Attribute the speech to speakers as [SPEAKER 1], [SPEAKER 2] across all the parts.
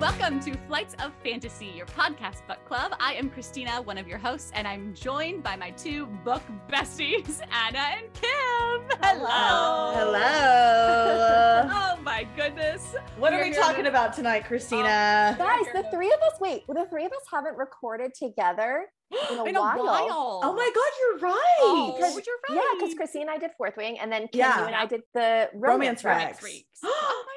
[SPEAKER 1] Welcome to Flights of Fantasy, your podcast book club. I am Christina, one of your hosts, and I'm joined by my two book besties, Anna and Kim. Hello.
[SPEAKER 2] Hello.
[SPEAKER 1] Oh my goodness.
[SPEAKER 2] what are
[SPEAKER 1] We're
[SPEAKER 2] we
[SPEAKER 1] here
[SPEAKER 2] talking
[SPEAKER 1] to-
[SPEAKER 2] about tonight, Christina?
[SPEAKER 3] Guys, the three of us, wait, the three of us haven't recorded together in a,
[SPEAKER 1] In a
[SPEAKER 3] while.
[SPEAKER 1] while.
[SPEAKER 2] Oh my God, you're right.
[SPEAKER 1] Oh, you're right.
[SPEAKER 3] Yeah, because Christine and I did Fourth Wing, and then Kim,
[SPEAKER 2] Yeah.
[SPEAKER 3] you and I did the
[SPEAKER 2] Romance
[SPEAKER 3] romance,
[SPEAKER 2] Rack.
[SPEAKER 3] rack.
[SPEAKER 1] Next weeks. Oh my god.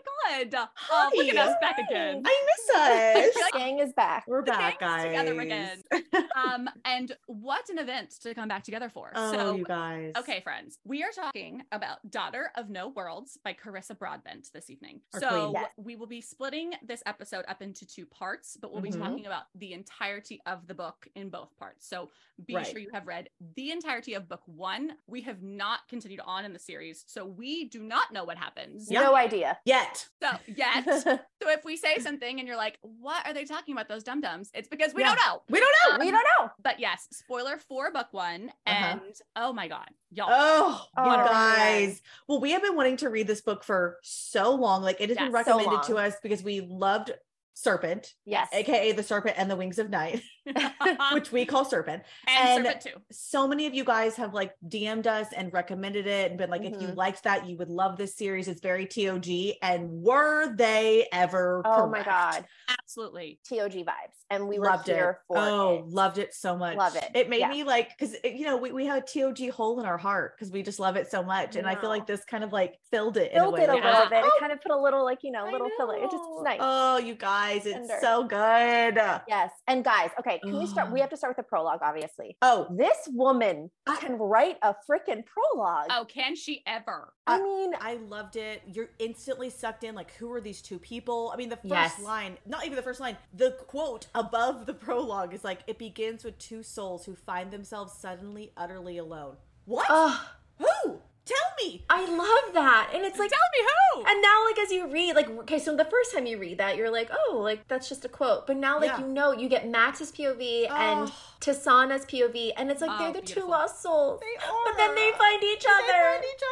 [SPEAKER 1] Oh, look at
[SPEAKER 2] Hi.
[SPEAKER 1] us back again.
[SPEAKER 2] I miss us.
[SPEAKER 3] The gang is back.
[SPEAKER 2] We're
[SPEAKER 1] gang's
[SPEAKER 2] back, guys.
[SPEAKER 1] together again. Um, and what an event to come back together for.
[SPEAKER 2] Oh,
[SPEAKER 1] so
[SPEAKER 2] you guys.
[SPEAKER 1] Okay, friends, we are talking about Daughter of No Worlds by Carissa Broadbent this evening.
[SPEAKER 2] Our
[SPEAKER 1] so
[SPEAKER 2] queen.
[SPEAKER 3] Yes.
[SPEAKER 1] we will be splitting this episode up into two parts, but we'll
[SPEAKER 2] Mhm.
[SPEAKER 1] be talking about the entirety of the book in both parts. So be
[SPEAKER 2] Right.
[SPEAKER 1] sure you have read the entirety of book one. We have not continued on in the series, so we do not know what happens.
[SPEAKER 2] Yeah.
[SPEAKER 3] No idea.
[SPEAKER 2] Yet.
[SPEAKER 1] So yet, so if we say something and you're like, "What are they talking about? Those dum dums?" It's because we
[SPEAKER 2] Yeah.
[SPEAKER 1] don't know.
[SPEAKER 2] We don't know.
[SPEAKER 3] we
[SPEAKER 1] Um,
[SPEAKER 3] don't know.
[SPEAKER 1] But yes, spoiler for book one,
[SPEAKER 2] Uh-huh.
[SPEAKER 1] and oh my god, y'all.
[SPEAKER 2] Oh, you
[SPEAKER 3] Oh,
[SPEAKER 2] guys. Well, we have been wanting to read this book for so long. Like it has been
[SPEAKER 1] Yes,
[SPEAKER 3] so
[SPEAKER 2] recommended to
[SPEAKER 3] long.
[SPEAKER 2] us because we loved Serpent,
[SPEAKER 3] Yes.
[SPEAKER 2] aka The Serpent and the Wings of Night, Oh, which we call Serpent.
[SPEAKER 1] and,
[SPEAKER 2] And-
[SPEAKER 1] serpent too.
[SPEAKER 2] so many of you guys have like DM'd us and recommended it and been like, if you
[SPEAKER 3] Mhm.
[SPEAKER 2] liked that, you would love this series. It's very TOG. And were they ever?
[SPEAKER 3] Oh my
[SPEAKER 2] correct?
[SPEAKER 3] God.
[SPEAKER 1] Absolutely.
[SPEAKER 3] TOG vibes. And we
[SPEAKER 2] loved
[SPEAKER 3] were here
[SPEAKER 2] it.
[SPEAKER 3] for
[SPEAKER 2] oh,
[SPEAKER 3] it.
[SPEAKER 2] loved it so much.
[SPEAKER 3] Love it.
[SPEAKER 2] It made
[SPEAKER 3] Yeah.
[SPEAKER 2] me like, because you know, we, we have a TOG hole in our heart because we just love it so much. And I feel
[SPEAKER 3] No.
[SPEAKER 2] like this kind of like filled it in a
[SPEAKER 3] Filled
[SPEAKER 2] way.
[SPEAKER 3] it a
[SPEAKER 2] that
[SPEAKER 3] little
[SPEAKER 2] was
[SPEAKER 1] Yeah.
[SPEAKER 2] like,
[SPEAKER 3] bit. It
[SPEAKER 2] oh,
[SPEAKER 3] kind of put a little, like, you know,
[SPEAKER 2] I
[SPEAKER 3] little filler. It just
[SPEAKER 2] know.
[SPEAKER 3] it's nice.
[SPEAKER 2] Oh, you guys, it's
[SPEAKER 3] Tender.
[SPEAKER 2] so good.
[SPEAKER 3] Yes. And guys, okay, can we start? We
[SPEAKER 2] Ugh.
[SPEAKER 3] have to start with the prologue, obviously.
[SPEAKER 2] Oh,
[SPEAKER 3] This woman
[SPEAKER 2] I-
[SPEAKER 3] can write a freaking prologue.
[SPEAKER 1] Oh, can she ever?
[SPEAKER 3] I mean,
[SPEAKER 2] I loved it. You're instantly sucked in. Like, who are these two people? I mean, the first
[SPEAKER 3] Yes.
[SPEAKER 2] line, not even the first line, the quote above the prologue is like, it begins with two souls who find themselves suddenly, utterly alone. What?
[SPEAKER 4] Oh,
[SPEAKER 2] who? Tell me.
[SPEAKER 4] I love that. And it's like,
[SPEAKER 1] Tell me who.
[SPEAKER 4] and now, like, as you read, like, okay, so the first time you read that, you're like, oh, like, that's just a quote. But now, like,
[SPEAKER 2] Yeah.
[SPEAKER 4] you know, you get Max's POV and
[SPEAKER 2] Oh.
[SPEAKER 4] Tasana's POV, and it's like,
[SPEAKER 1] Oh,
[SPEAKER 4] they're the
[SPEAKER 1] beautiful.
[SPEAKER 4] two lost souls.
[SPEAKER 2] They are.
[SPEAKER 4] But then they find each other.
[SPEAKER 2] each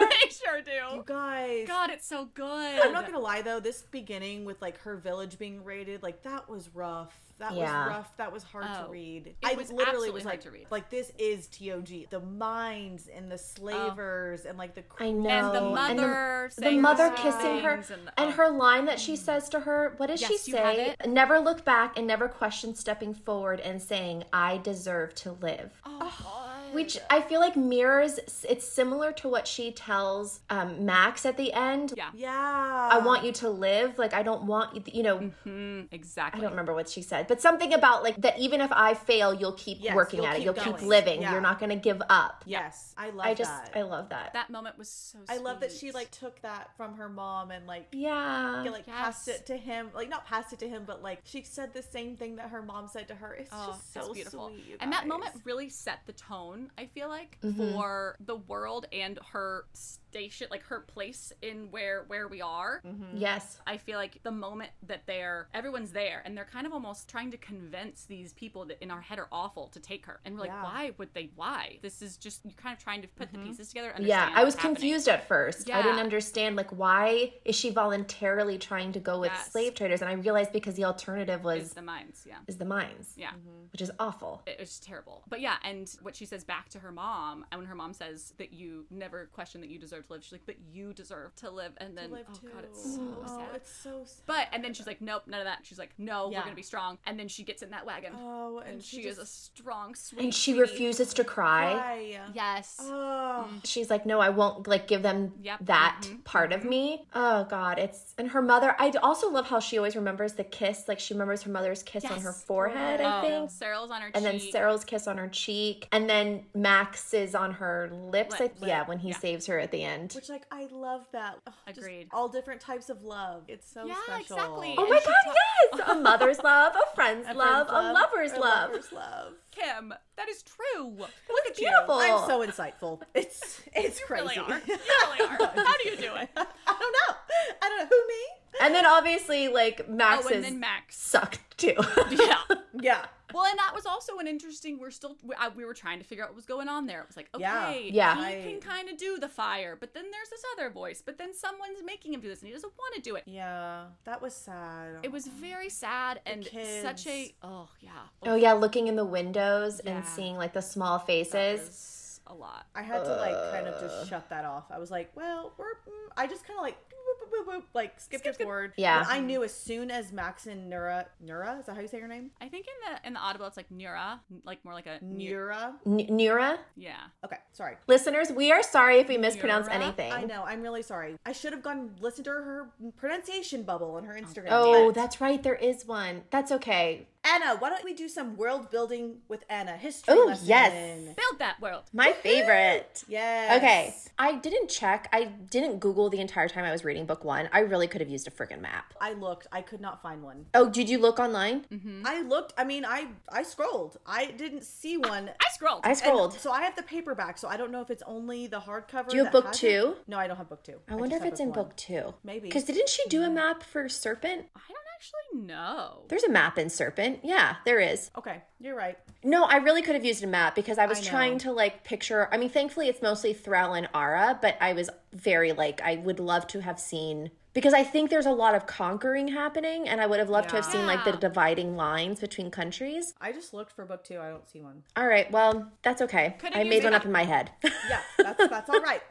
[SPEAKER 1] they sure
[SPEAKER 2] you
[SPEAKER 1] do.
[SPEAKER 2] guys.
[SPEAKER 1] God, it's so good.
[SPEAKER 2] I'm not gonna lie though, this beginning with like her village being raided, like that was rough. That
[SPEAKER 4] Yeah.
[SPEAKER 2] was rough. That was hard
[SPEAKER 1] Oh.
[SPEAKER 2] to read.
[SPEAKER 1] It was absolutely
[SPEAKER 2] was
[SPEAKER 1] hard
[SPEAKER 2] like,
[SPEAKER 1] to read. Oh.
[SPEAKER 2] like this is TOG. The mines and the slavers and like the
[SPEAKER 4] I
[SPEAKER 2] cruel-
[SPEAKER 4] know.
[SPEAKER 1] And the
[SPEAKER 4] Oh, and the-
[SPEAKER 1] mother,
[SPEAKER 4] the
[SPEAKER 1] saying
[SPEAKER 4] mother
[SPEAKER 1] sweet
[SPEAKER 4] kissing her
[SPEAKER 1] things and,
[SPEAKER 4] And
[SPEAKER 1] oh,
[SPEAKER 4] her line that she says to her, what does
[SPEAKER 1] Yes,
[SPEAKER 4] she
[SPEAKER 1] you have
[SPEAKER 4] say?
[SPEAKER 1] it.
[SPEAKER 4] Never look back and never question stepping forward and saying, I deserve to live.
[SPEAKER 1] Oh, God.
[SPEAKER 4] Which I feel like mirrors, it's similar to what she tells um, Max at the end.
[SPEAKER 1] Yeah.
[SPEAKER 2] Yeah.
[SPEAKER 4] I want you to live. Like, I don't want, you know,
[SPEAKER 1] Mhm,
[SPEAKER 4] I
[SPEAKER 1] exactly.
[SPEAKER 4] don't remember what she said, but something about like that even if I fail, you'll keep
[SPEAKER 2] Yes,
[SPEAKER 4] working
[SPEAKER 2] you'll
[SPEAKER 4] at
[SPEAKER 2] keep
[SPEAKER 4] it, you'll keep
[SPEAKER 2] going.
[SPEAKER 4] living.
[SPEAKER 2] Yeah.
[SPEAKER 4] You're not going to give up.
[SPEAKER 2] Yes. I love
[SPEAKER 4] I just,
[SPEAKER 2] that.
[SPEAKER 4] I love that.
[SPEAKER 1] That moment was so.
[SPEAKER 2] I love that she
[SPEAKER 1] sweet.
[SPEAKER 2] like took that from her mom and like
[SPEAKER 4] yeah.
[SPEAKER 2] yeah, like passed
[SPEAKER 1] Yes.
[SPEAKER 2] it to him. Like not passed it to him, but like she said the same thing that her mom said to her. It's
[SPEAKER 1] Oh,
[SPEAKER 2] just
[SPEAKER 1] that's
[SPEAKER 2] so
[SPEAKER 1] beautiful.
[SPEAKER 2] sweet. you
[SPEAKER 1] and that
[SPEAKER 2] guys.
[SPEAKER 1] moment really set the tone, I feel like,
[SPEAKER 4] Mhm.
[SPEAKER 1] for the world and her station, like her place in where where we are.
[SPEAKER 2] Mhm.
[SPEAKER 4] yes.
[SPEAKER 1] I feel like the moment that they're everyone's there and they're kind of almost trying to convince these people that in our head are awful to take her. And we're like,
[SPEAKER 2] Yeah.
[SPEAKER 1] why would they why? This is just you're kind of trying to put
[SPEAKER 2] Mhm.
[SPEAKER 1] the pieces together.
[SPEAKER 4] Yeah.
[SPEAKER 1] Understand
[SPEAKER 4] I was
[SPEAKER 1] what's happening.
[SPEAKER 4] confused at first. I didn't
[SPEAKER 1] Yeah.
[SPEAKER 4] understand like why is she voluntarily trying to go with
[SPEAKER 1] Yes.
[SPEAKER 4] slave traders? And I realized because the alternative was
[SPEAKER 1] Is the minds, yeah.
[SPEAKER 4] is the mines,
[SPEAKER 1] Yeah.
[SPEAKER 2] Mhm.
[SPEAKER 4] which is awful.
[SPEAKER 1] It was just terrible. But yeah, and what she says back to her mom, and when her mom says that you never question that you deserve to live, she's like, but you deserve to live. And then,
[SPEAKER 2] live
[SPEAKER 1] oh God, it's
[SPEAKER 2] too.
[SPEAKER 1] so
[SPEAKER 2] Oh,
[SPEAKER 1] sad.
[SPEAKER 2] It's so sad.
[SPEAKER 1] But, and then she's like, nope, none of that. She's like, no,
[SPEAKER 2] Yeah.
[SPEAKER 1] we're going to be strong. And then she gets in that wagon.
[SPEAKER 2] Oh,
[SPEAKER 1] and, she, is a
[SPEAKER 2] just
[SPEAKER 1] strong, sweet.
[SPEAKER 4] And she
[SPEAKER 1] sweetie.
[SPEAKER 4] refuses to cry.
[SPEAKER 2] cry.
[SPEAKER 1] Yes.
[SPEAKER 2] Oh.
[SPEAKER 1] Mm-hmm.
[SPEAKER 4] she's like no i won't like give them
[SPEAKER 1] Yep.
[SPEAKER 4] that
[SPEAKER 1] Mhm.
[SPEAKER 4] part of me oh god it's and her mother i d- also love how she always remembers the kiss like she remembers her mother's kiss on her
[SPEAKER 1] Yes.
[SPEAKER 4] forehead i
[SPEAKER 1] Oh,
[SPEAKER 4] think
[SPEAKER 1] Cyril's on her
[SPEAKER 4] and then
[SPEAKER 1] cheek.
[SPEAKER 4] Cyril's kiss on her cheek, and then Max's on her lips.
[SPEAKER 1] Lip,
[SPEAKER 4] I- yeah,
[SPEAKER 2] lip,
[SPEAKER 4] when he
[SPEAKER 1] yeah.
[SPEAKER 4] saves her at the end.
[SPEAKER 2] Which like I love that. Ugh, just
[SPEAKER 1] Agreed.
[SPEAKER 2] all different types of love. It's so
[SPEAKER 1] Yeah,
[SPEAKER 2] special.
[SPEAKER 1] exactly.
[SPEAKER 4] oh
[SPEAKER 1] and
[SPEAKER 4] my
[SPEAKER 1] she
[SPEAKER 4] god, yes! A mother's love, a friend's
[SPEAKER 2] A
[SPEAKER 4] love,
[SPEAKER 2] friend's
[SPEAKER 4] a lover's
[SPEAKER 2] or
[SPEAKER 4] love.
[SPEAKER 2] lover's love.
[SPEAKER 1] Kim, that is true.
[SPEAKER 4] Look at beautiful.
[SPEAKER 2] I'm so insightful. It's it's
[SPEAKER 1] You
[SPEAKER 2] crazy.
[SPEAKER 1] really are. You really are. How do you do it?
[SPEAKER 2] I don't know. I don't know who me.
[SPEAKER 4] and then obviously, like
[SPEAKER 1] Oh,
[SPEAKER 4] Max's
[SPEAKER 1] and then Max.
[SPEAKER 4] sucked too.
[SPEAKER 1] Yeah.
[SPEAKER 2] Yeah.
[SPEAKER 1] Well, and that was also an interesting. We're still we, I, we were trying to figure out what was going on there. It was like,
[SPEAKER 2] Yeah.
[SPEAKER 1] okay,
[SPEAKER 4] Yeah.
[SPEAKER 1] he can
[SPEAKER 2] Right.
[SPEAKER 1] kind of do the fire, but then there's this other voice, but then someone's making him do this, and he doesn't want to do it.
[SPEAKER 2] Yeah, that was sad.
[SPEAKER 1] It was very sad
[SPEAKER 2] The
[SPEAKER 1] and such a
[SPEAKER 2] kids.
[SPEAKER 1] oh yeah.
[SPEAKER 4] Oh yeah, looking in the windows
[SPEAKER 1] Yeah.
[SPEAKER 4] and seeing like the small
[SPEAKER 1] that
[SPEAKER 4] faces.
[SPEAKER 1] was a lot.
[SPEAKER 2] I had to like kind of
[SPEAKER 4] Uh.
[SPEAKER 2] just shut that off. I was like, well, we're. mm, I just kind of like. Boop, boop, boop, boop, like skip, skip, forward.
[SPEAKER 4] Yeah.
[SPEAKER 2] And I knew as soon as Max and Nura, Nura, is that how you say her name?
[SPEAKER 1] I think in the in the audible it's like Nura, like more like a Nura.
[SPEAKER 2] Nura.
[SPEAKER 4] N- Nura,
[SPEAKER 1] Yeah,
[SPEAKER 2] Okay, sorry.
[SPEAKER 4] listeners, we are sorry if we mispronounce
[SPEAKER 1] Nura?
[SPEAKER 4] anything.
[SPEAKER 2] I know. I'm really sorry. I should have gone listen to her pronunciation bubble on her Instagram.
[SPEAKER 4] Oh,
[SPEAKER 2] but-
[SPEAKER 4] that's right. There is one. That's okay.
[SPEAKER 2] Anna. Why don't we do some world building with Anna history
[SPEAKER 4] Oh,
[SPEAKER 2] lesson?
[SPEAKER 4] yes.
[SPEAKER 1] build that world.
[SPEAKER 4] My favorite.
[SPEAKER 2] Yes.
[SPEAKER 4] Okay. I didn't check. I didn't Google the entire time I was reading book one. I really could have used a freaking map.
[SPEAKER 2] I looked. I could not find one.
[SPEAKER 4] Oh, did you look online?
[SPEAKER 2] I looked. I mean, I I scrolled. I didn't see one.
[SPEAKER 1] I scrolled.
[SPEAKER 4] I
[SPEAKER 2] And
[SPEAKER 4] scrolled.
[SPEAKER 2] so I have the paperback, so I don't know if it's only the hardcover.
[SPEAKER 4] Do you have
[SPEAKER 2] that
[SPEAKER 4] book
[SPEAKER 2] has
[SPEAKER 4] two?
[SPEAKER 2] it. No, I don't have book two.
[SPEAKER 4] I wonder if
[SPEAKER 2] just have
[SPEAKER 4] it's in
[SPEAKER 2] one.
[SPEAKER 4] book two.
[SPEAKER 2] Maybe. Mm-hmm.
[SPEAKER 4] Because didn't she do a map for Serpent?
[SPEAKER 1] I don't actually know.
[SPEAKER 4] There's a map in Serpent. Yeah, there is.
[SPEAKER 2] Okay, you're right.
[SPEAKER 4] No, I really could have used a map because I was
[SPEAKER 2] I know.
[SPEAKER 4] trying to like picture. I mean, thankfully, it's mostly Thrall and Ara, but I was very like, I would love to have seen because I think there's a lot of conquering happening, and I would have loved to have seen like the
[SPEAKER 1] Yeah.
[SPEAKER 4] dividing lines between countries.
[SPEAKER 2] I just looked for book two. I don't see one.
[SPEAKER 4] All right, well, that's okay.
[SPEAKER 1] Could've
[SPEAKER 4] I
[SPEAKER 1] used
[SPEAKER 4] made
[SPEAKER 1] a
[SPEAKER 4] one up
[SPEAKER 1] map.
[SPEAKER 4] in my head.
[SPEAKER 2] Yeah, that's that's all right.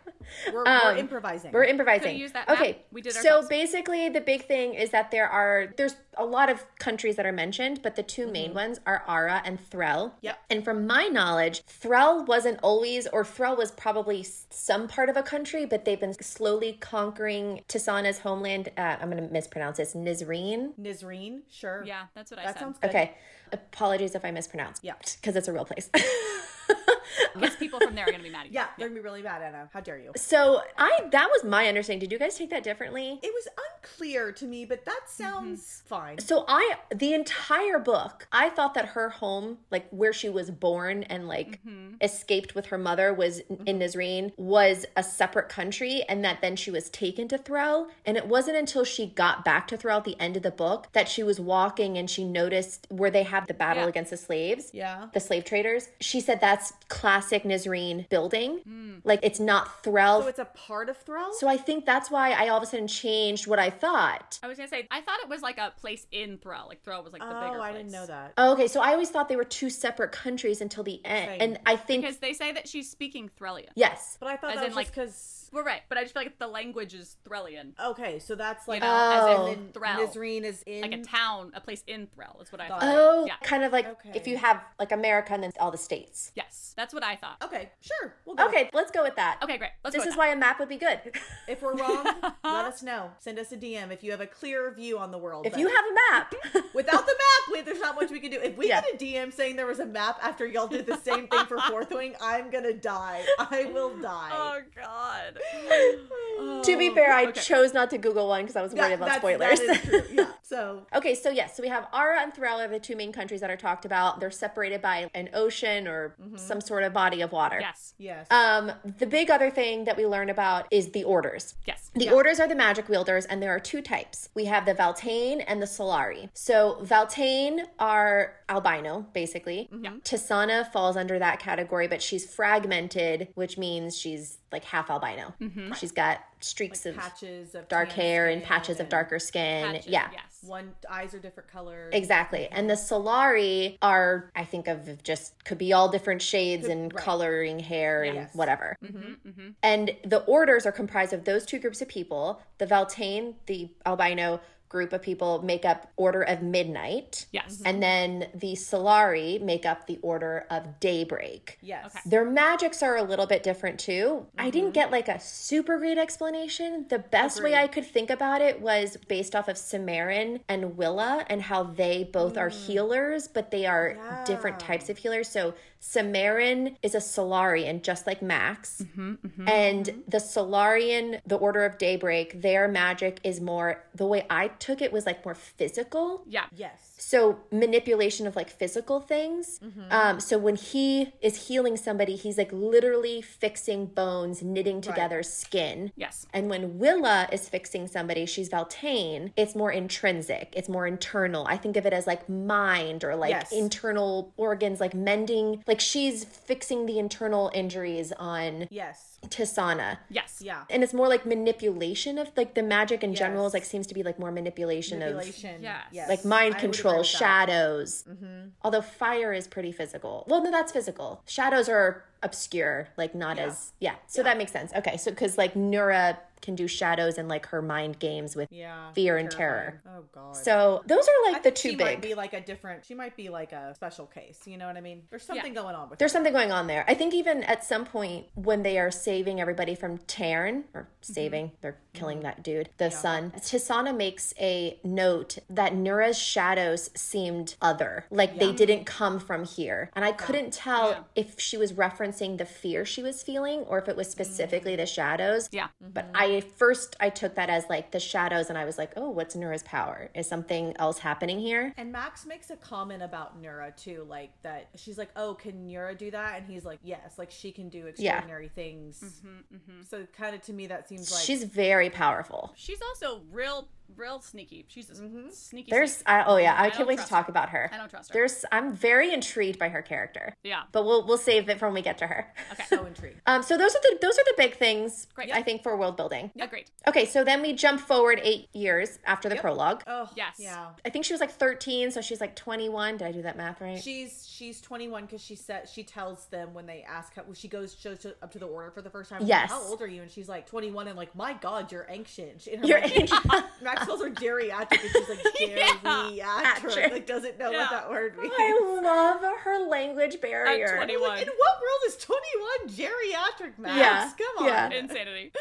[SPEAKER 2] We're, we're improvising.
[SPEAKER 4] Um, We're improvising.
[SPEAKER 1] Could've used that
[SPEAKER 4] okay,
[SPEAKER 1] map. We did
[SPEAKER 4] so
[SPEAKER 1] ourselves.
[SPEAKER 4] basically, the big thing is that there are there's a lot of countries that are mentioned, but the 2
[SPEAKER 1] Mm-hmm.
[SPEAKER 4] main ones are Ara and Threl.
[SPEAKER 2] Yep.
[SPEAKER 4] And from my knowledge, Threl wasn't always, or Threl was probably s- some part of a country, but they've been slowly conquering Tisana's homeland. Uh, I'm going to mispronounce this. Nizreen.
[SPEAKER 2] Nizreen, sure.
[SPEAKER 1] Yeah, that's what I
[SPEAKER 2] that
[SPEAKER 1] said.
[SPEAKER 2] sounds good.
[SPEAKER 4] Okay. Apologies if I mispronounce.
[SPEAKER 2] Yeah.
[SPEAKER 4] Because it's a real place.
[SPEAKER 1] Because people from there are gonna be mad at you.
[SPEAKER 2] Yeah, they're gonna be really mad, Anna. How dare you?
[SPEAKER 4] So I that was my understanding. Did you guys take that differently?
[SPEAKER 2] It was unclear to me, but that
[SPEAKER 1] Mm-hmm.
[SPEAKER 2] sounds fine.
[SPEAKER 4] So I the entire book, I thought that her home, like where she was born and like
[SPEAKER 2] Mm-hmm.
[SPEAKER 4] escaped with her mother was in Nizreen, was a separate country and that then she was taken to Threl. And it wasn't until she got back to Threl at the end of the book that she was walking and she noticed where they have the battle
[SPEAKER 1] Yeah.
[SPEAKER 4] against the slaves.
[SPEAKER 2] Yeah.
[SPEAKER 4] The slave traders. She said that's classic Nizreen building. Like it's not Threl.
[SPEAKER 2] Mm. So it's a part of Thrall.
[SPEAKER 4] So I think that's why I all of a sudden changed what I thought.
[SPEAKER 1] I was gonna say I thought it was like a place in Thrall. Like Thrall was like the bigger
[SPEAKER 2] oh, I
[SPEAKER 1] place.
[SPEAKER 2] didn't know that.
[SPEAKER 4] Oh, okay, so I always thought they were two separate countries until the end,
[SPEAKER 2] Same.
[SPEAKER 4] and I think
[SPEAKER 1] Because they say that she's speaking Threlian.
[SPEAKER 4] yes,
[SPEAKER 2] But I thought
[SPEAKER 1] As
[SPEAKER 2] that
[SPEAKER 1] in,
[SPEAKER 2] was just
[SPEAKER 1] like-
[SPEAKER 2] because.
[SPEAKER 1] We're right, but I just feel like the language is Threlian.
[SPEAKER 2] Okay, so that's like
[SPEAKER 1] You know,
[SPEAKER 4] Oh.
[SPEAKER 1] as
[SPEAKER 2] and
[SPEAKER 1] in
[SPEAKER 2] then
[SPEAKER 1] Threl.
[SPEAKER 2] Nizreen is in
[SPEAKER 1] Like a town, a place in Threl is what I
[SPEAKER 2] Mm. Got
[SPEAKER 1] thought.
[SPEAKER 2] it.
[SPEAKER 4] oh,
[SPEAKER 1] Yeah.
[SPEAKER 4] kind of like
[SPEAKER 2] Okay.
[SPEAKER 4] if you have like America and then all the states.
[SPEAKER 1] Yes, that's what I thought.
[SPEAKER 2] Okay, sure. We'll go.
[SPEAKER 4] Okay, let's go with that.
[SPEAKER 1] Okay, great. Let's
[SPEAKER 4] this
[SPEAKER 1] go
[SPEAKER 4] is
[SPEAKER 1] with
[SPEAKER 4] why a map would be good.
[SPEAKER 2] If we're wrong, let us know. Send us a DM if you have a clear view on the world.
[SPEAKER 4] if
[SPEAKER 2] But
[SPEAKER 4] you have a map,
[SPEAKER 2] without the map, wait, there's not much we can do. If we
[SPEAKER 4] Yeah.
[SPEAKER 2] get a DM saying there was a map after y'all did the same thing for Fourth Wing, I'm gonna die. I will
[SPEAKER 1] that.
[SPEAKER 2] die.
[SPEAKER 1] Oh, God.
[SPEAKER 4] to be fair, I
[SPEAKER 1] Okay.
[SPEAKER 4] chose not to Google one because I was worried
[SPEAKER 2] That-
[SPEAKER 4] about
[SPEAKER 2] that's-
[SPEAKER 4] spoilers.
[SPEAKER 2] That is true. Yeah. So
[SPEAKER 4] Okay, so yes, so we have Ara and Thrall are the two main countries that are talked about. They're separated by an ocean or some sort of body of water.
[SPEAKER 1] Yes,
[SPEAKER 2] yes.
[SPEAKER 4] Um, the big other thing that we learn about is the orders.
[SPEAKER 1] yes.
[SPEAKER 4] The orders are the magic wielders, and there are two types. We have the Valtane and the Solari. So Valtane are albino, basically. Tisana falls under that category, but she's fragmented, which means she's like half albino. She's got streaks of
[SPEAKER 2] patches of
[SPEAKER 4] dark
[SPEAKER 2] tan
[SPEAKER 4] hair and
[SPEAKER 2] skin
[SPEAKER 4] patches of darker skin.
[SPEAKER 1] Patches,
[SPEAKER 4] yeah.
[SPEAKER 1] Yes.
[SPEAKER 2] One eyes are different colors.
[SPEAKER 4] Exactly. And the Solari are, I think of just could be all different shades and
[SPEAKER 2] right.
[SPEAKER 4] coloring hair and
[SPEAKER 2] Yes. Mm-hmm,
[SPEAKER 4] whatever. And the orders are comprised of those two groups of people. The Valtane, the albino group of people, make up Order of Midnight.
[SPEAKER 1] Yes.
[SPEAKER 2] Mm-hmm.
[SPEAKER 4] And then the Solari make up the Order of Daybreak.
[SPEAKER 2] Yes. Mm-hmm.
[SPEAKER 1] Okay.
[SPEAKER 4] Their magics are a little bit different too. I didn't get like a super great explanation. The best way I could think about it was based off of Samarin and Willa and how they both are healers, but they are different
[SPEAKER 2] Mm. Yeah.
[SPEAKER 4] types of healers. So Samarin is a Solarian, just like Max.
[SPEAKER 2] Mm-hmm,
[SPEAKER 4] And the Solarian, the Order of Daybreak, their magic is more, the way I took it was like more physical.
[SPEAKER 1] yeah.
[SPEAKER 2] Yes.
[SPEAKER 4] So manipulation of like physical things.
[SPEAKER 2] Mm-hmm.
[SPEAKER 4] Um, so when he is healing somebody, he's like literally fixing bones, knitting together skin.
[SPEAKER 1] Yes.
[SPEAKER 4] And when Willa is fixing somebody, she's Valtane, it's more intrinsic, it's more internal. I think of it as like mind or like
[SPEAKER 2] Yes.
[SPEAKER 4] internal organs, like mending, like she's fixing the internal injuries on
[SPEAKER 2] Yes.
[SPEAKER 4] Tisana.
[SPEAKER 1] Yes.
[SPEAKER 2] Yeah.
[SPEAKER 4] And it's more like manipulation of like the magic in general is
[SPEAKER 2] Yes.
[SPEAKER 4] like seems to be like more manipulation,
[SPEAKER 2] Manipulation.
[SPEAKER 1] Yes.
[SPEAKER 4] of
[SPEAKER 2] Yes.
[SPEAKER 4] like
[SPEAKER 2] I
[SPEAKER 4] mind
[SPEAKER 2] would agree
[SPEAKER 4] control,
[SPEAKER 2] with that. Mm-hmm.
[SPEAKER 4] shadows. Although fire is pretty physical. Well, no, that's physical. Shadows are obscure, like not as yeah. So that makes sense. Okay, so because like Nura can do shadows and like her mind games with
[SPEAKER 2] Yeah.
[SPEAKER 4] fear and
[SPEAKER 2] terrifying.
[SPEAKER 4] terror.
[SPEAKER 2] Oh god.
[SPEAKER 4] So those are
[SPEAKER 2] I
[SPEAKER 4] like the
[SPEAKER 2] think
[SPEAKER 4] two
[SPEAKER 2] she
[SPEAKER 4] big.
[SPEAKER 2] might be like a different. She might be like a special case. You know what I mean? There's something going on with.
[SPEAKER 4] There's something going on there. I think even at some point when they are saving everybody from Tarn, or
[SPEAKER 1] Mm-hmm.
[SPEAKER 4] saving, they're killing that dude, the son, Tisana makes a note that Nura's shadows seemed other, like they didn't come from here. And I couldn't tell
[SPEAKER 1] Yeah.
[SPEAKER 4] if she was referencing the fear she was feeling or if it was specifically the shadows.
[SPEAKER 1] Mm. Yeah.
[SPEAKER 2] Mm-hmm.
[SPEAKER 1] Mm-hmm.
[SPEAKER 4] But I first I took that as like the shadows and I was like, "Oh, what's Nura's power? Is something else happening here?"
[SPEAKER 2] And Max makes a comment about Nura too, like that she's like, "Oh, can Nura do that?" And he's like, "Yes, like she can do extraordinary things."
[SPEAKER 1] Mm-hmm,
[SPEAKER 2] So kind of to me that seems like
[SPEAKER 4] She's very powerful.
[SPEAKER 1] She's also real, real sneaky. She's a
[SPEAKER 2] Mm-hmm.
[SPEAKER 1] sneaky.
[SPEAKER 4] There's,
[SPEAKER 1] sneak.
[SPEAKER 4] I, oh yeah, I,
[SPEAKER 1] don't
[SPEAKER 4] can't wait to
[SPEAKER 1] trust
[SPEAKER 4] talk about her.
[SPEAKER 1] I don't trust her.
[SPEAKER 4] There's, I'm very intrigued by her character,
[SPEAKER 1] yeah.
[SPEAKER 4] but we'll we'll save it for when we get to her.
[SPEAKER 2] so intrigued.
[SPEAKER 4] Um, so those are the those are the big things
[SPEAKER 1] Great.
[SPEAKER 4] I think for world building.
[SPEAKER 1] Agreed.
[SPEAKER 4] Okay, so then we jump forward eight years after the prologue.
[SPEAKER 2] Oh
[SPEAKER 1] Yes.
[SPEAKER 2] yeah.
[SPEAKER 4] I think she was like 13, so she's like 21. Did I do that math right?
[SPEAKER 2] She's she's 21 because she said she tells them when they ask how well, she goes shows to- up to the order for the first time. like,
[SPEAKER 4] Yes.
[SPEAKER 2] how old are you? And she's like 21, and like my god, you're ancient. She, and her,
[SPEAKER 4] You're
[SPEAKER 2] like, Max calls her geriatric, and she's like geriatric,
[SPEAKER 4] Atric.
[SPEAKER 2] like doesn't know
[SPEAKER 1] Yeah.
[SPEAKER 2] what that word means.
[SPEAKER 4] I love her language barrier.
[SPEAKER 1] At 21.
[SPEAKER 2] In what world is 21 geriatric, Max?
[SPEAKER 4] Yeah.
[SPEAKER 2] Come on.
[SPEAKER 4] Yeah.
[SPEAKER 1] Insanity.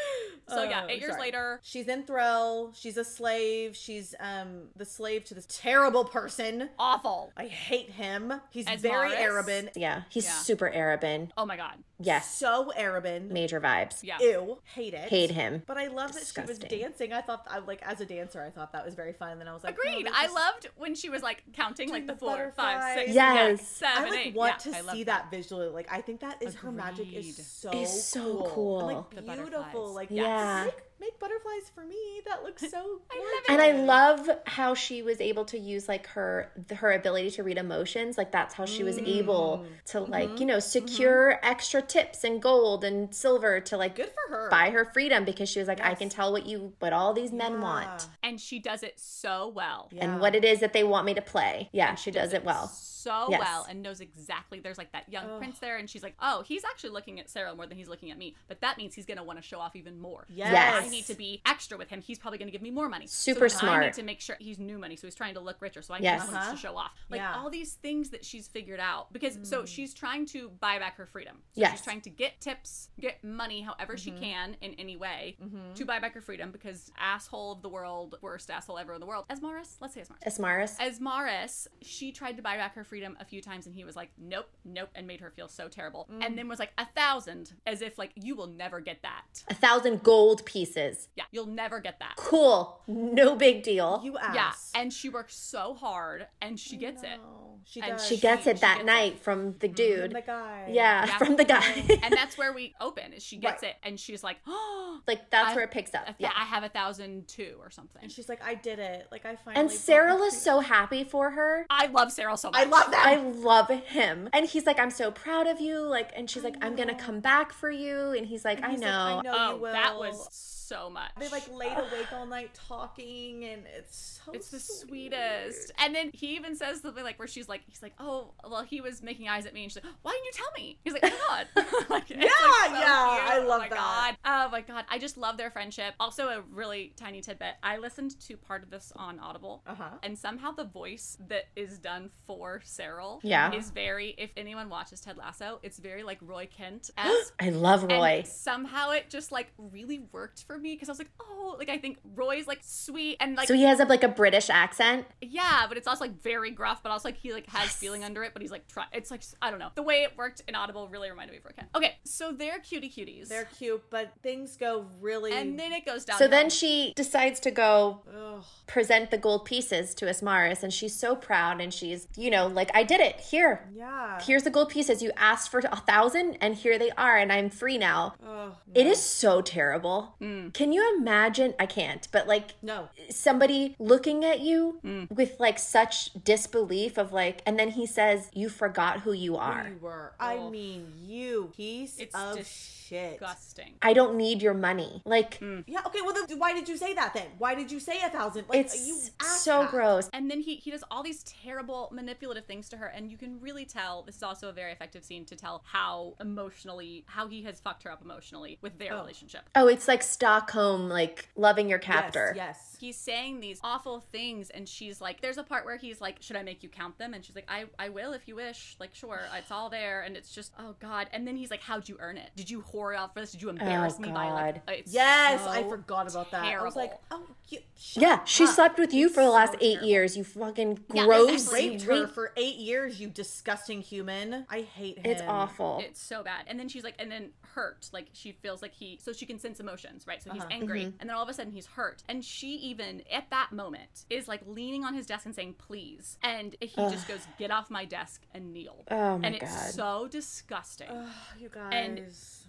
[SPEAKER 1] So yeah,
[SPEAKER 2] Oh,
[SPEAKER 1] eight years
[SPEAKER 2] sorry.
[SPEAKER 1] later.
[SPEAKER 2] She's in Thrall. She's a slave. She's um the slave to this terrible person.
[SPEAKER 1] Awful.
[SPEAKER 2] I hate him. He's
[SPEAKER 1] As
[SPEAKER 2] very
[SPEAKER 1] Morris?
[SPEAKER 2] Arabin.
[SPEAKER 4] Yeah, he's
[SPEAKER 1] Yeah.
[SPEAKER 4] super Arabin.
[SPEAKER 1] Oh my god.
[SPEAKER 4] Yes,
[SPEAKER 2] So Arabin.
[SPEAKER 4] major vibes.
[SPEAKER 1] Yeah.
[SPEAKER 2] Ew. Hate it.
[SPEAKER 4] Hate him.
[SPEAKER 2] But I love that she
[SPEAKER 4] Disgusting.
[SPEAKER 2] was dancing. I thought, I like, as a dancer, I thought that was very fun. And then I was like, no,
[SPEAKER 1] Agreed.
[SPEAKER 2] this
[SPEAKER 1] I
[SPEAKER 2] is-
[SPEAKER 1] loved when she was like counting like
[SPEAKER 2] Doing
[SPEAKER 1] the
[SPEAKER 2] the
[SPEAKER 1] four, five, six,
[SPEAKER 2] butterflies.
[SPEAKER 1] yeah,
[SPEAKER 4] Yes.
[SPEAKER 1] seven,
[SPEAKER 2] I like
[SPEAKER 1] eight.
[SPEAKER 2] want
[SPEAKER 1] Yeah, I
[SPEAKER 2] to
[SPEAKER 1] love
[SPEAKER 2] see that. visually. Like I think that is her magic is
[SPEAKER 1] Agreed.
[SPEAKER 2] so
[SPEAKER 4] It's so
[SPEAKER 2] cool.
[SPEAKER 4] cool.
[SPEAKER 2] And,
[SPEAKER 1] The
[SPEAKER 2] like beautiful.
[SPEAKER 1] butterflies.
[SPEAKER 2] Like
[SPEAKER 4] Yeah.
[SPEAKER 2] make, make butterflies for me. That looks so.
[SPEAKER 1] I
[SPEAKER 2] gorgeous.
[SPEAKER 1] love it.
[SPEAKER 4] And I love how she was able to use like her th- her ability to read emotions. Like that's how she was
[SPEAKER 1] Mm.
[SPEAKER 4] able to
[SPEAKER 1] Mm-hmm.
[SPEAKER 4] like you know secure extra tips and gold and silver to like
[SPEAKER 2] Good for her.
[SPEAKER 4] buy her freedom because she was like I can tell what you what all these men want
[SPEAKER 1] And she does it so well.
[SPEAKER 2] Yeah.
[SPEAKER 4] and what it is that they want me to play. Yeah, she does it well.
[SPEAKER 1] So
[SPEAKER 4] Yes.
[SPEAKER 1] well and knows exactly there's like that young prince there and she's like, "Oh, he's actually looking at Sarah more than he's looking at me, but that means he's going to want to show off even more."
[SPEAKER 2] Yes.
[SPEAKER 1] I
[SPEAKER 4] Yes.
[SPEAKER 1] need to be extra with him. He's probably going to give me more money.
[SPEAKER 4] Super
[SPEAKER 1] so I need
[SPEAKER 4] smart.
[SPEAKER 1] to make sure he's new money, so he's trying to look richer. So I
[SPEAKER 4] Yes.
[SPEAKER 1] just want
[SPEAKER 2] Uh-huh.
[SPEAKER 1] to show off, like
[SPEAKER 2] Yeah. Mm.
[SPEAKER 1] all these things that she's figured out. Because so she's trying to buy back her freedom. So she's
[SPEAKER 4] Yes.
[SPEAKER 1] trying to get tips, get money, however she
[SPEAKER 2] Mm-hmm.
[SPEAKER 1] can in any way to buy back her freedom. Because asshole of the world, worst asshole ever in the world, as Morris. Let's say as Morris.
[SPEAKER 4] Asmaris.
[SPEAKER 1] As Maris, she tried to buy back her freedom a few times and he was like, nope, nope, and made her feel so terrible.
[SPEAKER 2] Mm.
[SPEAKER 1] And then was like, a thousand, as if like, you will never get that.
[SPEAKER 4] A thousand gold pieces.
[SPEAKER 1] Yeah, you'll never get that.
[SPEAKER 4] Cool. No big deal.
[SPEAKER 2] you
[SPEAKER 1] Yeah.
[SPEAKER 2] ass.
[SPEAKER 1] And she works so hard and she gets it.
[SPEAKER 2] No, she
[SPEAKER 1] And
[SPEAKER 2] does.
[SPEAKER 4] she gets
[SPEAKER 1] she-
[SPEAKER 4] it
[SPEAKER 1] gets it.
[SPEAKER 4] that
[SPEAKER 1] Mm-hmm.
[SPEAKER 4] night from the dude.
[SPEAKER 2] From the guy.
[SPEAKER 4] yeah,
[SPEAKER 1] Yeah.
[SPEAKER 4] from the guy.
[SPEAKER 1] And that's where we open. Is she gets
[SPEAKER 2] Right.
[SPEAKER 1] it and she's like, oh,
[SPEAKER 4] like that's
[SPEAKER 1] I-
[SPEAKER 4] where it picks up.
[SPEAKER 1] a th-
[SPEAKER 4] Yeah.
[SPEAKER 1] I have a thousand two or something.
[SPEAKER 2] And she's like, I did it. Like I finally.
[SPEAKER 4] And
[SPEAKER 2] broke
[SPEAKER 4] Sarah
[SPEAKER 2] my
[SPEAKER 4] was so happy for her.
[SPEAKER 1] I love Sarah so much.
[SPEAKER 2] I love that.
[SPEAKER 4] I love him. And he's like, I'm so proud of you. Like, and she's like, I'm gonna come back for you. And he's like,
[SPEAKER 2] And he's
[SPEAKER 4] I
[SPEAKER 2] like,
[SPEAKER 4] know.
[SPEAKER 2] I know you
[SPEAKER 1] Oh,
[SPEAKER 2] will.
[SPEAKER 1] that was so much.
[SPEAKER 2] They like laid awake all night talking, and it's so.
[SPEAKER 1] It's the
[SPEAKER 2] sweet.
[SPEAKER 1] sweetest. And then he even says something like where she's like, he's like, oh, well, he was making eyes at me, and she's like, why didn't you tell me? He's like, oh my god. like, yeah,
[SPEAKER 2] yeah, I
[SPEAKER 1] oh
[SPEAKER 2] love
[SPEAKER 1] my
[SPEAKER 2] that.
[SPEAKER 1] God. Oh my god, I just love their friendship. Also, a really tiny tidbit. I listened to part of this on Audible,
[SPEAKER 2] Uh huh.
[SPEAKER 1] and somehow the voice that is done for Cyril,
[SPEAKER 4] Yeah.
[SPEAKER 1] is very. If anyone watches Ted Lasso, it's very like Roy Kent esque.
[SPEAKER 4] I love Roy.
[SPEAKER 1] And somehow it just like really worked for me because I was like, oh, like I think Roy's like sweet and like
[SPEAKER 4] so he has a, like a British accent.
[SPEAKER 1] yeah, but it's also like very gruff, but also like he like has feeling under it, but he's like try. It's like I don't know. The way it worked in Audible really reminded me of Rocket. Okay, so they're cutie cuties.
[SPEAKER 2] They're cute, but things things go really.
[SPEAKER 1] and then it goes down.
[SPEAKER 4] So then she decides to go
[SPEAKER 2] Ugh.
[SPEAKER 4] present the gold pieces to Asmaris, and she's so proud, and she's, you know, like, I did it. Here.
[SPEAKER 2] Yeah.
[SPEAKER 4] Here's the gold pieces. You asked for a thousand, and here they are, and I'm free now.
[SPEAKER 2] Ugh.
[SPEAKER 4] It is so terrible. Can you imagine? I can't, but like
[SPEAKER 2] No.
[SPEAKER 4] somebody looking at you with like such disbelief of like, and then he says, You forgot who you are.
[SPEAKER 2] You were. I mean, you piece
[SPEAKER 1] It's
[SPEAKER 2] of shit.
[SPEAKER 1] disgusting.
[SPEAKER 4] I don't need your money. Like,
[SPEAKER 2] Yeah. Okay. Well, then why did you say that then? Why did you say a thousand? Like,
[SPEAKER 4] it's
[SPEAKER 2] you
[SPEAKER 4] so
[SPEAKER 2] asshat.
[SPEAKER 4] gross.
[SPEAKER 1] And then he he does all these terrible manipulative things to her, and you can really tell this is also a very effective scene to tell how emotionally how he has fucked her up emotionally with their relationship.
[SPEAKER 4] Oh, it's like Stockholm, like loving your captor.
[SPEAKER 2] Yes. yes.
[SPEAKER 1] He's saying these awful things, and she's like, "There's a part where he's like, should I make you count them?" And she's like, "I I will if you wish. Like, sure, it's all there." And it's just, oh god. And then he's like, "How'd you earn it? Did you whore out for this? Did you embarrass me by like?"
[SPEAKER 4] God.
[SPEAKER 1] it's
[SPEAKER 2] Yes,
[SPEAKER 1] so
[SPEAKER 2] I forgot about that. I was like,
[SPEAKER 1] terrible.
[SPEAKER 2] oh, you, shut
[SPEAKER 4] Yeah, she
[SPEAKER 2] up.
[SPEAKER 4] slept with you
[SPEAKER 2] It's
[SPEAKER 4] for the last
[SPEAKER 2] so
[SPEAKER 4] eight
[SPEAKER 2] terrible.
[SPEAKER 4] years. You fucking
[SPEAKER 1] Yeah,
[SPEAKER 4] gross.
[SPEAKER 1] exactly.
[SPEAKER 4] you
[SPEAKER 2] Raped her
[SPEAKER 4] rape-
[SPEAKER 2] for eight years, you disgusting human. I hate him.
[SPEAKER 4] It's awful.
[SPEAKER 1] It's so bad. And then she's like, and then hurt. Like she feels like he, so she can sense emotions, right? So
[SPEAKER 4] Uh-huh.
[SPEAKER 1] he's angry.
[SPEAKER 4] Mm-hmm.
[SPEAKER 1] And then all of a sudden he's hurt. And she even at that moment is like leaning on his desk and saying, please. And he just goes, get off my desk and kneel.
[SPEAKER 4] Oh my
[SPEAKER 1] and it's
[SPEAKER 4] God.
[SPEAKER 1] so disgusting.
[SPEAKER 2] Ugh, Oh, you guys.
[SPEAKER 1] And-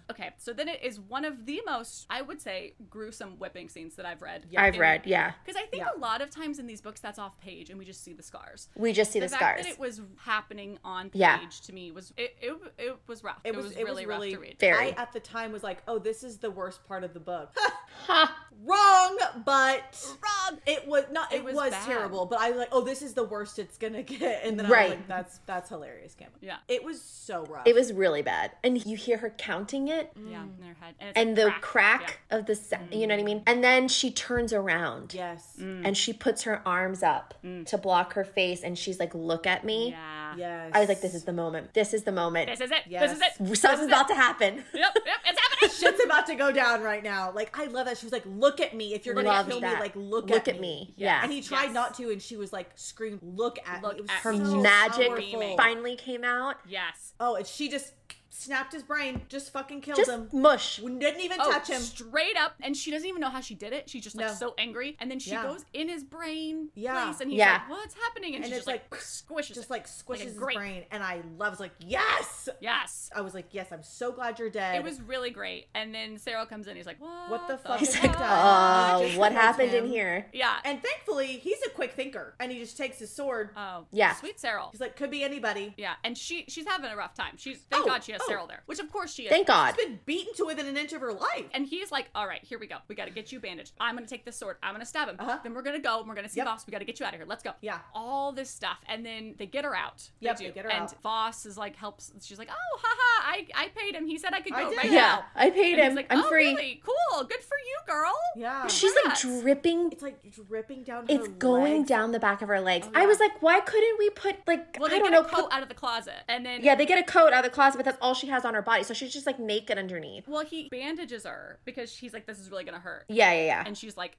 [SPEAKER 1] Okay, so then it is one of the most, I would say, gruesome whipping scenes that I've read.
[SPEAKER 4] I've read, yeah.
[SPEAKER 1] Because I think
[SPEAKER 2] Yeah.
[SPEAKER 1] a lot of times in these books, that's off page and we just see the scars.
[SPEAKER 4] We just see the,
[SPEAKER 1] fact
[SPEAKER 4] scars.
[SPEAKER 1] that it was happening on page
[SPEAKER 4] Yeah.
[SPEAKER 1] to me was it, it, it was rough. It,
[SPEAKER 2] it was,
[SPEAKER 1] was, really rough to read.
[SPEAKER 4] Fair. Very.
[SPEAKER 2] I at the time was like, oh, this is the worst part of the book.
[SPEAKER 4] ha!
[SPEAKER 2] Wrong, but
[SPEAKER 1] Rob,
[SPEAKER 2] it was not. It,
[SPEAKER 1] was
[SPEAKER 2] was,
[SPEAKER 1] bad.
[SPEAKER 2] terrible, but I was like, oh, this is the worst it's gonna get, and then I
[SPEAKER 4] Right.
[SPEAKER 2] was like, that's that's hilarious, Cameron.
[SPEAKER 1] Yeah.
[SPEAKER 2] it was so rough.
[SPEAKER 4] It was really bad. And you hear her counting it
[SPEAKER 1] Yeah, in their head. it's
[SPEAKER 4] and the crack,
[SPEAKER 1] Mm. Yeah.
[SPEAKER 4] of the, sa- you know what I mean? And then she turns around
[SPEAKER 2] yes,
[SPEAKER 1] Mm.
[SPEAKER 4] and she puts her arms up to block her face and she's like, look at me.
[SPEAKER 1] Yeah.
[SPEAKER 2] yes.
[SPEAKER 4] I was like, this is the moment. This is the moment.
[SPEAKER 1] This is it. This
[SPEAKER 2] Yes.
[SPEAKER 1] is it.
[SPEAKER 4] Something's about to happen.
[SPEAKER 1] Yep, yep, it's happening.
[SPEAKER 2] shit's about to go down right now. Like I love that she was like, look at me. If you're gonna
[SPEAKER 4] Loved
[SPEAKER 2] kill me,
[SPEAKER 4] that.
[SPEAKER 2] like look,
[SPEAKER 4] Look at me. Yeah.
[SPEAKER 2] And he tried
[SPEAKER 1] Yes.
[SPEAKER 2] not to, and she was like, scream, look at
[SPEAKER 1] Look
[SPEAKER 2] me. It was
[SPEAKER 1] at
[SPEAKER 4] her
[SPEAKER 1] me.
[SPEAKER 2] so
[SPEAKER 4] magic
[SPEAKER 2] powerful.
[SPEAKER 4] finally came out.
[SPEAKER 1] Yes.
[SPEAKER 2] Oh, and she just snapped his brain, just fucking killed
[SPEAKER 4] Just
[SPEAKER 2] him.
[SPEAKER 4] mush.
[SPEAKER 2] Didn't even
[SPEAKER 1] Oh,
[SPEAKER 2] touch him.
[SPEAKER 1] straight up, and she doesn't even know how she did it. She's just like
[SPEAKER 2] No.
[SPEAKER 1] so angry, and then she
[SPEAKER 2] Yeah.
[SPEAKER 1] goes in his brain
[SPEAKER 2] Yeah.
[SPEAKER 1] place, and he's
[SPEAKER 4] Yeah.
[SPEAKER 1] like, "What's happening?" And,
[SPEAKER 2] And
[SPEAKER 1] she
[SPEAKER 2] it's
[SPEAKER 1] just like,
[SPEAKER 2] like,
[SPEAKER 1] squishes,
[SPEAKER 2] Just
[SPEAKER 1] it.
[SPEAKER 2] like squishes
[SPEAKER 1] a
[SPEAKER 2] his
[SPEAKER 1] grape.
[SPEAKER 2] brain, and I love. was like, yes.
[SPEAKER 1] yes.
[SPEAKER 2] I was like, yes. I'm so glad you're dead.
[SPEAKER 1] It was really great. And then Sarah comes in. He's like, "What?
[SPEAKER 2] What the fuck
[SPEAKER 4] He's
[SPEAKER 2] is
[SPEAKER 4] like,
[SPEAKER 2] Just
[SPEAKER 4] oh,
[SPEAKER 2] towards
[SPEAKER 4] what happened in
[SPEAKER 2] him.
[SPEAKER 4] here?
[SPEAKER 1] Yeah.
[SPEAKER 2] And thankfully, he's a quick thinker, and he just takes his sword.
[SPEAKER 1] oh.
[SPEAKER 4] Yeah.
[SPEAKER 1] Sweet Sarah.
[SPEAKER 2] He's like, could be anybody.
[SPEAKER 1] Yeah. And she she's having a rough time. She's thank
[SPEAKER 2] Oh,
[SPEAKER 1] God she has
[SPEAKER 2] oh.
[SPEAKER 1] Sarah there, which of course she is.
[SPEAKER 4] Thank God.
[SPEAKER 2] He's been beaten to within an inch of her life.
[SPEAKER 1] And he's like, all right, here we go. We got to get you bandaged. I'm going to take this sword. I'm going to stab him.
[SPEAKER 2] Uh-huh.
[SPEAKER 1] Then we're going to go and we're going to see
[SPEAKER 2] Yep.
[SPEAKER 1] Voss. We got to get you out of here. Let's go.
[SPEAKER 2] Yeah.
[SPEAKER 1] All this stuff. And then they get her out.
[SPEAKER 2] Yep,
[SPEAKER 1] they, do.
[SPEAKER 2] they get her
[SPEAKER 1] and
[SPEAKER 2] out.
[SPEAKER 1] Voss is like, helps. She's like, oh, haha, I, I paid him. He said I could
[SPEAKER 2] I
[SPEAKER 1] go
[SPEAKER 2] did
[SPEAKER 1] right
[SPEAKER 2] it.
[SPEAKER 4] Yeah,
[SPEAKER 1] now.
[SPEAKER 4] I paid
[SPEAKER 1] And he's
[SPEAKER 4] him.
[SPEAKER 1] like,
[SPEAKER 4] I'm
[SPEAKER 1] "Oh,
[SPEAKER 4] free.
[SPEAKER 1] really? Cool. Good for you, girl.
[SPEAKER 2] yeah.
[SPEAKER 4] She's like
[SPEAKER 1] Congrats.
[SPEAKER 4] dripping.
[SPEAKER 2] It's like dripping down.
[SPEAKER 4] It's
[SPEAKER 2] her
[SPEAKER 4] going
[SPEAKER 2] legs.
[SPEAKER 4] down the back of her legs. I was like, why couldn't we put like
[SPEAKER 1] Oh Well, they
[SPEAKER 4] I don't
[SPEAKER 1] get
[SPEAKER 4] know.
[SPEAKER 1] a coat
[SPEAKER 4] put-
[SPEAKER 1] out of the closet. And then
[SPEAKER 4] yeah, they get a coat out of the closet, but that's all she has on her body, so she's just like naked underneath.
[SPEAKER 1] Well, he bandages her because she's like, this is really going to hurt.
[SPEAKER 4] Yeah, yeah, yeah.
[SPEAKER 1] And she's like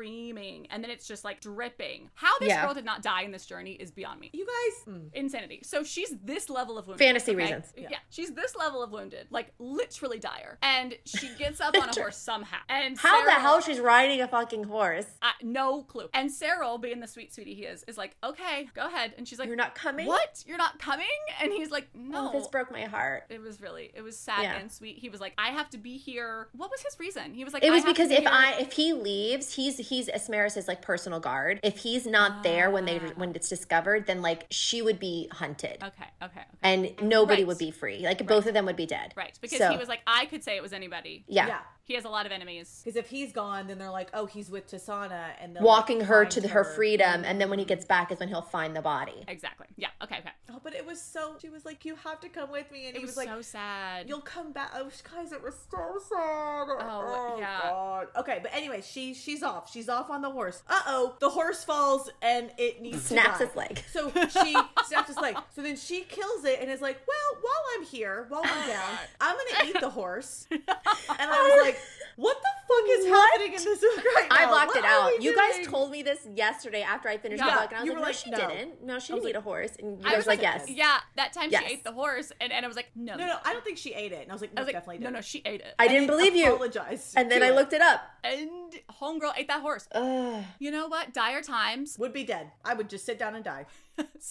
[SPEAKER 1] screaming. And then it's just like dripping. How this
[SPEAKER 4] Yeah.
[SPEAKER 1] girl did not die in this journey is beyond me.
[SPEAKER 2] You guys, mm,
[SPEAKER 1] insanity. So she's this level of wounded.
[SPEAKER 4] Fantasy reasons.
[SPEAKER 1] Yeah. she's this level of wounded, like literally dire, and she gets up on a horse somehow. And
[SPEAKER 4] How the
[SPEAKER 1] Cyril-
[SPEAKER 4] hell she's riding a fucking horse?
[SPEAKER 1] I, no clue. And Cyril, being the sweet sweetie he is, is like, "Okay, go ahead." And she's like,
[SPEAKER 4] You're not coming.
[SPEAKER 1] What? You're not coming?" And he's like, "No."
[SPEAKER 4] Oh, this broke my heart.
[SPEAKER 1] it was really, it was sad
[SPEAKER 4] Yeah.
[SPEAKER 1] and sweet. He was like, "I have to be here." What was his reason? He was like,
[SPEAKER 4] It
[SPEAKER 1] "I
[SPEAKER 4] was
[SPEAKER 1] have to
[SPEAKER 4] because
[SPEAKER 1] be
[SPEAKER 4] if
[SPEAKER 1] here."
[SPEAKER 4] I if he leaves, he's he's Asmaris's like personal guard. If he's not there when they when it's discovered, then like she would be hunted.
[SPEAKER 1] Ah. okay, okay, okay.
[SPEAKER 4] And nobody
[SPEAKER 1] Right.
[SPEAKER 4] would be free. Like both of them would be dead.
[SPEAKER 1] right, because
[SPEAKER 4] So,
[SPEAKER 1] he was like, "I could say it was anybody."
[SPEAKER 2] yeah.
[SPEAKER 4] yeah.
[SPEAKER 1] He has a lot of enemies.
[SPEAKER 2] Because if he's gone, then they're like, oh, he's with Tasana, and they'll,
[SPEAKER 4] walking
[SPEAKER 2] like,
[SPEAKER 4] her
[SPEAKER 2] find
[SPEAKER 4] to her freedom and then when he gets back is when he'll find the body
[SPEAKER 1] Exactly. Yeah. Okay. Okay.
[SPEAKER 2] Oh, but it was so. She was like, you have to come with me, and
[SPEAKER 1] It
[SPEAKER 2] he
[SPEAKER 1] was,
[SPEAKER 2] was, like,
[SPEAKER 1] so sad.
[SPEAKER 2] you'll come back. Oh, guys, it was so sad.
[SPEAKER 1] Oh, yeah.
[SPEAKER 2] God. Okay, but anyway, she she's off. She's off on the horse. Uh oh, the horse falls and it needs
[SPEAKER 4] snaps
[SPEAKER 2] to die.
[SPEAKER 4] its leg
[SPEAKER 2] So she snaps his leg. So then she kills it and is like, well, while I'm here, while
[SPEAKER 4] Oh,
[SPEAKER 2] I'm down, I'm gonna eat the horse. And I was like, what the fuck is happening in this book right now?
[SPEAKER 4] I blocked it
[SPEAKER 2] What are
[SPEAKER 4] out.
[SPEAKER 2] we
[SPEAKER 4] You guys
[SPEAKER 2] doing?"
[SPEAKER 4] told me this yesterday after I finished
[SPEAKER 1] Yeah.
[SPEAKER 4] the book, and I was
[SPEAKER 2] You
[SPEAKER 4] like,
[SPEAKER 2] were
[SPEAKER 4] "No,
[SPEAKER 2] like,
[SPEAKER 4] she
[SPEAKER 2] no.
[SPEAKER 4] didn't. No, she didn't eat a horse." And you
[SPEAKER 1] I
[SPEAKER 4] guys
[SPEAKER 1] was
[SPEAKER 4] were like,
[SPEAKER 1] like,
[SPEAKER 4] Yes.
[SPEAKER 2] dead.
[SPEAKER 1] Yeah, that time
[SPEAKER 4] Yes.
[SPEAKER 1] she ate the horse, and and I was like, no,
[SPEAKER 2] No, no, I don't think she ate it. And I was like,
[SPEAKER 1] I
[SPEAKER 2] no,
[SPEAKER 1] was like,
[SPEAKER 2] definitely
[SPEAKER 1] no,
[SPEAKER 2] did.
[SPEAKER 1] no, she ate it.
[SPEAKER 4] I didn't believe you.
[SPEAKER 2] Apologized.
[SPEAKER 4] And then
[SPEAKER 2] to
[SPEAKER 4] I
[SPEAKER 2] it.
[SPEAKER 4] looked it up.
[SPEAKER 1] and homegirl ate that horse.
[SPEAKER 4] Ugh.
[SPEAKER 1] You know what? Dire times.
[SPEAKER 2] Would be dead. I would just sit down and die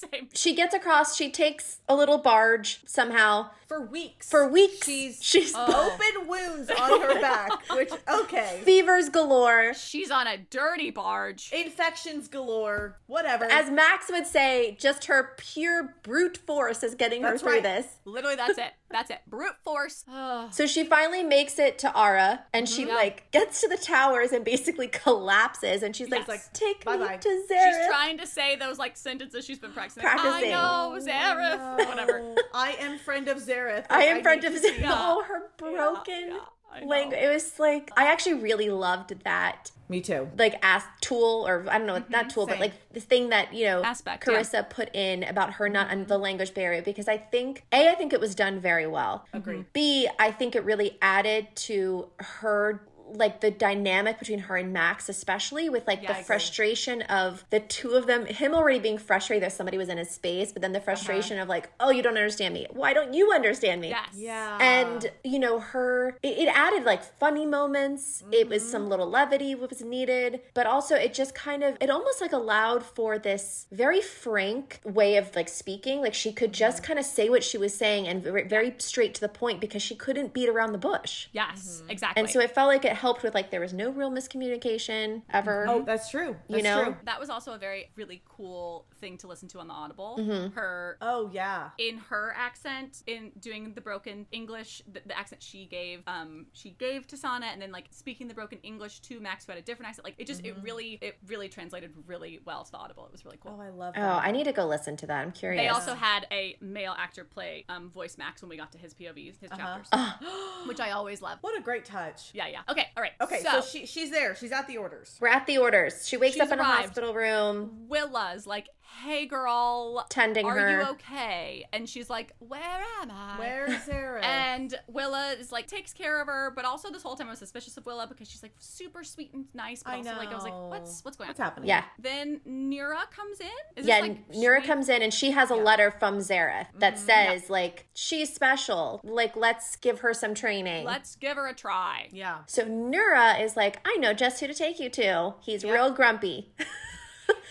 [SPEAKER 1] Same.
[SPEAKER 4] She gets across. She takes a little barge somehow
[SPEAKER 2] for weeks.
[SPEAKER 4] for weeks.
[SPEAKER 2] She's
[SPEAKER 4] she's
[SPEAKER 1] oh.
[SPEAKER 2] open wounds on her back, which okay.
[SPEAKER 4] fevers galore.
[SPEAKER 1] She's on a dirty barge.
[SPEAKER 2] Infections galore. Whatever.
[SPEAKER 4] As Max would say, just her pure brute force is getting
[SPEAKER 2] That's
[SPEAKER 4] her through
[SPEAKER 2] right.
[SPEAKER 4] this.
[SPEAKER 1] Literally, that's it. That's it. Brute force. Ugh. Mm-hmm.
[SPEAKER 4] So she finally makes it to Ara and she
[SPEAKER 1] Yeah.
[SPEAKER 4] like gets to the towers and basically collapses and she's like,
[SPEAKER 1] Yes. Like,
[SPEAKER 4] take
[SPEAKER 2] bye-bye.
[SPEAKER 4] me to Zareth.
[SPEAKER 1] She's trying to say those like sentences she's been practicing.
[SPEAKER 4] Practicing.
[SPEAKER 1] I know, Zareth. Whatever.
[SPEAKER 2] Oh, I am friend of Zareth.
[SPEAKER 4] I am friend of
[SPEAKER 2] need-
[SPEAKER 4] Zareth.
[SPEAKER 1] Yeah.
[SPEAKER 4] Oh, her broken
[SPEAKER 1] yeah, I know.
[SPEAKER 4] language. It was like I actually really loved that
[SPEAKER 2] Me too.
[SPEAKER 4] like ask tool or I don't know not tool but
[SPEAKER 2] same.
[SPEAKER 4] like the thing that you know
[SPEAKER 1] Mm-hmm. Aspect, yeah.
[SPEAKER 4] Carissa put in about her not on the language barrier because I think a I think it was done very well.
[SPEAKER 2] Agreed.
[SPEAKER 4] B I think it really added to her like the dynamic between her and Max especially with like
[SPEAKER 1] Yeah, I
[SPEAKER 4] the
[SPEAKER 1] agree.
[SPEAKER 4] frustration of the two of them him already being frustrated that somebody was in his space but then
[SPEAKER 1] Uh-huh.
[SPEAKER 4] the frustration of like oh you don't understand me why don't you understand me
[SPEAKER 1] Yes.
[SPEAKER 2] Yeah.
[SPEAKER 1] Uh.
[SPEAKER 4] and you know her it, it added like funny moments it was
[SPEAKER 1] Mm-hmm.
[SPEAKER 4] some little levity was needed but also it just kind of it almost like allowed for this very frank way of like speaking like she could
[SPEAKER 1] Mm-hmm.
[SPEAKER 4] just kind of say what she was saying and ver- very straight to the point because she couldn't beat around the bush
[SPEAKER 1] Yes. Exactly.
[SPEAKER 4] Mm-hmm. and so it felt like it helped with like there was no real miscommunication ever
[SPEAKER 2] Oh, that's true. That's
[SPEAKER 4] Mm-hmm. You know?
[SPEAKER 2] True.
[SPEAKER 1] that was also a very really cool thing to listen to on the Audible. Her
[SPEAKER 2] Oh yeah.
[SPEAKER 1] in her accent in doing the broken english the, the accent she gave um she gave to sana and then like speaking the broken english to max who had a different accent like it just it really it really translated really well to the audible it was really cool
[SPEAKER 2] Mm-hmm. Oh, I love.
[SPEAKER 4] Oh,
[SPEAKER 2] That.
[SPEAKER 4] I need to go listen to that. I'm curious.
[SPEAKER 1] they also had a male actor play um voice max when we got to his povs
[SPEAKER 2] Uh-huh.
[SPEAKER 1] his chapters which i always love
[SPEAKER 2] What a great touch.
[SPEAKER 1] yeah yeah okay all right
[SPEAKER 2] Okay, so, she she's there. She's at the orders.
[SPEAKER 4] We're at the orders. She wakes
[SPEAKER 1] She's
[SPEAKER 4] up in a
[SPEAKER 1] arrived.
[SPEAKER 4] hospital room.
[SPEAKER 1] willa's like hey girl
[SPEAKER 4] Tending
[SPEAKER 1] are
[SPEAKER 4] her.
[SPEAKER 1] you okay and she's like where am i
[SPEAKER 2] Where's Zareth?
[SPEAKER 1] And Willa is like takes care of her, but also this whole time I was suspicious of Willa because she's like super sweet and nice, but
[SPEAKER 2] I
[SPEAKER 1] also
[SPEAKER 2] know.
[SPEAKER 1] like I was like, what's what's going on?
[SPEAKER 2] What's happening?
[SPEAKER 4] Yeah.
[SPEAKER 1] Then Nira comes in. Is this,
[SPEAKER 4] yeah,
[SPEAKER 1] like,
[SPEAKER 4] Nura
[SPEAKER 1] she- Mm-hmm.
[SPEAKER 4] comes in and she has a letter from Zareth that says like she's special. Like let's give her some training.
[SPEAKER 1] Let's give her a try.
[SPEAKER 2] Yeah.
[SPEAKER 4] so Nura is like, I know just who to take you to. He's real grumpy.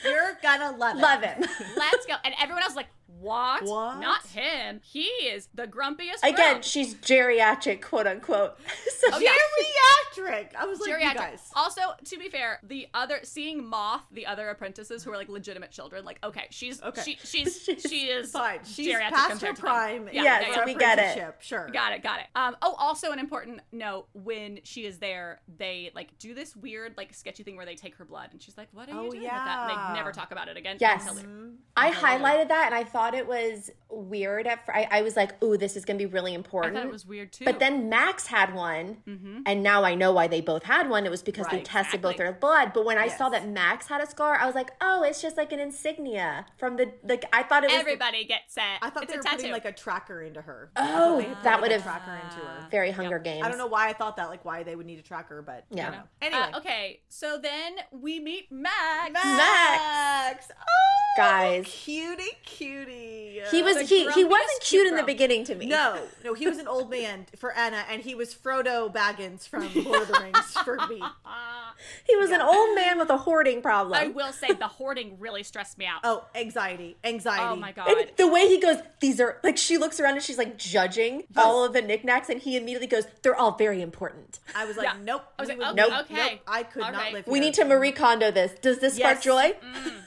[SPEAKER 2] You're gonna love it.
[SPEAKER 4] Love him.
[SPEAKER 1] Let's go. And everyone else is like, what?
[SPEAKER 2] What?
[SPEAKER 1] Not him. He is the grumpiest.
[SPEAKER 4] Again,
[SPEAKER 1] grump."
[SPEAKER 4] she's geriatric, quote unquote. So
[SPEAKER 1] Oh, yeah.
[SPEAKER 2] Geriatric. I was like, you
[SPEAKER 1] Geriatric.
[SPEAKER 2] guys.
[SPEAKER 1] Also, to be fair, the other seeing Moth, the other apprentices who are like legitimate children, like okay, she's
[SPEAKER 2] Okay.
[SPEAKER 1] she she's, she is
[SPEAKER 2] Fine. She's
[SPEAKER 1] geriatric
[SPEAKER 2] past her
[SPEAKER 1] compared to them.
[SPEAKER 2] prime.
[SPEAKER 1] Yeah,
[SPEAKER 4] Yes,
[SPEAKER 1] yeah,
[SPEAKER 4] so
[SPEAKER 1] yeah.
[SPEAKER 4] we get it.
[SPEAKER 2] apprenticeship, Sure.
[SPEAKER 1] Got it, got it. Um, oh, also an important note: when she is there, they like do this weird, like sketchy thing where they take her blood, and she's like, "What are you
[SPEAKER 2] Oh,
[SPEAKER 1] doing with that?" And
[SPEAKER 2] yeah.
[SPEAKER 1] they never talk about it again.
[SPEAKER 4] Yes.
[SPEAKER 1] until later.
[SPEAKER 2] Mm-hmm.
[SPEAKER 4] I highlighted that and I thought it was weird at fir- I, I was like, ooh, this is gonna be really
[SPEAKER 1] I
[SPEAKER 4] important.
[SPEAKER 1] thought it was weird too.
[SPEAKER 4] But then Max had one,
[SPEAKER 2] Mm-hmm.
[SPEAKER 4] and now I know why they both had one. It was because they
[SPEAKER 1] Right,
[SPEAKER 4] tested both
[SPEAKER 1] exactly.
[SPEAKER 4] their blood. But when I saw
[SPEAKER 2] Yes.
[SPEAKER 4] that Max had a scar, I was like, "Oh, it's just like an insignia from the like." I thought it was
[SPEAKER 1] everybody gets it.
[SPEAKER 2] I thought
[SPEAKER 1] it's
[SPEAKER 2] they
[SPEAKER 1] a
[SPEAKER 2] were
[SPEAKER 1] tattoo.
[SPEAKER 2] putting like a tracker into her.
[SPEAKER 4] Oh, that would
[SPEAKER 2] Like
[SPEAKER 4] have
[SPEAKER 2] a tracker into her.
[SPEAKER 4] very Hunger Games.
[SPEAKER 2] I don't know why I thought that, like why they would need a tracker, but I
[SPEAKER 4] Yeah.
[SPEAKER 2] don't know. Anyway,
[SPEAKER 1] Uh, okay, so then we meet Max.
[SPEAKER 2] Max. Oh,
[SPEAKER 4] guys.
[SPEAKER 2] cutie, cutie.
[SPEAKER 4] He was
[SPEAKER 1] The
[SPEAKER 4] he he wasn't
[SPEAKER 1] grumpiest
[SPEAKER 4] cute in the
[SPEAKER 1] grump.
[SPEAKER 4] beginning to me.
[SPEAKER 2] no, no. He was an old man for Anna, and he was Frodo Baggins from Lord of the Rings for me.
[SPEAKER 4] he was an old man with a hoarding problem.
[SPEAKER 1] I will say the hoarding really stressed me out.
[SPEAKER 2] Oh, anxiety, anxiety.
[SPEAKER 1] Oh my god.
[SPEAKER 4] and the way he goes, these are like she looks around and she's like judging all of the knickknacks, and he immediately goes, "They're all very important."
[SPEAKER 2] I was like,
[SPEAKER 1] Yeah.
[SPEAKER 2] nope.
[SPEAKER 1] I was
[SPEAKER 2] we
[SPEAKER 1] like,
[SPEAKER 2] would-
[SPEAKER 1] nope, okay.
[SPEAKER 2] I could
[SPEAKER 1] All
[SPEAKER 2] not
[SPEAKER 1] right.
[SPEAKER 2] live.
[SPEAKER 4] We
[SPEAKER 2] here.
[SPEAKER 4] need to Marie Kondo this. Does this spark
[SPEAKER 2] Yes. Mm.
[SPEAKER 4] joy?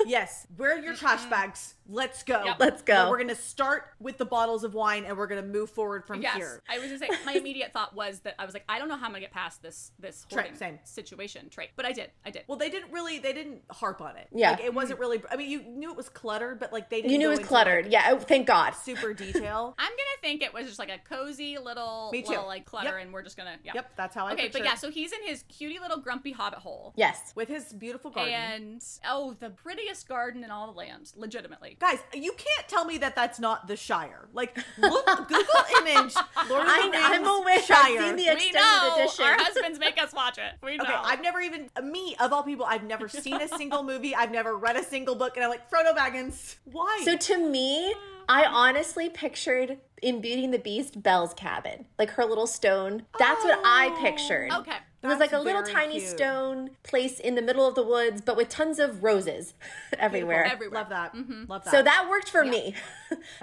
[SPEAKER 2] Yes, where are your trash bags? Let's go.
[SPEAKER 1] Yep.
[SPEAKER 4] Let's go.
[SPEAKER 2] But we're gonna start with the bottles of wine, and we're gonna move forward from
[SPEAKER 1] Yes,
[SPEAKER 2] here.
[SPEAKER 1] I was gonna say my immediate thought was that I was like, I don't know how I'm gonna get past this this
[SPEAKER 2] Trait,
[SPEAKER 1] hoarding
[SPEAKER 2] same.
[SPEAKER 1] situation trait, but I did, I did.
[SPEAKER 2] Well, they didn't really. They didn't harp on it.
[SPEAKER 4] Yeah.
[SPEAKER 2] like, it wasn't really. I mean, you knew it was cluttered, but like they didn't.
[SPEAKER 4] You knew it
[SPEAKER 2] go
[SPEAKER 4] was
[SPEAKER 2] into,
[SPEAKER 4] cluttered.
[SPEAKER 2] like,
[SPEAKER 4] yeah, oh, thank God.
[SPEAKER 2] super detail.
[SPEAKER 1] I'm gonna think it was just like a cozy little,
[SPEAKER 2] Me too.
[SPEAKER 1] little like clutter,
[SPEAKER 2] Yep.
[SPEAKER 1] and we're just gonna yeah.
[SPEAKER 2] Yep, that's how I
[SPEAKER 1] okay,
[SPEAKER 2] picture
[SPEAKER 1] but yeah,
[SPEAKER 2] it.
[SPEAKER 1] so he's in his cutie little grumpy hobbit hole.
[SPEAKER 4] Yes.
[SPEAKER 2] with his beautiful garden.
[SPEAKER 1] And oh, the prettiest garden in all the land, legitimately.
[SPEAKER 2] Guys, you can't tell me that that's not the Shire. Like, look, Google image Lord of the
[SPEAKER 4] I,
[SPEAKER 2] Rings
[SPEAKER 4] I'm aware.
[SPEAKER 2] Shire.
[SPEAKER 4] I've seen the
[SPEAKER 1] we
[SPEAKER 4] extended
[SPEAKER 1] know
[SPEAKER 4] edition.
[SPEAKER 1] our husbands make us watch it. We know.
[SPEAKER 2] Okay, I've never even me of all people. I've never seen a single movie. I've never read a single book, and I'm like Frodo Baggins. Why?
[SPEAKER 4] So to me, I honestly pictured in Beauty and the Beast Belle's cabin, like her little stone. That's what I
[SPEAKER 2] Oh,
[SPEAKER 4] pictured.
[SPEAKER 1] okay.
[SPEAKER 4] It was like a
[SPEAKER 2] That's
[SPEAKER 4] little
[SPEAKER 2] very
[SPEAKER 4] tiny
[SPEAKER 2] cute.
[SPEAKER 4] stone place in the middle of the woods, but with tons of roses everywhere.
[SPEAKER 1] Everywhere. Mm-hmm.
[SPEAKER 2] love that. Love that.
[SPEAKER 4] So that worked for me.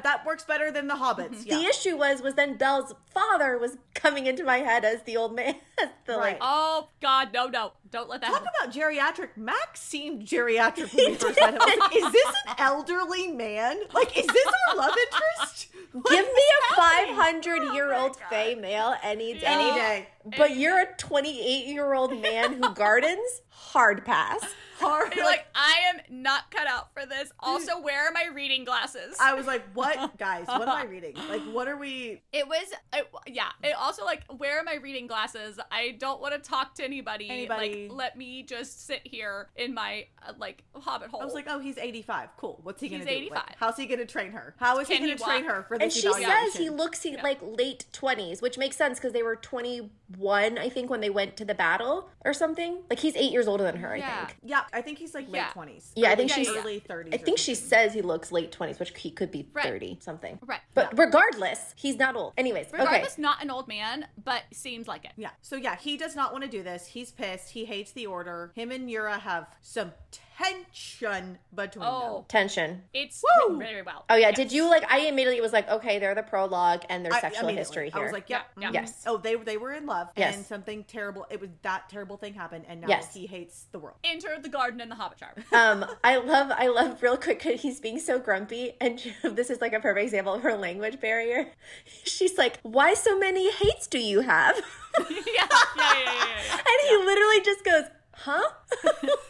[SPEAKER 2] that works better than the Hobbits. Yeah.
[SPEAKER 4] The issue was was then Belle's father was coming into my head as the old man, as the
[SPEAKER 2] Right.
[SPEAKER 4] like
[SPEAKER 1] Oh God, no, no! Don't let that.
[SPEAKER 2] Talk
[SPEAKER 1] happen.
[SPEAKER 2] about geriatric. Max seemed geriatric when we first met him. I was like, is this an elderly man? Like, is this our love interest? What
[SPEAKER 4] give me
[SPEAKER 2] is
[SPEAKER 4] a
[SPEAKER 2] happening?
[SPEAKER 4] five hundred year old fey male any day.
[SPEAKER 2] Oh any day.
[SPEAKER 4] But you're a 28 year old man who gardens? Hard pass.
[SPEAKER 2] Hard.
[SPEAKER 1] You're like, I am not cut out for this.
[SPEAKER 2] Mm.
[SPEAKER 1] Also, where are my reading glasses?
[SPEAKER 2] I was like, what, guys? What am I reading? Like, what are we?
[SPEAKER 1] it was, it, yeah. It also like, where are my reading glasses? I don't want to talk to anybody.
[SPEAKER 2] Anybody.
[SPEAKER 1] Like, let me just sit here in my uh, like hobbit hole.
[SPEAKER 2] I was like, oh, he's 85. Cool. What's he going to
[SPEAKER 1] He's
[SPEAKER 2] do? Like,
[SPEAKER 1] 85.
[SPEAKER 2] how's he going to train her? How is
[SPEAKER 1] Can
[SPEAKER 2] he
[SPEAKER 1] he
[SPEAKER 2] going to train
[SPEAKER 1] walk?
[SPEAKER 2] her for
[SPEAKER 4] And
[SPEAKER 2] this
[SPEAKER 4] she says he
[SPEAKER 2] evaluation?
[SPEAKER 4] looks he- like late 20s, which makes sense because they were 21, I think, when they went to the battle or something. Like he's eight years older than her, I
[SPEAKER 1] Yeah.
[SPEAKER 4] think.
[SPEAKER 2] Yeah, I think he's like late
[SPEAKER 1] Yeah.
[SPEAKER 2] 20s.
[SPEAKER 4] Yeah, I think
[SPEAKER 2] Early-
[SPEAKER 1] she's-
[SPEAKER 2] early 30s.
[SPEAKER 4] I
[SPEAKER 2] or
[SPEAKER 4] think she
[SPEAKER 2] something.
[SPEAKER 4] says he looks late 20s, which he could be
[SPEAKER 1] Right.
[SPEAKER 4] 30 something.
[SPEAKER 1] Right.
[SPEAKER 4] But regardless, he's not old. Anyways,
[SPEAKER 1] regardless,
[SPEAKER 4] okay.
[SPEAKER 1] not an old man, but seems like it.
[SPEAKER 2] Yeah. So yeah, he does not want to do this. He's pissed. He hates the order. Him and Yura have some tension between
[SPEAKER 1] Oh,
[SPEAKER 2] them.
[SPEAKER 4] Tension.
[SPEAKER 1] it's
[SPEAKER 2] Woo!
[SPEAKER 1] written very well.
[SPEAKER 4] Oh, yeah.
[SPEAKER 1] Yes.
[SPEAKER 4] Did you like? I immediately was like, okay, they're the prologue and there's
[SPEAKER 2] I-
[SPEAKER 4] sexual
[SPEAKER 2] immediately.
[SPEAKER 4] history here.
[SPEAKER 2] I was like, yep.
[SPEAKER 1] Yeah, yeah.
[SPEAKER 2] mhm.
[SPEAKER 4] Yes.
[SPEAKER 2] Oh, they they were in love
[SPEAKER 4] Yes.
[SPEAKER 2] and something terrible. It was that terrible thing happened and now
[SPEAKER 4] Yes.
[SPEAKER 2] he hates the world.
[SPEAKER 1] Enter the garden and the hobbit jar.
[SPEAKER 4] um, I love, I love real quick. 'cause He's being so grumpy, and this is like a perfect example of her language barrier. She's like, "Why so many hates do you have?" and
[SPEAKER 1] yeah, yeah, yeah, yeah, yeah, yeah.
[SPEAKER 4] he literally just goes, "Huh?"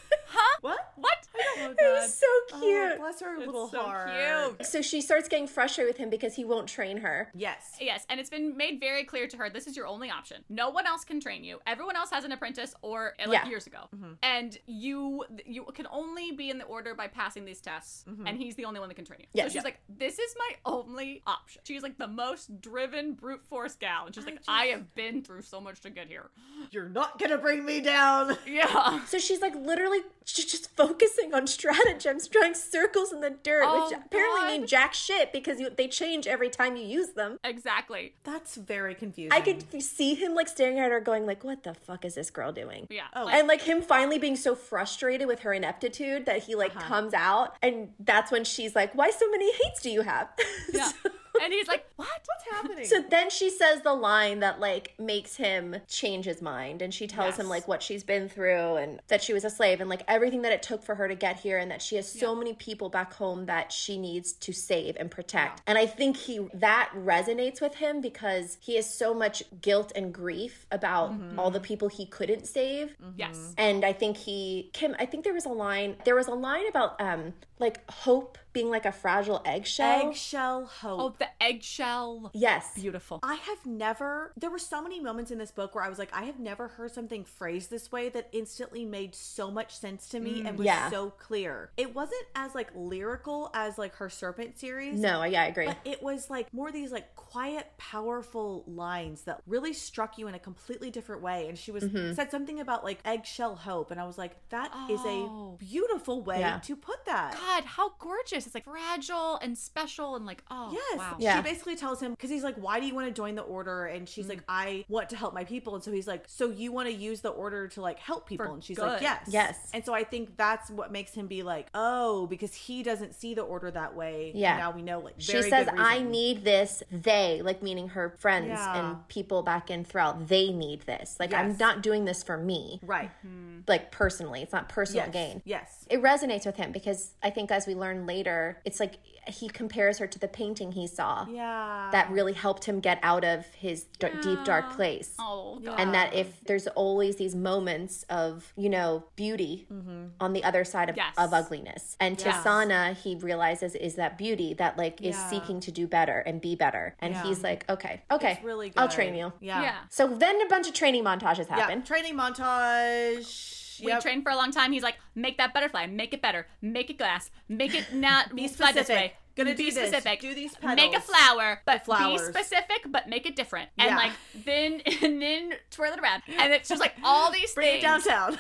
[SPEAKER 2] What?
[SPEAKER 1] What?
[SPEAKER 2] Oh,
[SPEAKER 4] it was so
[SPEAKER 2] Oh,
[SPEAKER 4] cute.
[SPEAKER 2] bless her
[SPEAKER 1] It's
[SPEAKER 2] little
[SPEAKER 1] so
[SPEAKER 2] heart.
[SPEAKER 1] cute.
[SPEAKER 4] so she starts getting frustrated with him because he won't train her.
[SPEAKER 2] Yes.
[SPEAKER 1] Yes, and it's been made very clear to her this is your only option. No one else can train you. Everyone else has an apprentice or eh, like
[SPEAKER 4] Yeah.
[SPEAKER 1] years ago. And you you can only be in the order by passing these tests and he's the only one that can train you.
[SPEAKER 4] Yes.
[SPEAKER 1] So she's
[SPEAKER 4] Yeah.
[SPEAKER 1] like this is my only option. She's like the most driven brute force gal and she's like I have been through so much to get here.
[SPEAKER 2] You're not going to bring me down.
[SPEAKER 1] Yeah.
[SPEAKER 4] So she's like literally she's just focusing on stratagems, drawing circles in the dirt, which
[SPEAKER 1] Oh,
[SPEAKER 4] apparently
[SPEAKER 1] God.
[SPEAKER 4] mean jack shit because you, they change every time you use them.
[SPEAKER 1] Exactly.
[SPEAKER 2] That's very confusing.
[SPEAKER 4] I could f- see him like staring at her, going like, "What the fuck is this girl doing?"
[SPEAKER 1] Yeah.
[SPEAKER 2] Oh.
[SPEAKER 1] Like,
[SPEAKER 4] And like him finally being so frustrated with her ineptitude that he like comes out, and that's when she's like, "Why so many hates do you have?"
[SPEAKER 1] yeah.
[SPEAKER 4] so,
[SPEAKER 1] and he's like, "What? What's
[SPEAKER 2] What's happening?
[SPEAKER 4] so then she says the line that like makes him change his mind, and she tells him
[SPEAKER 2] Yes.
[SPEAKER 4] like what she's been through and that she was a slave and like everything that it took for her to get here, and that she has so many people back home that she needs to save and protect. And I think he that resonates with him because he has so much guilt and grief about all the people he couldn't save
[SPEAKER 1] Yes.
[SPEAKER 4] and I think he Kim. I think there was a line. There was a line about um like hope being like a fragile eggshell.
[SPEAKER 2] Eggshell hope.
[SPEAKER 1] Oh, the eggshell.
[SPEAKER 4] Yes.
[SPEAKER 1] Beautiful.
[SPEAKER 2] I have never, there were so many moments in this book where I was like, I have never heard something phrased this way that instantly made so much sense to me and was
[SPEAKER 4] Mm, yeah.
[SPEAKER 2] so clear. It wasn't as like lyrical as like her Serpent series.
[SPEAKER 4] No. Yeah, I agree.
[SPEAKER 2] But it was like more these like quiet, powerful lines that really struck you in a completely different way. And she was
[SPEAKER 4] Mm-hmm.
[SPEAKER 2] said something about like eggshell hope, and I was like, that is
[SPEAKER 1] Oh.
[SPEAKER 2] a beautiful way
[SPEAKER 4] Yeah.
[SPEAKER 2] to put that.
[SPEAKER 1] God, how gorgeous. It's like fragile and special and like, oh,
[SPEAKER 2] Yes.
[SPEAKER 1] wow.
[SPEAKER 4] Yeah.
[SPEAKER 2] She basically tells him because he's like, "Why do you want to join the order?" And she's
[SPEAKER 1] Mm.
[SPEAKER 2] like, "I want to help my people." And so he's like, "So you want to use the order to like help people?"
[SPEAKER 1] For
[SPEAKER 2] and she's
[SPEAKER 1] good.
[SPEAKER 2] like, "Yes,
[SPEAKER 4] Yes.
[SPEAKER 2] And so I think that's what makes him be like, "Oh," because he doesn't see the order that way.
[SPEAKER 4] Yeah.
[SPEAKER 2] Now we know. Like
[SPEAKER 4] she
[SPEAKER 2] very good
[SPEAKER 4] says, "I
[SPEAKER 2] reason."
[SPEAKER 4] need this." They like meaning her friends
[SPEAKER 2] Yeah.
[SPEAKER 4] and people back in Thrall. They need this. Like I'm
[SPEAKER 2] Yes.
[SPEAKER 4] not doing this for me.
[SPEAKER 2] right.
[SPEAKER 1] Mm-hmm.
[SPEAKER 4] Like personally, it's not personal
[SPEAKER 2] Yes.
[SPEAKER 4] gain.
[SPEAKER 2] Yes.
[SPEAKER 4] It resonates with him because I think as we learn later, it's like he compares her to the painting he saw
[SPEAKER 2] Yeah.
[SPEAKER 4] that really helped him get out of his d- deep dark
[SPEAKER 1] Yeah.
[SPEAKER 4] place.
[SPEAKER 1] Oh, God.
[SPEAKER 4] and
[SPEAKER 2] Um,
[SPEAKER 4] that if there's always these moments of you know beauty
[SPEAKER 2] Mm-hmm.
[SPEAKER 4] on the other side of,
[SPEAKER 1] Yes.
[SPEAKER 4] of ugliness and
[SPEAKER 1] Yes.
[SPEAKER 4] Tisana he realizes is that beauty that like is
[SPEAKER 2] Yeah.
[SPEAKER 4] seeking to do better and be better and
[SPEAKER 2] Yeah.
[SPEAKER 4] he's like okay okay
[SPEAKER 2] It's really good.
[SPEAKER 4] I'll train you
[SPEAKER 2] Yeah.
[SPEAKER 1] Yeah.
[SPEAKER 4] so then a bunch of training montages
[SPEAKER 2] Yeah.
[SPEAKER 4] happen
[SPEAKER 2] Training montage.
[SPEAKER 1] We
[SPEAKER 2] Yep.
[SPEAKER 1] trained for a long time. He's like, make that butterfly, make it better, make it glass, make it not
[SPEAKER 2] Be
[SPEAKER 1] fly this
[SPEAKER 2] specific.
[SPEAKER 1] way.
[SPEAKER 2] Gonna
[SPEAKER 1] be
[SPEAKER 2] do this.
[SPEAKER 1] specific.
[SPEAKER 2] Do these
[SPEAKER 1] Make a
[SPEAKER 2] petals.
[SPEAKER 1] flower, but be
[SPEAKER 2] flowers.
[SPEAKER 1] specific, but make it different. And
[SPEAKER 2] Yeah.
[SPEAKER 1] like then and then twirl it around. And it's just like all these
[SPEAKER 2] Bring it
[SPEAKER 1] things.
[SPEAKER 2] downtown.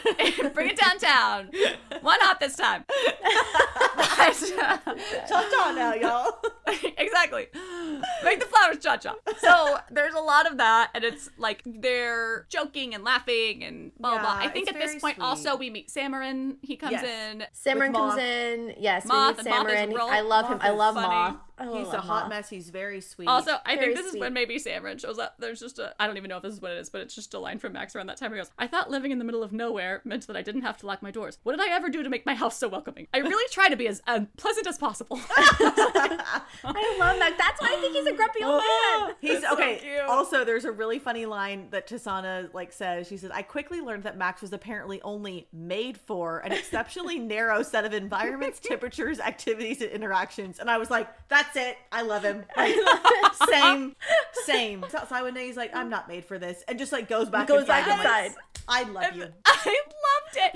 [SPEAKER 1] Bring it downtown. One hop this time. But, uh,
[SPEAKER 2] Cha cha now, y'all.
[SPEAKER 1] exactly. Make the flowers cha cha. So there's a lot of that, and it's like they're joking and laughing and blah blah. blah. I
[SPEAKER 2] Yeah,
[SPEAKER 1] think
[SPEAKER 2] it's
[SPEAKER 1] at this
[SPEAKER 2] very
[SPEAKER 1] point
[SPEAKER 2] sweet.
[SPEAKER 1] also we meet Samarin. He comes
[SPEAKER 2] Yes.
[SPEAKER 1] in.
[SPEAKER 4] Samarin
[SPEAKER 2] With Moth.
[SPEAKER 4] comes in. Yes,
[SPEAKER 1] Moth, and
[SPEAKER 4] we meet
[SPEAKER 1] Moth is
[SPEAKER 4] Samarin.
[SPEAKER 1] real-
[SPEAKER 4] I love him.
[SPEAKER 2] Moth
[SPEAKER 4] I
[SPEAKER 2] is
[SPEAKER 4] love
[SPEAKER 1] funny.
[SPEAKER 4] Moth. Oh, I
[SPEAKER 2] He's a
[SPEAKER 4] love
[SPEAKER 2] hot
[SPEAKER 4] Moth.
[SPEAKER 2] mess. He's very sweet.
[SPEAKER 1] Also, I think
[SPEAKER 4] Very
[SPEAKER 1] this is
[SPEAKER 4] sweet.
[SPEAKER 1] when maybe Samarin shows up. There's just a I don't even know if this is what it is, but it's just a line from Max around that time. He goes, "I thought living in the middle of nowhere meant that I didn't have to lock my doors. What did I ever do to make my house so welcoming? I really try to be as um, pleasant as possible."
[SPEAKER 4] I love that. That's why I think he's a grumpy old man.
[SPEAKER 2] He's
[SPEAKER 1] That's so
[SPEAKER 2] okay.
[SPEAKER 1] cute.
[SPEAKER 2] also, there's a really funny line that Tasana like says. She says, "I quickly learned that Max was apparently only made for an exceptionally narrow set of environments, temperatures, activities, and interactions." And I was like, "That's it. I love him." Like, same, same. He's outside one day. He's like, "I'm not made for this," and just like goes back.
[SPEAKER 4] Goes back
[SPEAKER 2] inside. I'm like,
[SPEAKER 4] inside.
[SPEAKER 2] I love you.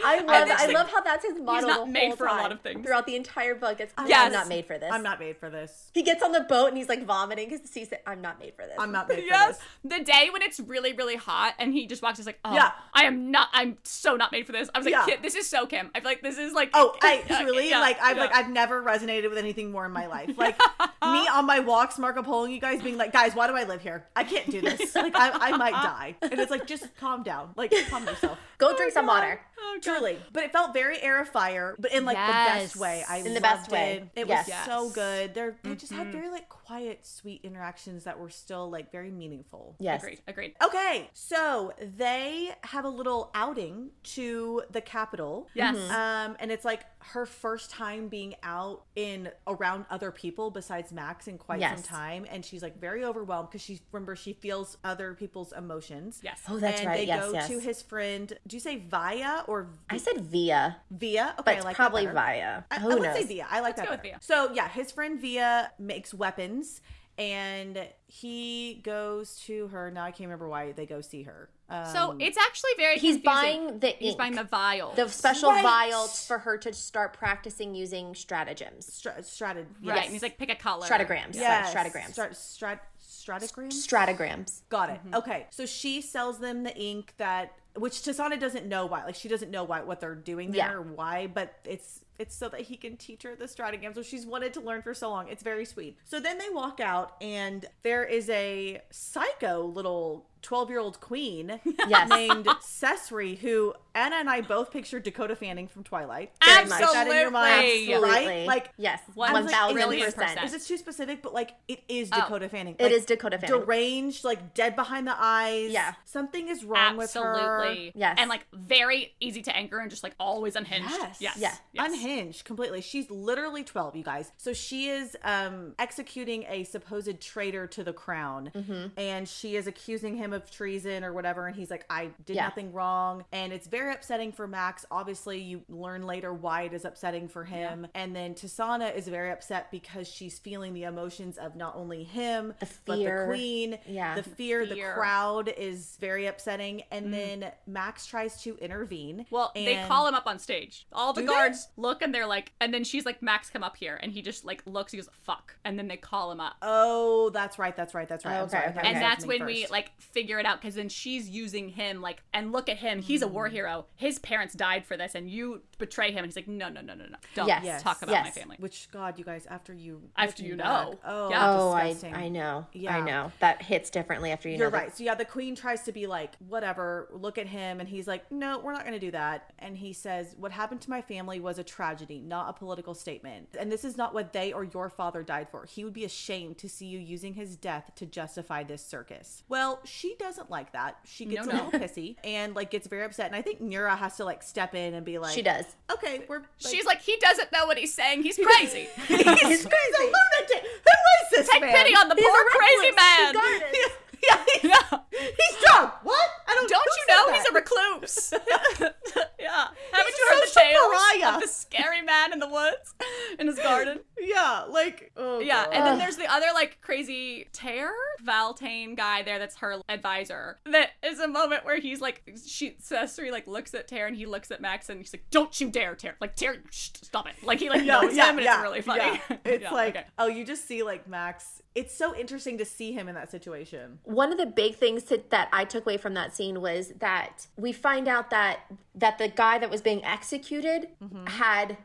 [SPEAKER 1] I loved it.
[SPEAKER 4] I love.
[SPEAKER 1] just
[SPEAKER 4] I
[SPEAKER 1] think-
[SPEAKER 4] love how that's his motto.
[SPEAKER 1] not
[SPEAKER 4] the
[SPEAKER 1] made
[SPEAKER 4] whole
[SPEAKER 1] for a lot
[SPEAKER 4] time.
[SPEAKER 1] of things.
[SPEAKER 4] throughout the entire book. It's I'm
[SPEAKER 1] Yes.
[SPEAKER 4] not made for this.
[SPEAKER 2] I'm not made for this.
[SPEAKER 4] He gets on the boat and he's like vomiting because he said, "I'm not made for this."
[SPEAKER 2] I'm not made for
[SPEAKER 1] Yes,
[SPEAKER 2] this.
[SPEAKER 1] the day when it's really, really hot, and he just walks. He's like, "Oh,
[SPEAKER 2] Yeah.
[SPEAKER 1] I am not. I'm so not made for this." I was like,
[SPEAKER 2] Yeah.
[SPEAKER 1] "Kid, "This is so Kim." I feel like this is like,
[SPEAKER 2] Oh, I
[SPEAKER 1] Yeah,
[SPEAKER 2] truly
[SPEAKER 1] yeah,
[SPEAKER 2] like I've
[SPEAKER 1] yeah.
[SPEAKER 2] like I've never resonated with anything more in my life. Like me on my walks, Marco Polo, you guys being like, guys, why do I live here? I can't do this. Like I, I might die. And it's like just calm down. Like calm yourself.
[SPEAKER 4] Go drink some water.
[SPEAKER 1] Oh, God.
[SPEAKER 2] Truly. But it felt very air of fire, but in like the
[SPEAKER 1] Yes.
[SPEAKER 2] best way. I
[SPEAKER 4] In the
[SPEAKER 2] loved
[SPEAKER 4] best way.
[SPEAKER 2] It, it
[SPEAKER 4] Yes.
[SPEAKER 2] was so
[SPEAKER 1] Yes. Mm-hmm.
[SPEAKER 2] good. They're, they just had very like quiet, sweet interactions that were still like very meaningful.
[SPEAKER 4] Yes.
[SPEAKER 1] Agreed. Agreed.
[SPEAKER 2] Okay, so they have a little outing to the capital.
[SPEAKER 1] Yes.
[SPEAKER 4] Mm-hmm.
[SPEAKER 2] Um, and it's like her first time being out in around other people besides Max in quite some
[SPEAKER 4] Yes.
[SPEAKER 2] time, and she's like very overwhelmed because she remember she feels other people's emotions.
[SPEAKER 1] Yes.
[SPEAKER 4] Oh, that's
[SPEAKER 2] and
[SPEAKER 4] right.
[SPEAKER 2] they
[SPEAKER 4] Yes,
[SPEAKER 2] go
[SPEAKER 4] yes.
[SPEAKER 2] to his friend. Do you say Via or
[SPEAKER 4] I said via,
[SPEAKER 2] Via? Okay,
[SPEAKER 4] but
[SPEAKER 2] I
[SPEAKER 4] it's
[SPEAKER 2] like that
[SPEAKER 4] probably
[SPEAKER 2] better.
[SPEAKER 4] via.
[SPEAKER 2] I, I
[SPEAKER 4] Who
[SPEAKER 2] would
[SPEAKER 4] knows?
[SPEAKER 2] say Via. I like
[SPEAKER 1] Let's
[SPEAKER 2] that.
[SPEAKER 1] go with
[SPEAKER 2] better.
[SPEAKER 1] Via.
[SPEAKER 2] So yeah, his friend Via makes weapons, and he goes to her. Now I can't remember why they go see her. Um,
[SPEAKER 1] So it's actually very.
[SPEAKER 4] He's
[SPEAKER 1] confusing.
[SPEAKER 4] buying the
[SPEAKER 1] He's
[SPEAKER 4] ink.
[SPEAKER 1] buying the vial.
[SPEAKER 4] the special
[SPEAKER 2] Right.
[SPEAKER 4] vials for her to start practicing using stratagems,
[SPEAKER 2] stra- stratag-
[SPEAKER 1] right,
[SPEAKER 2] yes.
[SPEAKER 1] and he's like, pick a color.
[SPEAKER 4] stratagrams,
[SPEAKER 2] Yes.
[SPEAKER 4] sorry, stratagrams,
[SPEAKER 2] Strat- strat- stratagrams.
[SPEAKER 4] stratagrams.
[SPEAKER 2] Got it. Okay. So she sells them the ink that, which Tasana doesn't know why. Like she doesn't know why what they're doing there
[SPEAKER 4] Yeah.
[SPEAKER 2] or why, but it's it's so that he can teach her the stratagems, which she's wanted to learn for so long. It's very sweet. So then they walk out, and there is a psycho little twelve-year-old queen
[SPEAKER 4] Yes.
[SPEAKER 2] named Cessery, who Anna and I both pictured Dakota Fanning from Twilight.
[SPEAKER 4] Very much.
[SPEAKER 1] Absolutely.
[SPEAKER 2] That in your mind,
[SPEAKER 4] Absolutely.
[SPEAKER 2] right? Like
[SPEAKER 4] yes,
[SPEAKER 1] One
[SPEAKER 4] one thousand
[SPEAKER 1] million
[SPEAKER 4] percent.
[SPEAKER 1] percent.
[SPEAKER 2] is it too specific? But like, it is
[SPEAKER 1] Oh.
[SPEAKER 2] Dakota Fanning.
[SPEAKER 4] It
[SPEAKER 2] Like,
[SPEAKER 4] is Dakota Fanning.
[SPEAKER 2] deranged, like dead behind the eyes.
[SPEAKER 4] Yeah.
[SPEAKER 2] something is wrong
[SPEAKER 1] Absolutely.
[SPEAKER 2] with her.
[SPEAKER 4] Yes.
[SPEAKER 1] And like very easy to anger and just like always unhinged.
[SPEAKER 2] Yes.
[SPEAKER 1] Yes.
[SPEAKER 4] Yeah.
[SPEAKER 1] Yes.
[SPEAKER 2] Unhinged completely. She's literally 12, you guys. So she is um, executing a supposed traitor to the crown.
[SPEAKER 1] Mm-hmm.
[SPEAKER 2] And she is accusing him of treason or whatever. And he's like, I did
[SPEAKER 4] Yeah.
[SPEAKER 2] nothing wrong. And it's very upsetting for Max. Obviously, you learn later why it is upsetting for him. And then Tasana is very upset because she's feeling the emotions of not only him, but the
[SPEAKER 4] fear.
[SPEAKER 2] queen,
[SPEAKER 4] Yeah.
[SPEAKER 2] the fear, the
[SPEAKER 1] Fear. Mm.
[SPEAKER 2] crowd is very upsetting. And then Max tries to intervene.
[SPEAKER 1] Well, they
[SPEAKER 2] and-
[SPEAKER 1] call him up on stage. All the
[SPEAKER 2] Do they?
[SPEAKER 1] guards look and they're like, and then she's like, Max, come up here. And he just like looks, he goes, fuck. And then they call him up.
[SPEAKER 2] Oh, that's right. That's right. That's right. I'm
[SPEAKER 4] Okay,
[SPEAKER 2] sorry,
[SPEAKER 4] okay,
[SPEAKER 2] that
[SPEAKER 4] okay.
[SPEAKER 1] and
[SPEAKER 2] was
[SPEAKER 1] that's
[SPEAKER 2] happening
[SPEAKER 1] when we
[SPEAKER 2] first.
[SPEAKER 1] like figure it out because then she's using him like and look at him he's a war
[SPEAKER 2] Hmm.
[SPEAKER 1] hero his parents died for this and you betray him and he's like no no no no no don't
[SPEAKER 4] Yes.
[SPEAKER 2] Yes.
[SPEAKER 1] talk about
[SPEAKER 4] Yes.
[SPEAKER 1] my family
[SPEAKER 2] Which God, you guys, after you
[SPEAKER 1] After you
[SPEAKER 2] looking back-
[SPEAKER 1] know.
[SPEAKER 2] oh,
[SPEAKER 1] Yeah.
[SPEAKER 4] Oh, I,
[SPEAKER 2] disgusting.
[SPEAKER 4] I know.
[SPEAKER 2] Yeah.
[SPEAKER 4] I know. That hits differently after you
[SPEAKER 2] You're
[SPEAKER 4] know the
[SPEAKER 2] right. So yeah, the queen tries to be like, whatever. Look at him, and he's like, no, we're not going to do that. And he says, what happened to my family was a tragedy, not a political statement. And this is not what they or your father died for. He would be ashamed to see you using his death to justify this circus. Well, she doesn't like that. She gets
[SPEAKER 1] No,
[SPEAKER 2] a
[SPEAKER 1] no.
[SPEAKER 2] little pissy and like gets very upset. And I think Nura has to like step in and be like,
[SPEAKER 4] She does.
[SPEAKER 2] Okay, we're like,
[SPEAKER 1] she's like he doesn't know what he's saying he's crazy
[SPEAKER 2] He's crazy. lunatic. Who is this
[SPEAKER 1] take
[SPEAKER 2] man?
[SPEAKER 1] pity on the
[SPEAKER 4] He's a
[SPEAKER 1] poor
[SPEAKER 4] recluse.
[SPEAKER 1] crazy
[SPEAKER 4] He
[SPEAKER 1] man
[SPEAKER 4] got it.
[SPEAKER 2] Yeah, he's,
[SPEAKER 1] yeah.
[SPEAKER 2] he's drunk. What? I don't.
[SPEAKER 1] don't
[SPEAKER 2] who
[SPEAKER 1] you
[SPEAKER 2] said
[SPEAKER 1] know
[SPEAKER 2] that?
[SPEAKER 1] he's a recluse yeah haven't you
[SPEAKER 2] a
[SPEAKER 1] heard the
[SPEAKER 2] social
[SPEAKER 1] tales
[SPEAKER 2] pariah.
[SPEAKER 1] of the scary man in the woods in his garden
[SPEAKER 2] Yeah, like oh
[SPEAKER 1] yeah
[SPEAKER 2] God.
[SPEAKER 1] and then there's the other like like crazy tear Valtane guy there that's her advisor. That is a moment where he's like, she Cesare like looks at Tear and he looks at Max and he's like, "Don't you dare, Tear! Like Tear, shh, stop it!" Like he like
[SPEAKER 2] No,
[SPEAKER 1] knows
[SPEAKER 2] yeah,
[SPEAKER 1] him and
[SPEAKER 2] yeah,
[SPEAKER 1] it's really funny.
[SPEAKER 2] yeah. It's
[SPEAKER 1] Yeah,
[SPEAKER 2] like,
[SPEAKER 1] okay.
[SPEAKER 2] oh, you just see like Max. It's so interesting to see him in that situation.
[SPEAKER 4] one of the big things that, that I took away from that scene was that we find out that that the guy that was being executed
[SPEAKER 2] Mm-hmm.
[SPEAKER 4] had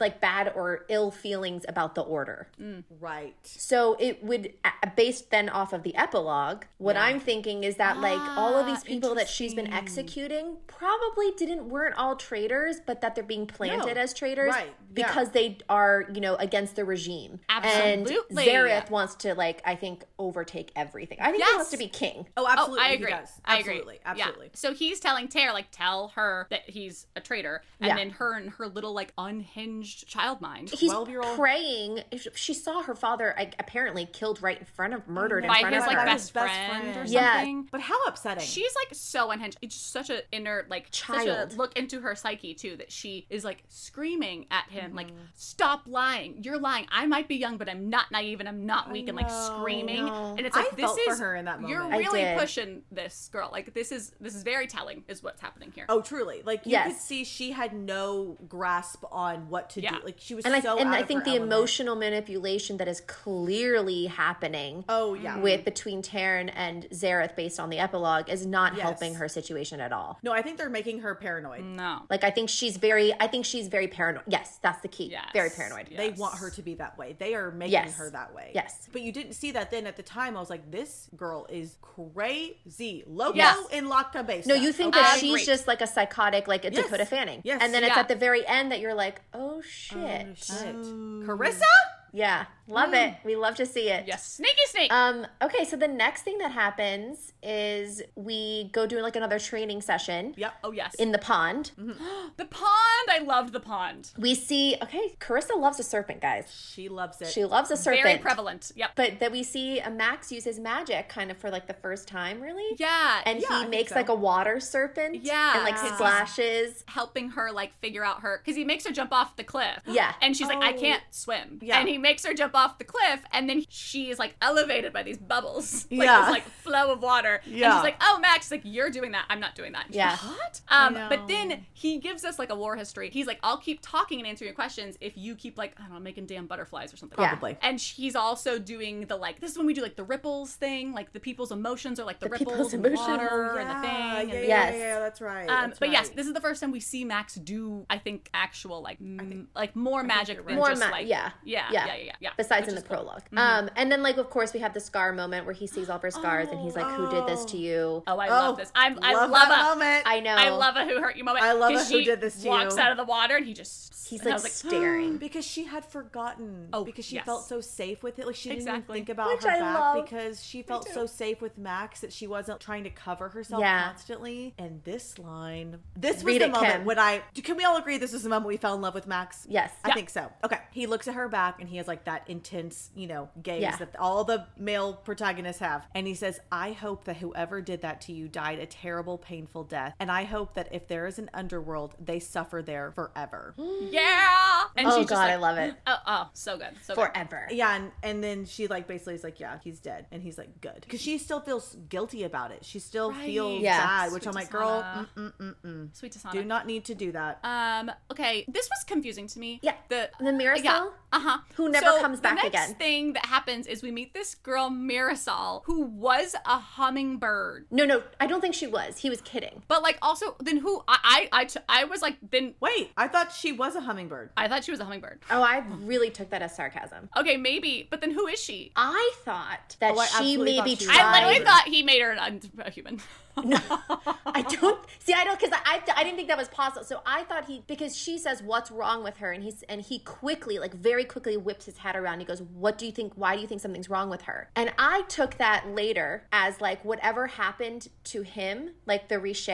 [SPEAKER 4] like bad or ill feelings about the order.
[SPEAKER 2] Right.
[SPEAKER 4] So it would a- based then off of the epilogue, what I'm thinking is that like all of these
[SPEAKER 1] Ah,
[SPEAKER 4] people that she's been executing probably didn't weren't all traitors, but that they're being planted
[SPEAKER 2] No.
[SPEAKER 4] as traitors
[SPEAKER 2] Right. Yeah.
[SPEAKER 4] because they are, you know, against the regime. And
[SPEAKER 1] Absolutely.
[SPEAKER 4] Zareth wants to like I think overtake everything. I think he
[SPEAKER 1] Yes.
[SPEAKER 4] wants to be king.
[SPEAKER 2] Oh,
[SPEAKER 1] Oh,
[SPEAKER 2] absolutely.
[SPEAKER 1] I
[SPEAKER 2] he
[SPEAKER 1] agree.
[SPEAKER 2] does.
[SPEAKER 1] I agree.
[SPEAKER 2] Absolutely.
[SPEAKER 1] Yeah.
[SPEAKER 2] Absolutely.
[SPEAKER 1] So he's telling Tear, like, tell her that he's a traitor, and
[SPEAKER 4] Yeah.
[SPEAKER 1] then her and her little, like, unhinged child mind
[SPEAKER 4] he's
[SPEAKER 2] 12-year-old.
[SPEAKER 4] praying. If She saw her father like, apparently killed right in front of, murdered in
[SPEAKER 1] by
[SPEAKER 4] front
[SPEAKER 1] his
[SPEAKER 4] of
[SPEAKER 1] like
[SPEAKER 4] her.
[SPEAKER 2] By
[SPEAKER 1] best,
[SPEAKER 2] his best
[SPEAKER 1] friend, or
[SPEAKER 2] friend.
[SPEAKER 4] Yeah.
[SPEAKER 1] something.
[SPEAKER 2] But how upsetting.
[SPEAKER 1] She's like so unhinged. It's just such an inner like
[SPEAKER 4] Child.
[SPEAKER 1] Such a look into her psyche too that she is like screaming at him like
[SPEAKER 2] Mm-hmm.
[SPEAKER 1] stop lying. You're lying. I might be young, but I'm not naive and I'm not weak and like
[SPEAKER 2] know,
[SPEAKER 1] screaming.
[SPEAKER 4] no.
[SPEAKER 1] And it's
[SPEAKER 2] I
[SPEAKER 1] like this
[SPEAKER 2] felt for
[SPEAKER 1] is
[SPEAKER 2] her in that
[SPEAKER 1] You're
[SPEAKER 2] moment. I
[SPEAKER 1] really
[SPEAKER 4] did.
[SPEAKER 1] pushing this girl. Like this is this is very telling is what's happening here.
[SPEAKER 2] Oh, truly. Like you could
[SPEAKER 4] Yes.
[SPEAKER 2] see she had no grasp on what to
[SPEAKER 1] Yeah.
[SPEAKER 2] do. Like she was
[SPEAKER 4] and I,
[SPEAKER 2] so
[SPEAKER 4] and
[SPEAKER 2] out
[SPEAKER 4] I
[SPEAKER 2] of
[SPEAKER 4] think
[SPEAKER 2] her
[SPEAKER 4] the
[SPEAKER 2] element.
[SPEAKER 4] emotional manipulation that is clearly happening
[SPEAKER 2] Oh yeah.
[SPEAKER 1] Mm-hmm.
[SPEAKER 4] with between Taryn and Zareth based on the epilogue is not
[SPEAKER 2] Yes.
[SPEAKER 4] helping her situation at all.
[SPEAKER 2] No, I think they're making her paranoid.
[SPEAKER 1] No.
[SPEAKER 4] Like I think she's very I think she's very paranoid. Yes, that's the key.
[SPEAKER 1] Yes.
[SPEAKER 4] Very paranoid.
[SPEAKER 1] Yeah.
[SPEAKER 2] They
[SPEAKER 1] Yes.
[SPEAKER 2] want her to be that way. They are making
[SPEAKER 4] Yes.
[SPEAKER 2] her that way.
[SPEAKER 4] Yes.
[SPEAKER 2] But you didn't see that then at the time. I was like, this girl is crazy. Loco
[SPEAKER 1] Yes.
[SPEAKER 2] in Lacta Base.
[SPEAKER 4] No, you think that
[SPEAKER 1] Okay.
[SPEAKER 4] she's
[SPEAKER 1] Great.
[SPEAKER 4] just like a psychotic, like a
[SPEAKER 2] Yes.
[SPEAKER 4] Dakota Fanning.
[SPEAKER 2] Yes.
[SPEAKER 4] And then it's
[SPEAKER 1] Yeah.
[SPEAKER 4] at the very end that you're like, oh shit.
[SPEAKER 2] Shit. Carissa?
[SPEAKER 4] Yeah. Love it. We love to see it.
[SPEAKER 1] Yes, sneaky snake.
[SPEAKER 4] Um, okay, so the next thing that happens is we go do like another training session
[SPEAKER 2] Yep.
[SPEAKER 1] oh yes. Mm-hmm.
[SPEAKER 4] in the pond.
[SPEAKER 1] the pond. I loved the pond.
[SPEAKER 4] We see, okay, Carissa loves a serpent, guys.
[SPEAKER 2] She loves it.
[SPEAKER 4] She loves a serpent.
[SPEAKER 1] Very prevalent. Yep.
[SPEAKER 4] But that we see uh, Max use his magic kind of for like the first time, really.
[SPEAKER 1] yeah.
[SPEAKER 4] And
[SPEAKER 2] Yeah, I
[SPEAKER 4] he
[SPEAKER 2] think
[SPEAKER 4] makes
[SPEAKER 2] so.
[SPEAKER 4] like a water serpent.
[SPEAKER 1] Yeah.
[SPEAKER 4] And like
[SPEAKER 1] Yeah.
[SPEAKER 4] splashes.
[SPEAKER 1] helping her like figure out her because he makes her jump off the cliff.
[SPEAKER 4] Yeah.
[SPEAKER 1] And she's like, I
[SPEAKER 2] Oh.
[SPEAKER 1] can't swim.
[SPEAKER 2] Yeah.
[SPEAKER 1] And he makes her jump off the cliff, and then she is like elevated by these bubbles, like
[SPEAKER 2] Yeah.
[SPEAKER 1] this like flow of water. And
[SPEAKER 2] Yeah.
[SPEAKER 1] she's like, Oh, Max, she's like you're doing that. I'm not doing that. And she's
[SPEAKER 4] Yeah.
[SPEAKER 1] like, what? Um,
[SPEAKER 2] I know.
[SPEAKER 1] but then he gives us like a war history. He's like, I'll keep talking and answering your questions if you keep like I don't know making damn butterflies or something.
[SPEAKER 4] Yeah.
[SPEAKER 2] Probably.
[SPEAKER 1] And he's also doing the like this is when we do like the ripples thing, like the people's emotions are like the,
[SPEAKER 4] The
[SPEAKER 1] ripples
[SPEAKER 4] people's
[SPEAKER 1] and
[SPEAKER 4] emotions.
[SPEAKER 1] the water and the
[SPEAKER 2] Yeah,
[SPEAKER 1] thing.
[SPEAKER 2] yeah,
[SPEAKER 1] and
[SPEAKER 2] yeah,
[SPEAKER 4] Yes.
[SPEAKER 2] yeah, that's right.
[SPEAKER 1] um,
[SPEAKER 2] that's
[SPEAKER 1] but yes,
[SPEAKER 2] right.
[SPEAKER 1] this is the first time we see Max do, I think, actual like m- like more magic
[SPEAKER 2] you're
[SPEAKER 1] than
[SPEAKER 2] right.
[SPEAKER 4] More
[SPEAKER 1] just
[SPEAKER 4] ma-
[SPEAKER 1] like
[SPEAKER 4] yeah.
[SPEAKER 1] yeah,
[SPEAKER 4] Yeah.
[SPEAKER 1] yeah, yeah, yeah, yeah.
[SPEAKER 4] Besides
[SPEAKER 1] Which
[SPEAKER 4] in the
[SPEAKER 1] is cool. Mm-hmm.
[SPEAKER 4] prologue. Um, and then like of course we have the scar moment where he sees all of her scars and he's like, Who did this to you?
[SPEAKER 1] Oh, I love this. I'm, I love,
[SPEAKER 2] that
[SPEAKER 1] a,
[SPEAKER 2] moment.
[SPEAKER 4] I know.
[SPEAKER 1] I love a who hurt you moment.
[SPEAKER 2] I love a
[SPEAKER 1] 'cause
[SPEAKER 2] who
[SPEAKER 1] she
[SPEAKER 2] did this to
[SPEAKER 1] walks
[SPEAKER 2] you.
[SPEAKER 1] out of the water and he just
[SPEAKER 4] He's
[SPEAKER 1] and I
[SPEAKER 4] like
[SPEAKER 1] was
[SPEAKER 4] staring.
[SPEAKER 2] because she had forgotten.
[SPEAKER 1] Oh,
[SPEAKER 2] because she
[SPEAKER 1] yes.
[SPEAKER 2] felt so safe with it. Like she didn't even
[SPEAKER 1] Exactly.
[SPEAKER 2] think about
[SPEAKER 4] Which
[SPEAKER 2] her
[SPEAKER 4] I
[SPEAKER 2] back
[SPEAKER 4] love.
[SPEAKER 2] because she felt so safe with Max that she wasn't trying to cover herself
[SPEAKER 4] Yeah.
[SPEAKER 2] constantly. And this line, this was
[SPEAKER 4] Read
[SPEAKER 2] the
[SPEAKER 4] it,
[SPEAKER 2] moment
[SPEAKER 4] Kim.
[SPEAKER 2] when I can we all agree this is the moment we fell in love with Max.
[SPEAKER 4] Yes.
[SPEAKER 2] I
[SPEAKER 1] Yeah.
[SPEAKER 2] think so. Okay, he looks at her back and he has like that intense, you know, gaze
[SPEAKER 4] Yeah.
[SPEAKER 2] that all the male protagonists have, and he says, "I hope that whoever did that to you died a terrible, painful death, and I hope that if there is an underworld, they suffer there forever."
[SPEAKER 1] yeah. And
[SPEAKER 4] Oh
[SPEAKER 1] she's
[SPEAKER 4] god,
[SPEAKER 1] just like,
[SPEAKER 4] I love it.
[SPEAKER 1] Oh, oh, so good, so good.
[SPEAKER 4] Forever.
[SPEAKER 2] Yeah, and, and then she like basically is like, yeah, he's dead, and he's like, good, because she still feels guilty about it. She still
[SPEAKER 1] Right.
[SPEAKER 2] feels
[SPEAKER 4] Yeah.
[SPEAKER 2] bad, which
[SPEAKER 1] Sweet
[SPEAKER 2] I'm like, girl,
[SPEAKER 1] Tisana.
[SPEAKER 2] mm-mm, mm-mm.
[SPEAKER 1] Sweet Tasana.
[SPEAKER 2] do not need to do that.
[SPEAKER 1] Um. Okay. This was confusing to me.
[SPEAKER 4] Yeah.
[SPEAKER 1] The
[SPEAKER 4] The Miracel?
[SPEAKER 1] Uh huh.
[SPEAKER 4] Who never comes back
[SPEAKER 1] the next
[SPEAKER 4] again.
[SPEAKER 1] Thing that happens is we meet this girl Mirasol who was a hummingbird.
[SPEAKER 4] No, no, I don't think she was. He was kidding.
[SPEAKER 1] But like also then who I I I, t- I was like then
[SPEAKER 2] Wait, I thought she was a hummingbird.
[SPEAKER 1] I thought she was a hummingbird.
[SPEAKER 4] Oh, I really took that as sarcasm.
[SPEAKER 1] Okay, maybe. But then who is she?
[SPEAKER 4] I thought that
[SPEAKER 2] Oh, I
[SPEAKER 4] she
[SPEAKER 2] absolutely
[SPEAKER 4] maybe
[SPEAKER 2] thought she was
[SPEAKER 4] tried.
[SPEAKER 1] I literally
[SPEAKER 2] Right.
[SPEAKER 1] thought he made her an, a human.
[SPEAKER 4] I don't see. I don't because I, I I didn't think that was possible. So I thought he because she says what's wrong with her and he's and he quickly like very quickly whips his hat around. He goes, "What do you think? Why do you think something's wrong with her?" And I took that later as like whatever happened to him, like the Riche.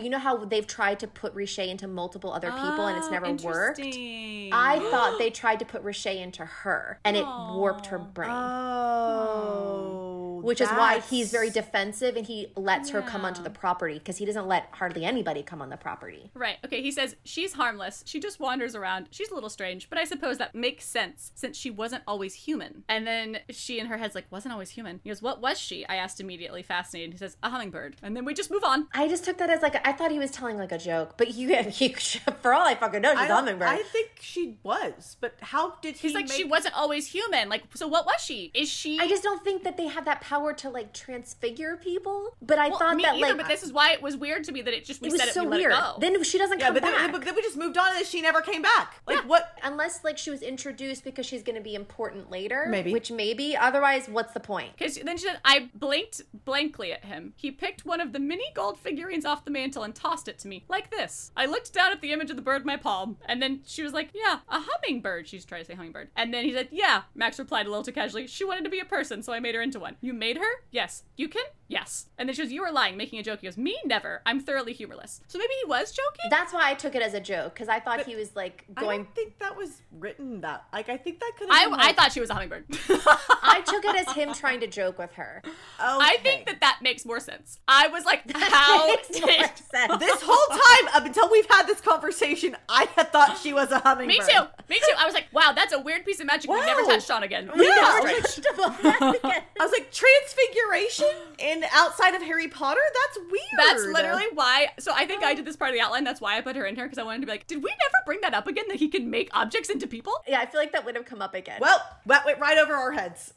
[SPEAKER 4] You know how they've tried to put Riche into multiple other people and it's never worked.
[SPEAKER 1] Interesting.
[SPEAKER 4] I thought they tried to put Riche into her and it warped her brain.
[SPEAKER 2] Oh,
[SPEAKER 4] which is why
[SPEAKER 2] that's-
[SPEAKER 4] he's very defensive and he lets her come onto
[SPEAKER 1] Yeah.
[SPEAKER 4] the property because he doesn't let hardly anybody come on the property.
[SPEAKER 1] Right. Okay. He says she's harmless. She just wanders around. She's a little strange, but I suppose that makes sense since she wasn't always human. And then she in her head's like, wasn't always human. He goes, what was she? I asked immediately, fascinated. He says, a hummingbird. And then we just move on.
[SPEAKER 4] I just took that as like I thought he was telling like a joke, but you, you for all I fucking know, she's
[SPEAKER 2] I,
[SPEAKER 4] a
[SPEAKER 2] don't-
[SPEAKER 4] hummingbird.
[SPEAKER 2] I think she was, but how did he?
[SPEAKER 1] He's like, she
[SPEAKER 2] make-
[SPEAKER 1] wasn't always human. Like, so what was she? Is she?
[SPEAKER 4] I just don't think that they have that power to like transfigure people. But I
[SPEAKER 1] Well,
[SPEAKER 4] thought
[SPEAKER 1] me
[SPEAKER 4] that
[SPEAKER 1] either,
[SPEAKER 4] like
[SPEAKER 1] but this is why it was weird to me that it just we
[SPEAKER 4] it was
[SPEAKER 1] said it
[SPEAKER 4] so
[SPEAKER 1] we let
[SPEAKER 4] weird.
[SPEAKER 1] it go.
[SPEAKER 4] Then she doesn't
[SPEAKER 2] Yeah,
[SPEAKER 4] come
[SPEAKER 2] but
[SPEAKER 4] back.
[SPEAKER 2] then, but then we just moved on, and she never came back. Like what?
[SPEAKER 4] Unless like she was introduced because she's going to be important later,
[SPEAKER 2] Maybe.
[SPEAKER 4] which maybe. Otherwise, what's the point?
[SPEAKER 1] Because then she said, I blinked blankly at him. He picked one of the mini gold figurines off the mantle and tossed it to me, like this. I looked down at the image of the bird in my palm, and then she was like, Yeah, a hummingbird. She's trying to say hummingbird. And then he said, Yeah. Max replied a little too casually, She wanted to be a person, so I made her into one. You made her? Yes. You can? Yes. And then she goes, You were lying, making a joke. He goes, Me? Never. I'm thoroughly humorless. So maybe he was joking?
[SPEAKER 4] That's why I took it as a joke because I thought he was like
[SPEAKER 2] I
[SPEAKER 4] going.
[SPEAKER 2] don't think that was written that. Like I think that could.
[SPEAKER 1] I,
[SPEAKER 2] have been,
[SPEAKER 1] I
[SPEAKER 2] like,
[SPEAKER 1] thought she was a hummingbird.
[SPEAKER 4] I took it as him trying to joke with her.
[SPEAKER 1] I
[SPEAKER 2] okay.
[SPEAKER 1] think that that makes more sense. I was like, How
[SPEAKER 4] Makes more
[SPEAKER 1] did
[SPEAKER 4] sense.
[SPEAKER 2] this whole time up until we've had this conversation, I had thought she was a
[SPEAKER 1] Me
[SPEAKER 2] hummingbird.
[SPEAKER 1] too. Me too. I was like, wow, that's a weird piece of magic we never
[SPEAKER 2] Wow.
[SPEAKER 1] touched on again.
[SPEAKER 4] We
[SPEAKER 2] Yeah.
[SPEAKER 4] never
[SPEAKER 1] Strange.
[SPEAKER 4] touched upon that again.
[SPEAKER 2] I was like transfiguration and outside of Harry Potter. That's weird.
[SPEAKER 1] That's literally why. So I think I did this part of the outline. That's why I put her in here because I wanted to be like, did we never bring that up again that he can make objects into people?
[SPEAKER 4] Yeah, I feel like that would have come up again.
[SPEAKER 2] Well, that went right over our heads.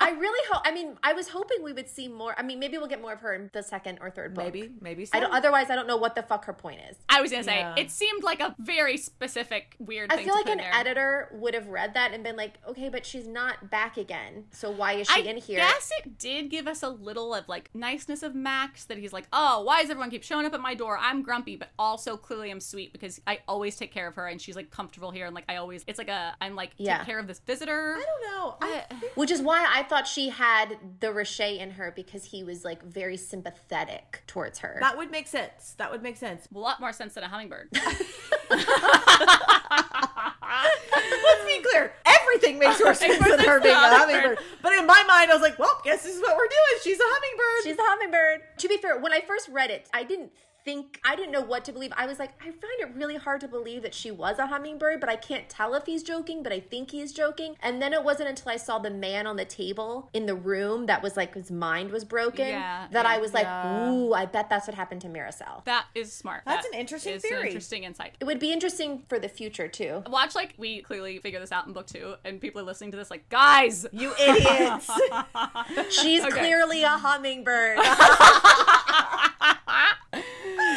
[SPEAKER 4] I really hope. I mean, I was hoping we would see more. I mean, maybe we'll get more of her in the second or third book.
[SPEAKER 2] maybe, maybe. So.
[SPEAKER 4] I don't, otherwise, I don't know what the fuck her point is.
[SPEAKER 1] I was gonna say
[SPEAKER 2] Yeah.
[SPEAKER 1] it seemed like a very specific weird.
[SPEAKER 4] I
[SPEAKER 1] thing
[SPEAKER 4] feel
[SPEAKER 1] to
[SPEAKER 4] like
[SPEAKER 1] put
[SPEAKER 4] an
[SPEAKER 1] in there.
[SPEAKER 4] editor would have read that and been like, okay, but she's not back again. So why is she
[SPEAKER 1] I
[SPEAKER 4] in here?
[SPEAKER 1] guess it did give us a little of like niceness of Max that he's like, oh, why does everyone keep showing up at my door? I'm grumpy, but also clearly I'm sweet because I always take care of her and she's like comfortable here and like I always it's like a I'm like
[SPEAKER 4] Yeah.
[SPEAKER 1] take care of this visitor.
[SPEAKER 2] I don't know. I, think-
[SPEAKER 4] Which is why I thought she had the Rocher in her because he was like very sympathetic towards her.
[SPEAKER 2] that would make sense. That would make sense.
[SPEAKER 1] a lot more sense than a hummingbird.
[SPEAKER 2] Let's be clear. Everything makes more sense than her being a hummingbird. But in my mind, I was like, well, guess this is what we're doing. She's a hummingbird.
[SPEAKER 4] she's a hummingbird. To be fair, when I first read it, I didn't think, I didn't know what to believe. I was like, I find it really hard to believe that she was a hummingbird, but I can't tell if he's joking, but I think he's joking. And then it wasn't until I saw the man on the table in the room that was like, his mind was broken,
[SPEAKER 1] Yeah,
[SPEAKER 4] that
[SPEAKER 1] yeah.
[SPEAKER 4] I was like,
[SPEAKER 2] Yeah.
[SPEAKER 4] ooh, I bet that's what happened to Miracel.
[SPEAKER 1] That is smart.
[SPEAKER 2] That's
[SPEAKER 1] That
[SPEAKER 2] an interesting
[SPEAKER 1] is An
[SPEAKER 2] theory.
[SPEAKER 1] interesting insight.
[SPEAKER 4] It would be interesting for the future too.
[SPEAKER 1] Watch like we clearly figure this out in book two, and people are listening to this like, guys,
[SPEAKER 2] you idiots.
[SPEAKER 4] She's
[SPEAKER 1] Okay.
[SPEAKER 4] clearly a hummingbird.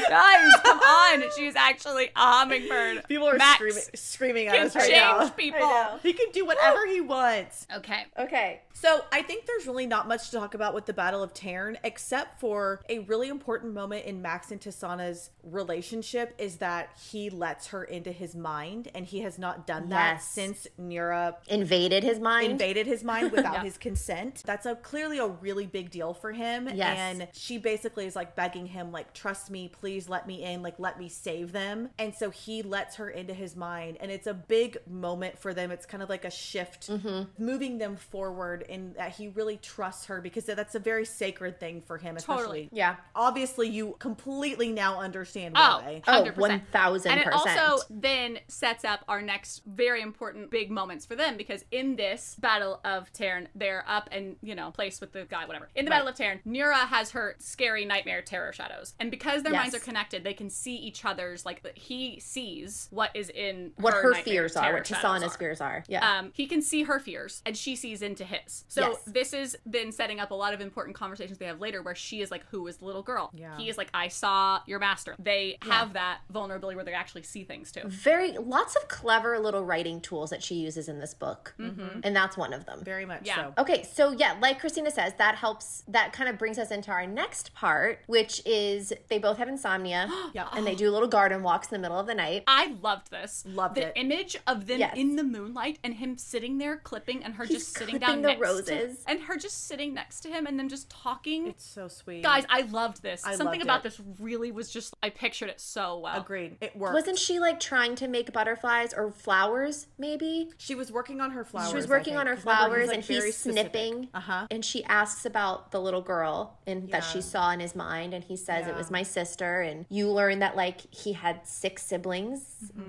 [SPEAKER 1] guys, come on! She's actually a hummingbird.
[SPEAKER 2] People are
[SPEAKER 1] Max
[SPEAKER 2] screaming, screaming at
[SPEAKER 1] Can
[SPEAKER 2] us right
[SPEAKER 1] change
[SPEAKER 2] now.
[SPEAKER 1] people.
[SPEAKER 4] know.
[SPEAKER 2] He can do whatever he wants.
[SPEAKER 1] Okay.
[SPEAKER 4] okay.
[SPEAKER 2] So I think there's really not much to talk about with the Battle of Tarn, except for a really important moment in Max and Tasana's relationship is that he lets her into his mind, and he has not done that
[SPEAKER 4] Yes.
[SPEAKER 2] since Nira
[SPEAKER 4] Invaded his mind.
[SPEAKER 2] invaded his mind without
[SPEAKER 1] Yeah.
[SPEAKER 2] his consent. That's a clearly a really big deal for him.
[SPEAKER 4] Yes.
[SPEAKER 2] And she basically is like begging him, like, trust me, please let me in, like let me save them. And so he lets her into his mind. And it's a big moment for them. It's kind of like a shift
[SPEAKER 1] Mm-hmm.
[SPEAKER 2] moving them forward in that he really trusts her because that's a very sacred thing for him, especially.
[SPEAKER 1] Totally.
[SPEAKER 4] yeah.
[SPEAKER 2] Obviously you completely now understand
[SPEAKER 1] Oh,
[SPEAKER 2] why.
[SPEAKER 1] 100%.
[SPEAKER 4] Oh, 1000%.
[SPEAKER 1] And it also then sets up our next very important big moments for them because in this Battle of Tarn, they're up and, you know, placed with the guy, whatever. In the Battle of Tarn, Nira has her scary nightmare terror shadows. And because their
[SPEAKER 4] Yes.
[SPEAKER 1] minds are connected, they can see each other's, like, that he sees what is in
[SPEAKER 4] what her,
[SPEAKER 1] nightmare
[SPEAKER 4] fears are,
[SPEAKER 1] terror
[SPEAKER 4] what
[SPEAKER 1] shadows
[SPEAKER 4] Tasana's
[SPEAKER 1] are.
[SPEAKER 4] fears are. Yeah.
[SPEAKER 1] Um, he can see her fears and she sees into his. So
[SPEAKER 4] Yes.
[SPEAKER 1] this is then setting up a lot of important conversations they have later where she is like, Who is the little girl?
[SPEAKER 2] Yeah.
[SPEAKER 1] He is like, I saw your master. They have that vulnerability where they actually see things
[SPEAKER 2] Mm-hmm.
[SPEAKER 1] too.
[SPEAKER 4] very lots of clever little writing tools that she uses in this book and that's one of them
[SPEAKER 2] Mm-hmm. Very much
[SPEAKER 1] Yeah.
[SPEAKER 2] so.
[SPEAKER 4] okay so yeah like christina says that helps that kind of brings us into our next part which is they both have insomnia
[SPEAKER 2] Yeah.
[SPEAKER 4] and they do little garden walks in the middle of the night.
[SPEAKER 1] I loved this.
[SPEAKER 2] Loved
[SPEAKER 1] the
[SPEAKER 2] it.
[SPEAKER 1] image of them
[SPEAKER 4] Yes.
[SPEAKER 1] in the moonlight and him sitting there clipping and her
[SPEAKER 4] He's
[SPEAKER 1] just sitting
[SPEAKER 4] clipping
[SPEAKER 1] down
[SPEAKER 4] the
[SPEAKER 1] next to-
[SPEAKER 4] roses.
[SPEAKER 1] and her just sitting next to him and them just talking.
[SPEAKER 2] It's so sweet.
[SPEAKER 1] Guys, I loved this.
[SPEAKER 2] I
[SPEAKER 1] Something
[SPEAKER 2] loved
[SPEAKER 1] about
[SPEAKER 2] it.
[SPEAKER 1] this really was just I pictured it so well.
[SPEAKER 2] agreed. It worked.
[SPEAKER 4] Wasn't she like trying to make butterflies or flowers, maybe?
[SPEAKER 2] She was working on her flowers.
[SPEAKER 4] she was
[SPEAKER 2] I
[SPEAKER 4] working
[SPEAKER 2] think.
[SPEAKER 4] on her
[SPEAKER 2] 'Cause remember,
[SPEAKER 4] flowers
[SPEAKER 2] like,
[SPEAKER 4] and he's
[SPEAKER 2] very specific.
[SPEAKER 4] snipping
[SPEAKER 2] Uh-huh.
[SPEAKER 4] and she asks about the little girl and that she
[SPEAKER 2] Yeah.
[SPEAKER 4] saw in his mind and he says it
[SPEAKER 2] Yeah.
[SPEAKER 4] was my sister and you learn that like he had six siblings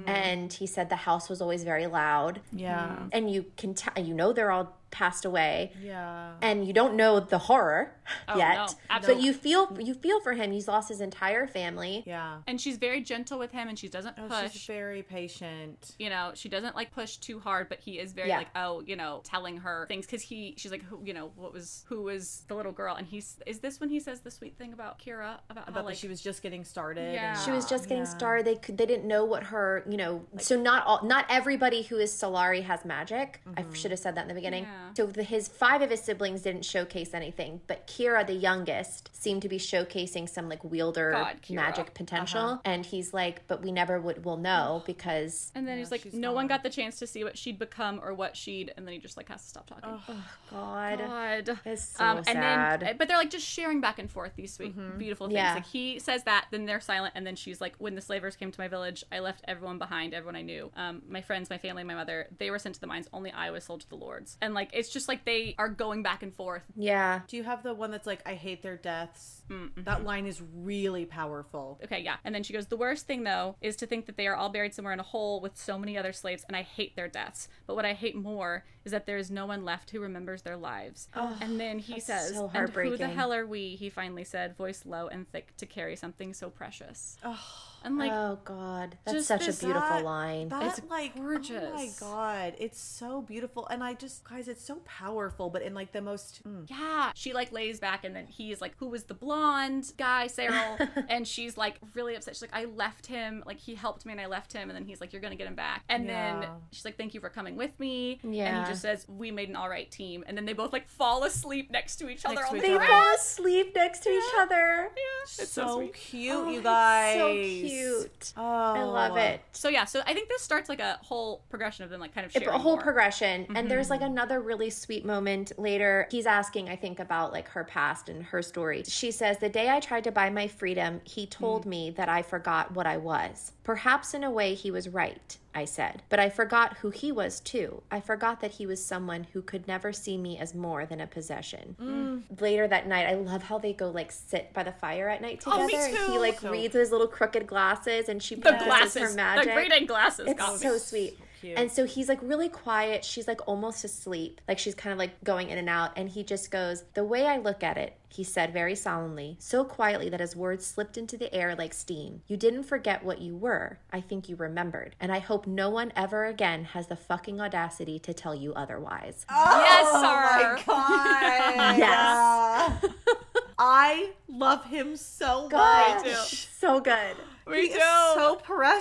[SPEAKER 4] and he said the house was always very loud
[SPEAKER 2] Mm-hmm. Yeah.
[SPEAKER 4] and you can tell you know they're all passed away
[SPEAKER 2] Yeah.
[SPEAKER 4] and you don't know the horror
[SPEAKER 1] Oh, no.
[SPEAKER 4] yet but
[SPEAKER 1] Absolutely.
[SPEAKER 4] you feel you feel for him he's lost his entire family
[SPEAKER 2] Yeah.
[SPEAKER 1] And she's very gentle with him and she doesn't
[SPEAKER 2] Oh, she's
[SPEAKER 1] push.
[SPEAKER 2] very patient.
[SPEAKER 1] you know, she doesn't like push too hard, but he is very
[SPEAKER 4] Yeah.
[SPEAKER 1] like, oh, you know, telling her things because he, she's like, who, you know, what was, who was the little girl? And he's, is this when he says the sweet thing about Kira about, how
[SPEAKER 2] About
[SPEAKER 1] like
[SPEAKER 2] that she was just getting started.
[SPEAKER 1] Oh, Yeah.
[SPEAKER 4] she was just getting
[SPEAKER 2] Yeah.
[SPEAKER 4] started they could they didn't know what her you know so not all not everybody who is solari has magic i should have said that in the beginning
[SPEAKER 1] Mm-hmm. Yeah.
[SPEAKER 4] so the, his five of his siblings didn't showcase anything but kira the youngest seemed to be showcasing some like wielder
[SPEAKER 1] God, Kira. Uh-huh.
[SPEAKER 4] magic potential and he's like but we never would will know because
[SPEAKER 1] And then he's like,
[SPEAKER 2] she's
[SPEAKER 1] no one got the chance to see what she'd become or what she'd, and then he just like has to stop talking.
[SPEAKER 4] oh god,
[SPEAKER 1] God.
[SPEAKER 4] it's so
[SPEAKER 1] Um, and
[SPEAKER 4] sad Mm-hmm.
[SPEAKER 1] then, uh, but they're like just sharing back and forth these sweet, beautiful things.
[SPEAKER 4] Yeah.
[SPEAKER 1] Like he says that, then they're silent, and then she's like, "When the slavers came to my village, I left everyone behind, everyone I knew, um, my friends, my family, my mother. They were sent to the mines. Only I was sold to the lords." And like, it's just like they are going back and forth.
[SPEAKER 4] yeah
[SPEAKER 2] Do you have the one that's like, I hate their deaths? That line is really powerful.
[SPEAKER 1] Okay, yeah. And then she goes, The worst thing, though, is to think that they are all buried somewhere in a hole with so many other slaves, and I hate their deaths. But what I hate more is that there is no one left who remembers their lives. and then he
[SPEAKER 4] Oh, that's
[SPEAKER 1] says,
[SPEAKER 4] so
[SPEAKER 1] And who the
[SPEAKER 4] heartbreaking."
[SPEAKER 1] hell are we? He finally said, voice low and thick, to carry something so precious. and like,
[SPEAKER 4] oh god that's
[SPEAKER 1] just
[SPEAKER 4] such a
[SPEAKER 1] this-
[SPEAKER 4] beautiful
[SPEAKER 2] That-
[SPEAKER 4] line
[SPEAKER 2] That,
[SPEAKER 1] It's
[SPEAKER 2] like, Oh my
[SPEAKER 1] gorgeous.
[SPEAKER 2] god, it's so beautiful, and I just, guys, it's so powerful, but in like the most. mm.
[SPEAKER 1] yeah. She like lays back, and then he's like, Who was the blonde guy, Cyril? and she's like, really upset. She's like, I left him. Like, he helped me, and I left him. And then he's like, You're going to get him back. And then
[SPEAKER 2] Yeah.
[SPEAKER 1] she's like, Thank you for coming with me. And
[SPEAKER 4] Yeah.
[SPEAKER 1] he just says, We made an all right team. And then they both like fall asleep next to each other
[SPEAKER 2] Next
[SPEAKER 1] on
[SPEAKER 2] to each
[SPEAKER 1] the
[SPEAKER 4] they
[SPEAKER 2] other.
[SPEAKER 1] ground.
[SPEAKER 4] fall asleep next to each other
[SPEAKER 1] Yeah, it's so,
[SPEAKER 2] so
[SPEAKER 1] sweet.
[SPEAKER 2] cute,
[SPEAKER 4] Oh,
[SPEAKER 2] you
[SPEAKER 4] it's
[SPEAKER 2] guys.
[SPEAKER 4] so cute
[SPEAKER 2] Oh,
[SPEAKER 4] I love it.
[SPEAKER 1] So yeah, so I think this starts like a whole progression of them like kind of
[SPEAKER 4] It-
[SPEAKER 1] sharing
[SPEAKER 4] a whole
[SPEAKER 1] more. Mm-hmm.
[SPEAKER 4] progression. And there's like another really sweet moment later. He's asking, I think, about like her past and her story. She says, The day I tried to buy my freedom, he
[SPEAKER 1] Mm.
[SPEAKER 4] told me that I forgot what I was. Perhaps in a way he was right, I said. But I forgot who he was too. I forgot that he was someone who could never see me as more than a possession.
[SPEAKER 1] Mm.
[SPEAKER 4] Mm. Later that night, I love how they go like sit by the fire at night together.
[SPEAKER 1] Oh, me
[SPEAKER 4] And he
[SPEAKER 1] too.
[SPEAKER 4] like
[SPEAKER 2] So-
[SPEAKER 4] reads with his little crooked glasses and she
[SPEAKER 1] The
[SPEAKER 4] practices
[SPEAKER 1] glasses,
[SPEAKER 4] her
[SPEAKER 1] the
[SPEAKER 4] magic.
[SPEAKER 1] reading glasses.
[SPEAKER 4] It's
[SPEAKER 1] got me.
[SPEAKER 4] so sweet.
[SPEAKER 2] cute.
[SPEAKER 4] and so he's like really quiet. She's like almost asleep. Like she's kind of like going in and out. And he just goes, The way I look at it, he said very solemnly, so quietly that his words slipped into the air like steam. You didn't forget what you were. I think you remembered. And I hope no one ever again has the fucking audacity to tell you otherwise.
[SPEAKER 1] Yes,
[SPEAKER 2] Oh
[SPEAKER 1] sir.
[SPEAKER 2] my god.
[SPEAKER 4] Yes.
[SPEAKER 2] I love him so
[SPEAKER 4] God,
[SPEAKER 2] much.
[SPEAKER 4] so good.
[SPEAKER 2] He is so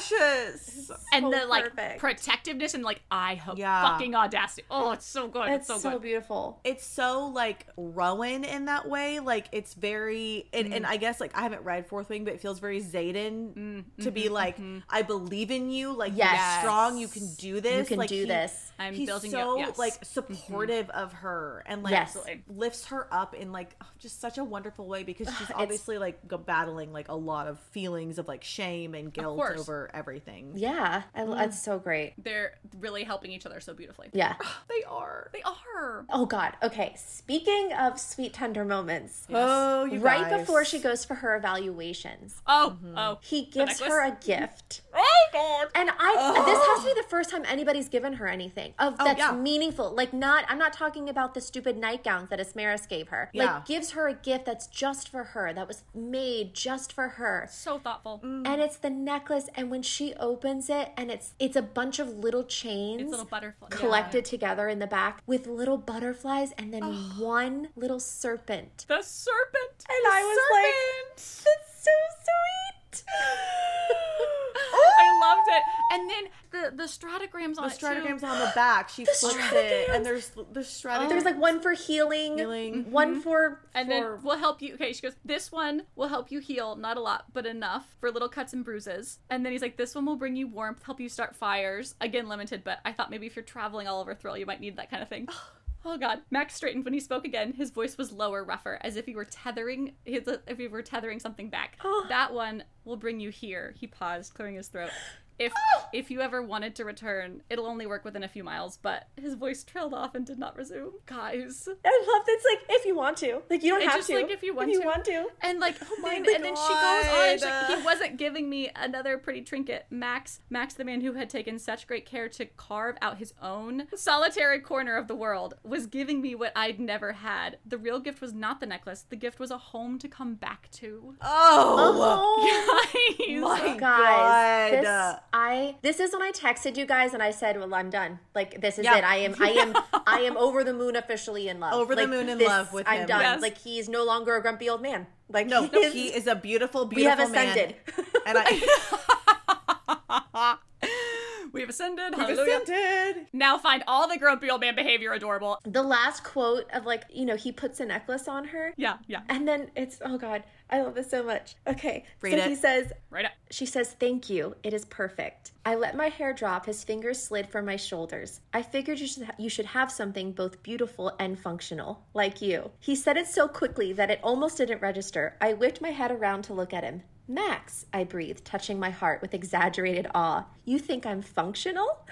[SPEAKER 2] precious.
[SPEAKER 1] and
[SPEAKER 4] so
[SPEAKER 1] the like
[SPEAKER 4] perfect.
[SPEAKER 1] protectiveness and like I hope
[SPEAKER 2] Yeah.
[SPEAKER 1] fucking audacity. Oh, it's so good.
[SPEAKER 4] It's
[SPEAKER 1] It's,
[SPEAKER 4] so,
[SPEAKER 1] so good.
[SPEAKER 4] beautiful.
[SPEAKER 2] it's so like Rowan in that way. Like it's very, and,
[SPEAKER 1] Mm.
[SPEAKER 2] and I guess like I haven't read Fourth Wing, but it feels very Zayden to be
[SPEAKER 1] mm-hmm,
[SPEAKER 2] like, I believe in you. Like
[SPEAKER 4] Yes.
[SPEAKER 2] you're strong. You can do this.
[SPEAKER 4] can
[SPEAKER 2] like,
[SPEAKER 4] do this.
[SPEAKER 1] I'm
[SPEAKER 2] he's
[SPEAKER 1] building you up,
[SPEAKER 2] so
[SPEAKER 1] yes. Mm-hmm.
[SPEAKER 2] like supportive of her and like
[SPEAKER 4] Yes.
[SPEAKER 2] lifts her up in like oh, just such a wonderful way because she's obviously like go- battling like a lot of feelings of like shame and guilt
[SPEAKER 1] course.
[SPEAKER 2] over everything.
[SPEAKER 4] Yeah, I, it's so great.
[SPEAKER 1] They're really helping each other so beautifully.
[SPEAKER 4] Yeah.
[SPEAKER 2] They are.
[SPEAKER 1] They are.
[SPEAKER 4] Oh God. Okay. Speaking of sweet tender moments,
[SPEAKER 2] Oh, you
[SPEAKER 4] right
[SPEAKER 2] guys.
[SPEAKER 4] before she goes for her evaluations,
[SPEAKER 1] Oh, oh.
[SPEAKER 4] he gives
[SPEAKER 1] necklace?
[SPEAKER 4] her a gift,
[SPEAKER 1] Oh god.
[SPEAKER 4] and I. This has to be the first time anybody's given her anything of
[SPEAKER 1] Oh,
[SPEAKER 4] that's
[SPEAKER 2] yeah.
[SPEAKER 4] meaningful. Like not. I'm not talking about the stupid nightgowns that Asmaris gave her.
[SPEAKER 2] Yeah.
[SPEAKER 4] Like gives her a gift that's just for her. That was made just for her.
[SPEAKER 1] So thoughtful.
[SPEAKER 4] And it's the necklace, and when she opens it, and it's it's a bunch of little chains,
[SPEAKER 1] It's little butterfly.
[SPEAKER 4] collected together in the back with little butterflies, and then one little serpent.
[SPEAKER 1] The serpent.
[SPEAKER 4] And
[SPEAKER 1] The
[SPEAKER 4] I was like,
[SPEAKER 1] serpent.
[SPEAKER 4] That's so sweet. "Oh!"
[SPEAKER 1] I loved it. And then the, the stratigrams on
[SPEAKER 2] The
[SPEAKER 1] it too.
[SPEAKER 2] stratigrams on the back. She flips it, and there's the stratigrams.
[SPEAKER 4] Oh. There's like one for healing,
[SPEAKER 2] Healing. Mm-hmm.
[SPEAKER 4] one for
[SPEAKER 1] and
[SPEAKER 4] for-
[SPEAKER 1] then we'll help you. Okay, she goes, This one will help you heal, not a lot, but enough for little cuts and bruises. And then he's like, This one will bring you warmth, help you start fires. Again, limited, but I thought maybe if you're traveling all over Thrill, you might need that kind of thing. Oh God! Max straightened when he spoke again. His voice was lower, rougher, as if he were tethering. His, if he were tethering something back. That one will bring you here. He paused, clearing his throat. If if you ever wanted to return, it'll only work within a few miles. But his voice trailed off and did not resume. Guys,
[SPEAKER 4] I love that's like if you want to, like you don't
[SPEAKER 1] And
[SPEAKER 4] have
[SPEAKER 1] just,
[SPEAKER 4] to,
[SPEAKER 1] like, if you want to. And like, oh my, and,
[SPEAKER 2] my
[SPEAKER 1] then she goes on. And she's
[SPEAKER 2] God.
[SPEAKER 1] like, he wasn't giving me another pretty trinket. Max, Max, the man who had taken such great care to carve out his own solitary corner of the world, was giving me what I'd never had. The real gift was not the necklace. The gift was a home to come back to.
[SPEAKER 2] oh,
[SPEAKER 4] Oh,
[SPEAKER 1] Guys.
[SPEAKER 2] my
[SPEAKER 4] guys, this,
[SPEAKER 2] God.
[SPEAKER 4] I this is when I texted you guys and I said, "Well, I'm done. Like this is
[SPEAKER 2] Yeah.
[SPEAKER 4] it. I am, I am, I am over the moon officially in love.
[SPEAKER 2] Over the
[SPEAKER 4] Like,
[SPEAKER 2] moon in
[SPEAKER 4] this-
[SPEAKER 2] love with
[SPEAKER 4] I'm
[SPEAKER 2] him.
[SPEAKER 4] done.
[SPEAKER 1] Yes.
[SPEAKER 4] Like he's no longer a grumpy old man. Like
[SPEAKER 2] No,
[SPEAKER 4] he is,
[SPEAKER 2] he is a beautiful, beautiful
[SPEAKER 4] we have
[SPEAKER 2] man.
[SPEAKER 4] ascended.
[SPEAKER 2] And I
[SPEAKER 1] We've ascended.
[SPEAKER 2] We've
[SPEAKER 1] Hallelujah.
[SPEAKER 2] ascended.
[SPEAKER 1] Now find all the grumpy old man behavior adorable.
[SPEAKER 4] the last quote of like you know he puts a necklace on her,
[SPEAKER 1] Yeah, yeah.
[SPEAKER 4] and then it's oh god, I love this so much. Okay,
[SPEAKER 2] Read
[SPEAKER 4] so
[SPEAKER 2] it.
[SPEAKER 4] he says,
[SPEAKER 1] Right up.
[SPEAKER 4] She says, Thank you. It is perfect. I let my hair drop. His fingers slid from my shoulders. I figured you should, you should have something both beautiful and functional, like you. He said it so quickly that it almost didn't register. I whipped my head around to look at him. Max, I breathed, touching my heart with exaggerated awe. You think I'm functional?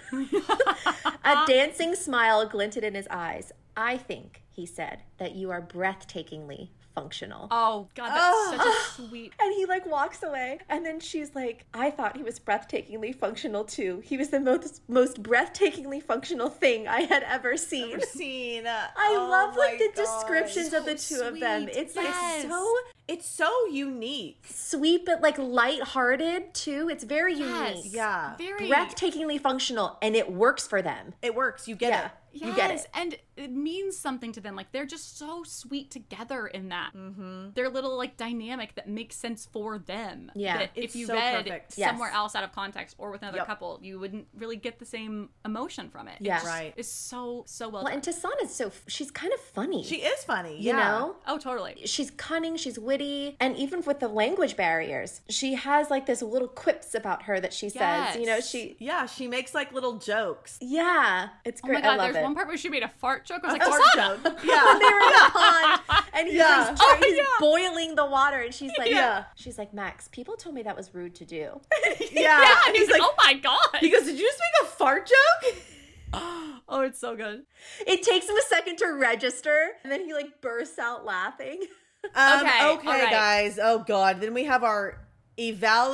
[SPEAKER 4] A dancing smile glinted in his eyes. I think, he said, that you are breathtakingly functional.
[SPEAKER 1] Oh God, that's such a sweet.
[SPEAKER 4] And he like walks away. And then she's like, I thought he was breathtakingly functional too. He was the most most breathtakingly functional thing I had ever seen.
[SPEAKER 2] Seen. Oh I
[SPEAKER 4] I love like the descriptions of the two of them.
[SPEAKER 2] sweet.
[SPEAKER 4] It's
[SPEAKER 2] Yes.
[SPEAKER 4] like so
[SPEAKER 2] It's so unique.
[SPEAKER 4] sweet but like lighthearted too. It's very unique.
[SPEAKER 2] Yeah.
[SPEAKER 1] Very
[SPEAKER 4] Breathtakingly functional and it works for them.
[SPEAKER 2] It works. You get
[SPEAKER 4] Yeah.
[SPEAKER 2] it.
[SPEAKER 1] Yes,
[SPEAKER 4] You get it.
[SPEAKER 1] and it means something to them. Like they're just so sweet together in that their little like dynamic that makes sense for them.
[SPEAKER 4] Yeah.
[SPEAKER 1] that
[SPEAKER 2] It's
[SPEAKER 1] if you
[SPEAKER 2] so
[SPEAKER 1] read
[SPEAKER 2] perfect.
[SPEAKER 4] Yes.
[SPEAKER 1] somewhere else out of context or with another
[SPEAKER 2] Yep.
[SPEAKER 1] couple, you wouldn't really get the same emotion from it. It
[SPEAKER 4] Yeah.
[SPEAKER 1] just
[SPEAKER 2] Right.
[SPEAKER 1] Is so so well.
[SPEAKER 4] Well,
[SPEAKER 1] done.
[SPEAKER 4] and Tasana's so she's kind of funny.
[SPEAKER 2] She is funny.
[SPEAKER 4] you
[SPEAKER 2] yeah.
[SPEAKER 4] know?
[SPEAKER 1] oh, totally.
[SPEAKER 4] she's cunning, she's witty, and even with the language barriers, she has like this little quips about her that she
[SPEAKER 1] Yes.
[SPEAKER 4] says. You know, she
[SPEAKER 2] Yeah, she makes like little jokes.
[SPEAKER 4] yeah, it's
[SPEAKER 1] Oh my
[SPEAKER 4] great.
[SPEAKER 1] God,
[SPEAKER 4] I love
[SPEAKER 1] there's
[SPEAKER 4] it.
[SPEAKER 1] one part where she made a fart joke. I was like,
[SPEAKER 2] Or
[SPEAKER 1] "Tasana!"
[SPEAKER 2] joke.
[SPEAKER 4] when
[SPEAKER 2] Yeah.
[SPEAKER 4] they were in the pond, and he's,
[SPEAKER 2] Yeah.
[SPEAKER 4] like, trying-
[SPEAKER 1] Oh,
[SPEAKER 4] he's
[SPEAKER 1] yeah.
[SPEAKER 4] boiling the water, and she's like,
[SPEAKER 2] Yeah.
[SPEAKER 4] she's like, Max, people told me that was rude to do.
[SPEAKER 2] Yeah.
[SPEAKER 1] Yeah,
[SPEAKER 2] And he's like,
[SPEAKER 1] "Oh my God!"
[SPEAKER 2] he goes, Did you just make a fart joke?
[SPEAKER 1] oh, it's so good.
[SPEAKER 4] It takes him a second to register, and then he like bursts out laughing.
[SPEAKER 2] Um,
[SPEAKER 1] Okay,
[SPEAKER 2] okay,
[SPEAKER 1] all right.
[SPEAKER 2] guys. Oh God. Then we have our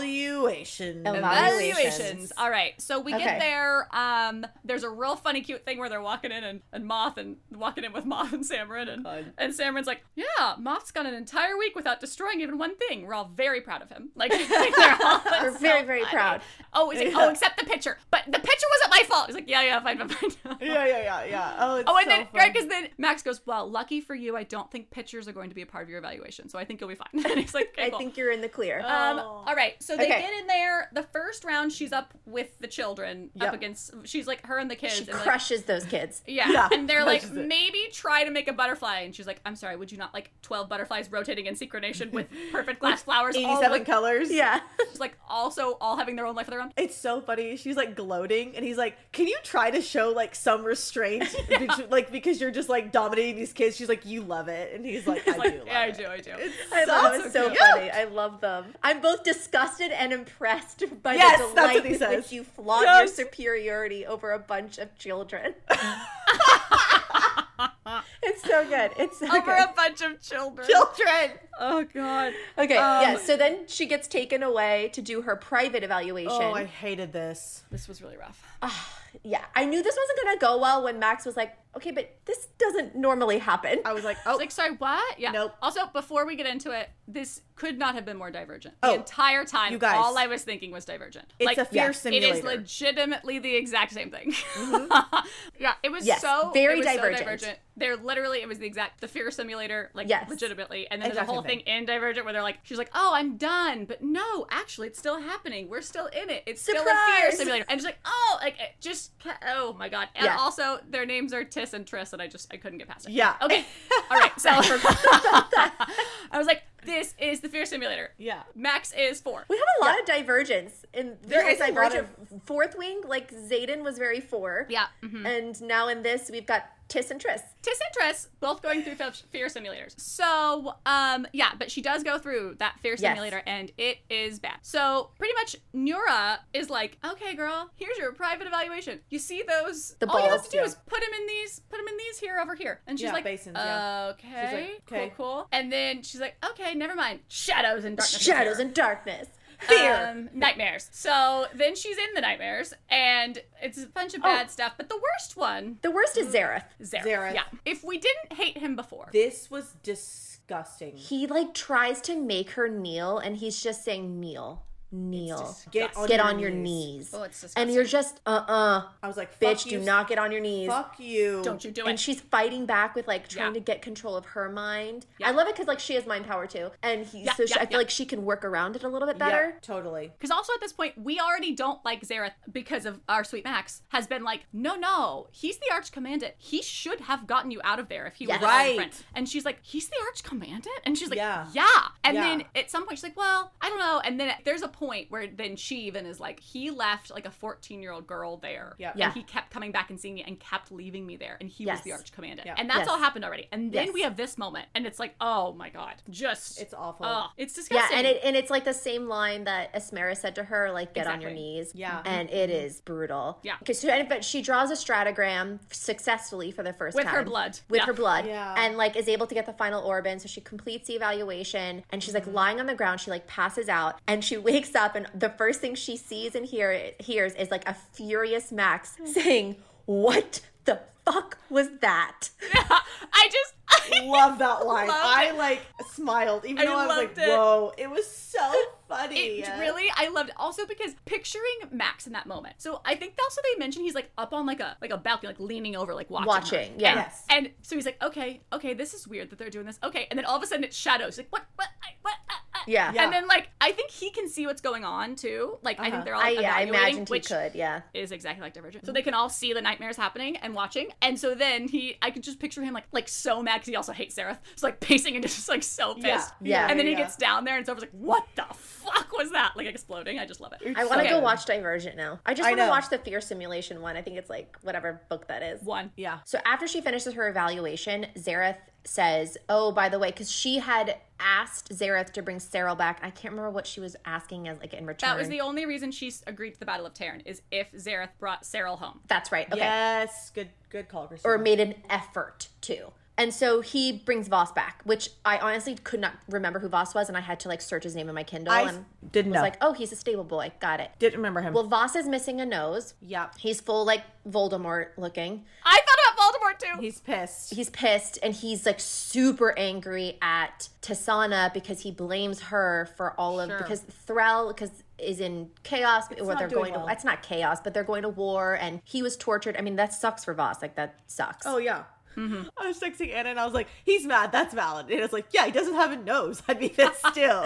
[SPEAKER 2] evaluation.
[SPEAKER 4] Evaluation.
[SPEAKER 1] evaluations.
[SPEAKER 4] Evaluations.
[SPEAKER 1] All right. So we
[SPEAKER 4] Okay.
[SPEAKER 1] get there. Um, there's a real funny, cute thing where they're walking in and, and Moth and walking in with Moth and Samrin and
[SPEAKER 2] God.
[SPEAKER 1] and Samrin's like, yeah, Moth's gone an entire week without destroying even one thing. We're all very proud of him. Like they're all like,
[SPEAKER 4] We're
[SPEAKER 1] so
[SPEAKER 4] very, very
[SPEAKER 1] funny.
[SPEAKER 4] proud.
[SPEAKER 1] Oh, he's like, oh, except the picture. But the picture wasn't my fault. He's like, yeah, yeah, fine, fine, fine.
[SPEAKER 2] Yeah, yeah, yeah, yeah. Oh, it's
[SPEAKER 1] Oh, and
[SPEAKER 2] so
[SPEAKER 1] then
[SPEAKER 2] fun.
[SPEAKER 1] right, because then Max goes, "Well, lucky for you, I don't think pictures are going to be a part of your evaluation, so I think you'll be fine." And he's like, okay,
[SPEAKER 4] I
[SPEAKER 1] cool.
[SPEAKER 4] think you're in the clear.
[SPEAKER 1] Um,
[SPEAKER 2] Oh.
[SPEAKER 1] all right, so they
[SPEAKER 4] Okay.
[SPEAKER 1] get in there. The first round, she's up with the children,
[SPEAKER 2] Yep.
[SPEAKER 1] up against. She's like her and the kids.
[SPEAKER 4] she
[SPEAKER 1] and like-
[SPEAKER 4] crushes those kids.
[SPEAKER 1] yeah.
[SPEAKER 2] Yeah,
[SPEAKER 1] and they're like,
[SPEAKER 2] crushes it.
[SPEAKER 1] maybe try to make a butterfly, and she's like, I'm sorry, would you not like twelve butterflies rotating in synchronation with perfect glass flowers? all
[SPEAKER 2] eighty-seven
[SPEAKER 1] look-
[SPEAKER 2] colors.
[SPEAKER 4] Yeah.
[SPEAKER 1] She's like also all having their own life of their own.
[SPEAKER 2] It's so funny. She's like gloating, and he's like, "Can you try to show like some restraint, Because- like because you're just like dominating these kids?" She's like, "You love it," and he's like, "I
[SPEAKER 1] Like,
[SPEAKER 2] do." Love
[SPEAKER 1] yeah, I
[SPEAKER 2] it.
[SPEAKER 1] do, I do.
[SPEAKER 4] I love it.
[SPEAKER 2] So
[SPEAKER 4] It's so
[SPEAKER 2] cute.
[SPEAKER 4] funny. I love them. I'm both disgusted and impressed by
[SPEAKER 2] Yes,
[SPEAKER 4] the
[SPEAKER 2] that's
[SPEAKER 4] delight
[SPEAKER 2] what he
[SPEAKER 4] with
[SPEAKER 2] says.
[SPEAKER 4] which you flaunt your
[SPEAKER 2] Yes.
[SPEAKER 4] superiority over a bunch of children. it's so good. It's so
[SPEAKER 1] Over
[SPEAKER 4] good.
[SPEAKER 1] a bunch of children.
[SPEAKER 2] Children.
[SPEAKER 1] oh God.
[SPEAKER 4] okay,
[SPEAKER 2] um,
[SPEAKER 4] yeah. So then she gets taken away to do her private evaluation.
[SPEAKER 2] Oh, I hated this.
[SPEAKER 1] This was really rough.
[SPEAKER 4] yeah, I knew this wasn't gonna go well when Max was like, "Okay, but this doesn't normally happen."
[SPEAKER 2] I was like, "Oh,
[SPEAKER 1] It's like, sorry, what? Yeah.
[SPEAKER 2] Nope.
[SPEAKER 1] Also, before we get into it, this could not have been more divergent.
[SPEAKER 2] Oh,
[SPEAKER 1] the entire time,
[SPEAKER 2] you guys.
[SPEAKER 1] all I was thinking was divergent.
[SPEAKER 2] it's a fear
[SPEAKER 4] yeah, it is
[SPEAKER 2] simulator." Mm-hmm.
[SPEAKER 1] It is legitimately the exact same thing. yeah, it was
[SPEAKER 4] Yes,
[SPEAKER 1] so
[SPEAKER 4] very
[SPEAKER 1] it was so
[SPEAKER 4] divergent.
[SPEAKER 1] divergent. They're literally it was the exact the fear simulator, like
[SPEAKER 4] Yes.
[SPEAKER 1] legitimately, and then
[SPEAKER 2] And
[SPEAKER 1] there's a whole thing in Divergent where they're like, she's like, oh, I'm done, but no, actually, it's still happening. We're still in it. It's still a fear
[SPEAKER 4] Surprise!
[SPEAKER 1] simulator. And she's like, oh, like it just, oh my god. And
[SPEAKER 4] Yeah.
[SPEAKER 1] also, their names are Tiss and Triss, and I just I couldn't get past it.
[SPEAKER 2] Yeah.
[SPEAKER 1] Okay. All right. So I was like, this is the fear simulator.
[SPEAKER 2] Yeah.
[SPEAKER 1] Max is four.
[SPEAKER 4] We have a lot of divergence in
[SPEAKER 2] There
[SPEAKER 4] there
[SPEAKER 2] is
[SPEAKER 4] is
[SPEAKER 2] a lot
[SPEAKER 4] divergent fourth wing, like Zayden was very four.
[SPEAKER 1] Yeah. mhm.
[SPEAKER 4] And now in this we've got Tiss and Triss.
[SPEAKER 1] Tiss and Triss both going through fe- fear simulators. So, um, yeah, but she does go through that fear
[SPEAKER 4] Yes.
[SPEAKER 1] simulator, and it is bad. So, pretty much, Nura is like, "Okay, girl, here's your private evaluation. You see those?
[SPEAKER 4] The
[SPEAKER 1] all you have
[SPEAKER 4] balls,
[SPEAKER 1] to do
[SPEAKER 2] yeah.
[SPEAKER 1] is put them in these, put them in these here over here." And she's
[SPEAKER 2] Yeah,
[SPEAKER 1] like,
[SPEAKER 2] basins, yeah.
[SPEAKER 1] "Okay,
[SPEAKER 2] like, "Okay."
[SPEAKER 1] cool, cool." And then she's like, "Okay, never mind. Shadows and darkness. is
[SPEAKER 4] Shadows
[SPEAKER 1] here."
[SPEAKER 4] and darkness.
[SPEAKER 2] Uh,
[SPEAKER 1] Um, nightmares. So then she's in the nightmares, and it's a bunch of bad stuff. But the worst one,
[SPEAKER 4] Oh. The worst
[SPEAKER 2] mm.
[SPEAKER 4] is Zareth.
[SPEAKER 1] Zareth.
[SPEAKER 2] Zareth.
[SPEAKER 1] Yeah. If we didn't hate him before,
[SPEAKER 2] This was disgusting.
[SPEAKER 4] He like tries to make her kneel and he's just saying kneel. Kneel.
[SPEAKER 2] Get on,
[SPEAKER 4] Get
[SPEAKER 2] your,
[SPEAKER 4] on your
[SPEAKER 2] knees.
[SPEAKER 4] knees.
[SPEAKER 1] Oh, it's
[SPEAKER 4] and you're just uh uh
[SPEAKER 2] I was like, fuck
[SPEAKER 4] bitch,
[SPEAKER 2] you.
[SPEAKER 4] do not get on your knees.
[SPEAKER 2] Fuck you.
[SPEAKER 1] Don't you do it.
[SPEAKER 4] and she's fighting back with like trying
[SPEAKER 1] Yeah.
[SPEAKER 4] to get control of her mind.
[SPEAKER 1] Yeah.
[SPEAKER 4] I love it because like she has mind power too, and he,
[SPEAKER 1] Yeah,
[SPEAKER 4] so she,
[SPEAKER 1] yeah,
[SPEAKER 4] I feel
[SPEAKER 1] yeah.
[SPEAKER 4] like she can work around it a little bit
[SPEAKER 2] Yeah,
[SPEAKER 4] better.
[SPEAKER 2] totally.
[SPEAKER 1] Because also at this point, we already don't like Zareth because of our sweet Max has been like, no, no, he's the arch commandant. He should have gotten you out of there if he
[SPEAKER 4] Yes.
[SPEAKER 1] was right.
[SPEAKER 2] Right.
[SPEAKER 1] And she's like, he's the arch commandant, and she's like,
[SPEAKER 2] Yeah.
[SPEAKER 1] yeah, And
[SPEAKER 2] Yeah.
[SPEAKER 1] then at some point she's like, well, I don't know. And then there's a point where then she even is like, he left like a 14 year old girl there.
[SPEAKER 2] Yeah.
[SPEAKER 1] And
[SPEAKER 4] Yeah.
[SPEAKER 1] he kept coming back and seeing me and kept leaving me there, and he was
[SPEAKER 4] Yes.
[SPEAKER 1] the arch commandant.
[SPEAKER 2] Yeah.
[SPEAKER 1] And that's
[SPEAKER 4] Yes.
[SPEAKER 1] all happened already. And then
[SPEAKER 4] Yes.
[SPEAKER 1] we have this moment, and it's like, oh my god, just
[SPEAKER 2] It's awful.
[SPEAKER 1] oh, it's
[SPEAKER 4] Yeah,
[SPEAKER 1] disgusting.
[SPEAKER 4] and it and it's like the same line that Esmera said to her, like get on your
[SPEAKER 1] Exactly. Mm-hmm.
[SPEAKER 4] knees.
[SPEAKER 2] Yeah.
[SPEAKER 4] and it is brutal.
[SPEAKER 1] Yeah.
[SPEAKER 4] Okay, so and- but she draws a stratagram successfully for the first
[SPEAKER 1] With
[SPEAKER 4] time
[SPEAKER 1] her blood.
[SPEAKER 4] with
[SPEAKER 1] Yeah.
[SPEAKER 4] her blood,
[SPEAKER 2] Yeah.
[SPEAKER 4] and like is able to get the final orb in. So she completes the evaluation, and she's
[SPEAKER 1] Mm-hmm.
[SPEAKER 4] like lying on the ground. She like passes out, and she wakes up, and the first thing she sees and hear, hears is like a furious Max
[SPEAKER 1] Hmm.
[SPEAKER 4] saying, "What the fuck was that?"
[SPEAKER 1] I just.
[SPEAKER 2] Love that line.
[SPEAKER 1] Loved
[SPEAKER 2] I
[SPEAKER 1] it.
[SPEAKER 2] like smiled, even
[SPEAKER 1] I
[SPEAKER 2] though I was
[SPEAKER 1] loved
[SPEAKER 2] like,
[SPEAKER 1] it.
[SPEAKER 2] whoa, it was so funny.
[SPEAKER 1] It really, I loved also because picturing Max in that moment. So I think also they mentioned he's like up on like a like a balcony, like leaning over, like watching.
[SPEAKER 4] Watching,
[SPEAKER 1] her.
[SPEAKER 4] yeah.
[SPEAKER 1] And-
[SPEAKER 2] Yes.
[SPEAKER 1] And, so he's like, okay, okay, this is weird that they're doing this. Okay, and then all of a sudden it's shadows. Like what, what, I- what? uh, uh.
[SPEAKER 4] Yeah.
[SPEAKER 2] Yeah.
[SPEAKER 1] And then like I think he can see what's going on too. Like I
[SPEAKER 2] Uh-huh.
[SPEAKER 1] think they're all
[SPEAKER 4] I,
[SPEAKER 1] like,
[SPEAKER 4] yeah, I
[SPEAKER 1] evaluating,
[SPEAKER 4] imagined he
[SPEAKER 1] which
[SPEAKER 4] could. Yeah.
[SPEAKER 1] is exactly like Divergent. So they can all see the nightmares happening and watching. And so then he, I could just picture him like like so mad because he also hates Seraph. So like pacing and just like so pissed.
[SPEAKER 2] Yeah.
[SPEAKER 4] Yeah.
[SPEAKER 1] And then he
[SPEAKER 2] yeah.
[SPEAKER 1] gets down there and Serph's like, what the fuck was that? Like exploding. I just love it.
[SPEAKER 2] It's
[SPEAKER 4] I want to
[SPEAKER 2] so
[SPEAKER 4] go
[SPEAKER 2] good.
[SPEAKER 4] watch Divergent now. I just
[SPEAKER 2] I
[SPEAKER 4] want to
[SPEAKER 2] know.
[SPEAKER 4] watch the Fear Simulation one. I think it's like whatever book that is.
[SPEAKER 1] One.
[SPEAKER 2] Yeah.
[SPEAKER 4] So after she finishes her evaluation, Zareth says, "Oh, by the way, because she had asked Zareth to bring Cyril back. I can't remember what she was asking as like in return.
[SPEAKER 1] That was the only reason she s- agreed to the Battle of Terran is if Zareth brought Cyril home.
[SPEAKER 4] That's right. Okay,
[SPEAKER 2] Yes. Good good call, Christine.
[SPEAKER 4] or made an effort to." And so he brings Voss back, which I honestly could not remember who Voss was, and I had to like search his name in my Kindle.
[SPEAKER 2] I
[SPEAKER 4] and
[SPEAKER 2] didn't
[SPEAKER 4] was
[SPEAKER 2] know.
[SPEAKER 4] like, "Oh, he's a stable boy. Got it."
[SPEAKER 2] Didn't remember him.
[SPEAKER 4] Well, Voss is missing a nose.
[SPEAKER 2] Yep.
[SPEAKER 4] He's full like Voldemort looking.
[SPEAKER 1] I thought about Voldemort too.
[SPEAKER 2] He's pissed.
[SPEAKER 4] he's pissed and he's like super angry at Tasana because he blames her for all of
[SPEAKER 1] Sure.
[SPEAKER 4] because Threll because is in chaos or
[SPEAKER 2] not
[SPEAKER 4] they're
[SPEAKER 2] doing
[SPEAKER 4] going
[SPEAKER 2] well.
[SPEAKER 4] to it's not chaos but they're going to war and he was tortured. I mean that sucks for Voss like that sucks.
[SPEAKER 2] oh yeah. I was texting Anna and I was like, he's mad, that's valid. And it's like, yeah, he doesn't have a nose. I'd be pissed still.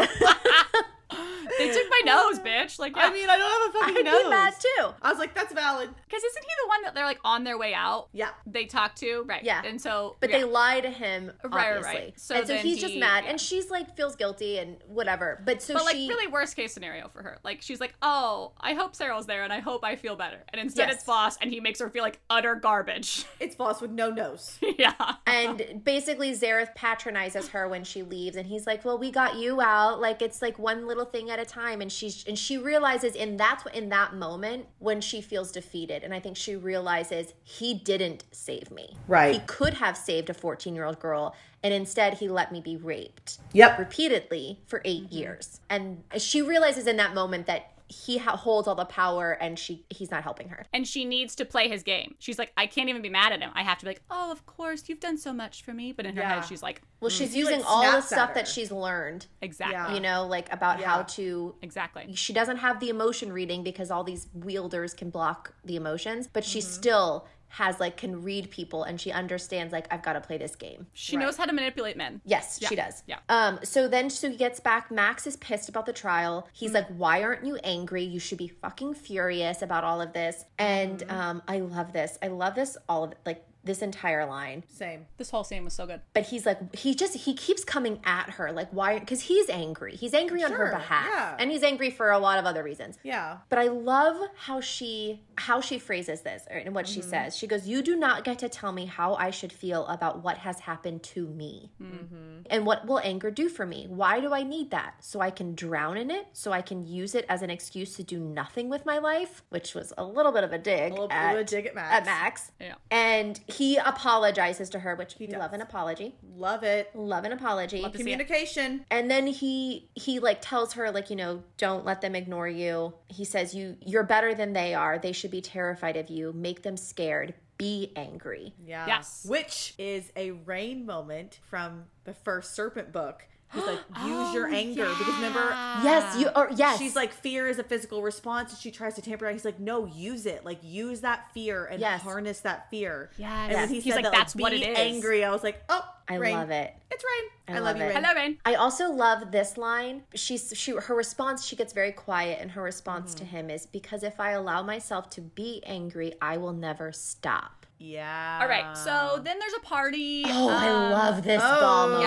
[SPEAKER 1] they took my nose, bitch. Like, yeah.
[SPEAKER 2] I mean, I don't have a fucking
[SPEAKER 4] I'd
[SPEAKER 2] nose.
[SPEAKER 4] be mad too.
[SPEAKER 2] I was like, that's valid.
[SPEAKER 1] because isn't he the one that they're like on their way out?
[SPEAKER 2] Yeah.
[SPEAKER 1] They talk to right.
[SPEAKER 4] Yeah.
[SPEAKER 1] And so,
[SPEAKER 4] But
[SPEAKER 1] yeah.
[SPEAKER 4] they lie to him
[SPEAKER 1] Right, right,
[SPEAKER 4] obviously.
[SPEAKER 1] right. So
[SPEAKER 4] and so
[SPEAKER 1] then
[SPEAKER 4] he's just
[SPEAKER 1] he-
[SPEAKER 4] mad
[SPEAKER 1] yeah.
[SPEAKER 4] and she's like feels guilty and whatever. But so
[SPEAKER 1] But like
[SPEAKER 4] she
[SPEAKER 1] really worst case scenario for her. Like she's like, "Oh, I hope Cyril's there and I hope I feel better." And instead
[SPEAKER 4] Yes.
[SPEAKER 1] it's Voss and he makes her feel like utter garbage.
[SPEAKER 2] It's boss with no nose.
[SPEAKER 1] yeah.
[SPEAKER 4] and basically Zareth patronizes her when she leaves and he's like well we got you out like it's like one little thing at a time and she's and she realizes and that's what in that moment when she feels defeated and I think she realizes he didn't save me
[SPEAKER 2] Right.
[SPEAKER 4] he could have saved a 14 year old girl and instead he let me be raped
[SPEAKER 2] Yep.
[SPEAKER 4] repeatedly for 8
[SPEAKER 2] Mm-hmm.
[SPEAKER 4] years and she realizes in that moment that he ha- holds all the power and she he's not helping her
[SPEAKER 1] And she needs to play his game. She's like, "I can't even be mad at him. I have to be like, "Oh, of course, you've done so much for me." But in her
[SPEAKER 2] Yeah.
[SPEAKER 1] head she's like,
[SPEAKER 4] well she's
[SPEAKER 2] Mm. like,
[SPEAKER 4] using all the
[SPEAKER 2] snaps at
[SPEAKER 4] stuff that
[SPEAKER 2] her.
[SPEAKER 4] she's learned
[SPEAKER 1] "Exactly."
[SPEAKER 2] Yeah.
[SPEAKER 4] you know, like about
[SPEAKER 2] Yeah.
[SPEAKER 4] how to.
[SPEAKER 1] Exactly.
[SPEAKER 4] She doesn't have the emotion reading because all these wielders can block the emotions, but she still has like can read people and she understands like I've got to play this game.
[SPEAKER 1] She knows how to manipulate men.
[SPEAKER 4] Yes,
[SPEAKER 1] Yeah.
[SPEAKER 4] she does.
[SPEAKER 1] Yeah.
[SPEAKER 4] Um, so then so he gets back. Max is pissed about the trial. He's like, Why aren't you angry? You should be fucking furious about all of this. And um, I love this. I love this all of like this entire line.
[SPEAKER 2] Same.
[SPEAKER 1] This whole scene was so good.
[SPEAKER 4] But he's like, he just he keeps coming at her, like why? Because he's angry. He's angry on her
[SPEAKER 2] Sure,
[SPEAKER 4] behalf,
[SPEAKER 2] yeah.
[SPEAKER 4] and he's angry for a lot of other reasons.
[SPEAKER 2] Yeah.
[SPEAKER 4] But I love how she how she phrases this or- and what she
[SPEAKER 2] Mm-hmm.
[SPEAKER 4] says. She goes, "You do not get to tell me how I should feel about what has happened to me,
[SPEAKER 2] Mm-hmm.
[SPEAKER 4] and what will anger do for me. Why do I need that? So I can drown in it. So I can use it as an excuse to do nothing with my life, which was a little bit of a dig
[SPEAKER 2] A little,
[SPEAKER 4] at,
[SPEAKER 2] little dig at Max.
[SPEAKER 4] at Max.
[SPEAKER 1] Yeah.
[SPEAKER 4] And he apologizes to her, which we love
[SPEAKER 2] does.
[SPEAKER 4] an apology.
[SPEAKER 2] Love it.
[SPEAKER 4] Love an apology
[SPEAKER 1] Love to see it.
[SPEAKER 2] Communication.
[SPEAKER 4] and then he he like tells her like you know don't let them ignore you he says you you're better than they are they should be terrified of you make them scared be angry
[SPEAKER 2] Yeah.
[SPEAKER 1] Yes.
[SPEAKER 2] Which is a rain moment from the first serpent book. He's like, use your anger. Because remember,
[SPEAKER 4] yes you are Oh, yes
[SPEAKER 2] she's like, fear is a physical response and she tries to tamper down. He's like, no, use it. Like, use that fear and
[SPEAKER 4] Yes.
[SPEAKER 2] harness that fear.
[SPEAKER 1] Yes.
[SPEAKER 2] And when he
[SPEAKER 1] He's like,
[SPEAKER 2] said that,
[SPEAKER 1] "That's what
[SPEAKER 2] be
[SPEAKER 1] it is."
[SPEAKER 2] angry, I was like, oh,
[SPEAKER 4] i
[SPEAKER 2] rain.
[SPEAKER 4] love it
[SPEAKER 2] It's rain.
[SPEAKER 4] I
[SPEAKER 2] I, love,
[SPEAKER 4] love
[SPEAKER 2] you,
[SPEAKER 4] it.
[SPEAKER 2] rain.
[SPEAKER 1] Hello, Rain.
[SPEAKER 4] I also love this line. She's she her response. She gets very quiet, and her response to him is because if I allow myself to be angry, I will never stop.
[SPEAKER 2] Yeah.
[SPEAKER 1] All right. So then there's a party.
[SPEAKER 4] Uh. Oh, I
[SPEAKER 1] Um,
[SPEAKER 4] love this
[SPEAKER 2] Oh.
[SPEAKER 4] ball moment.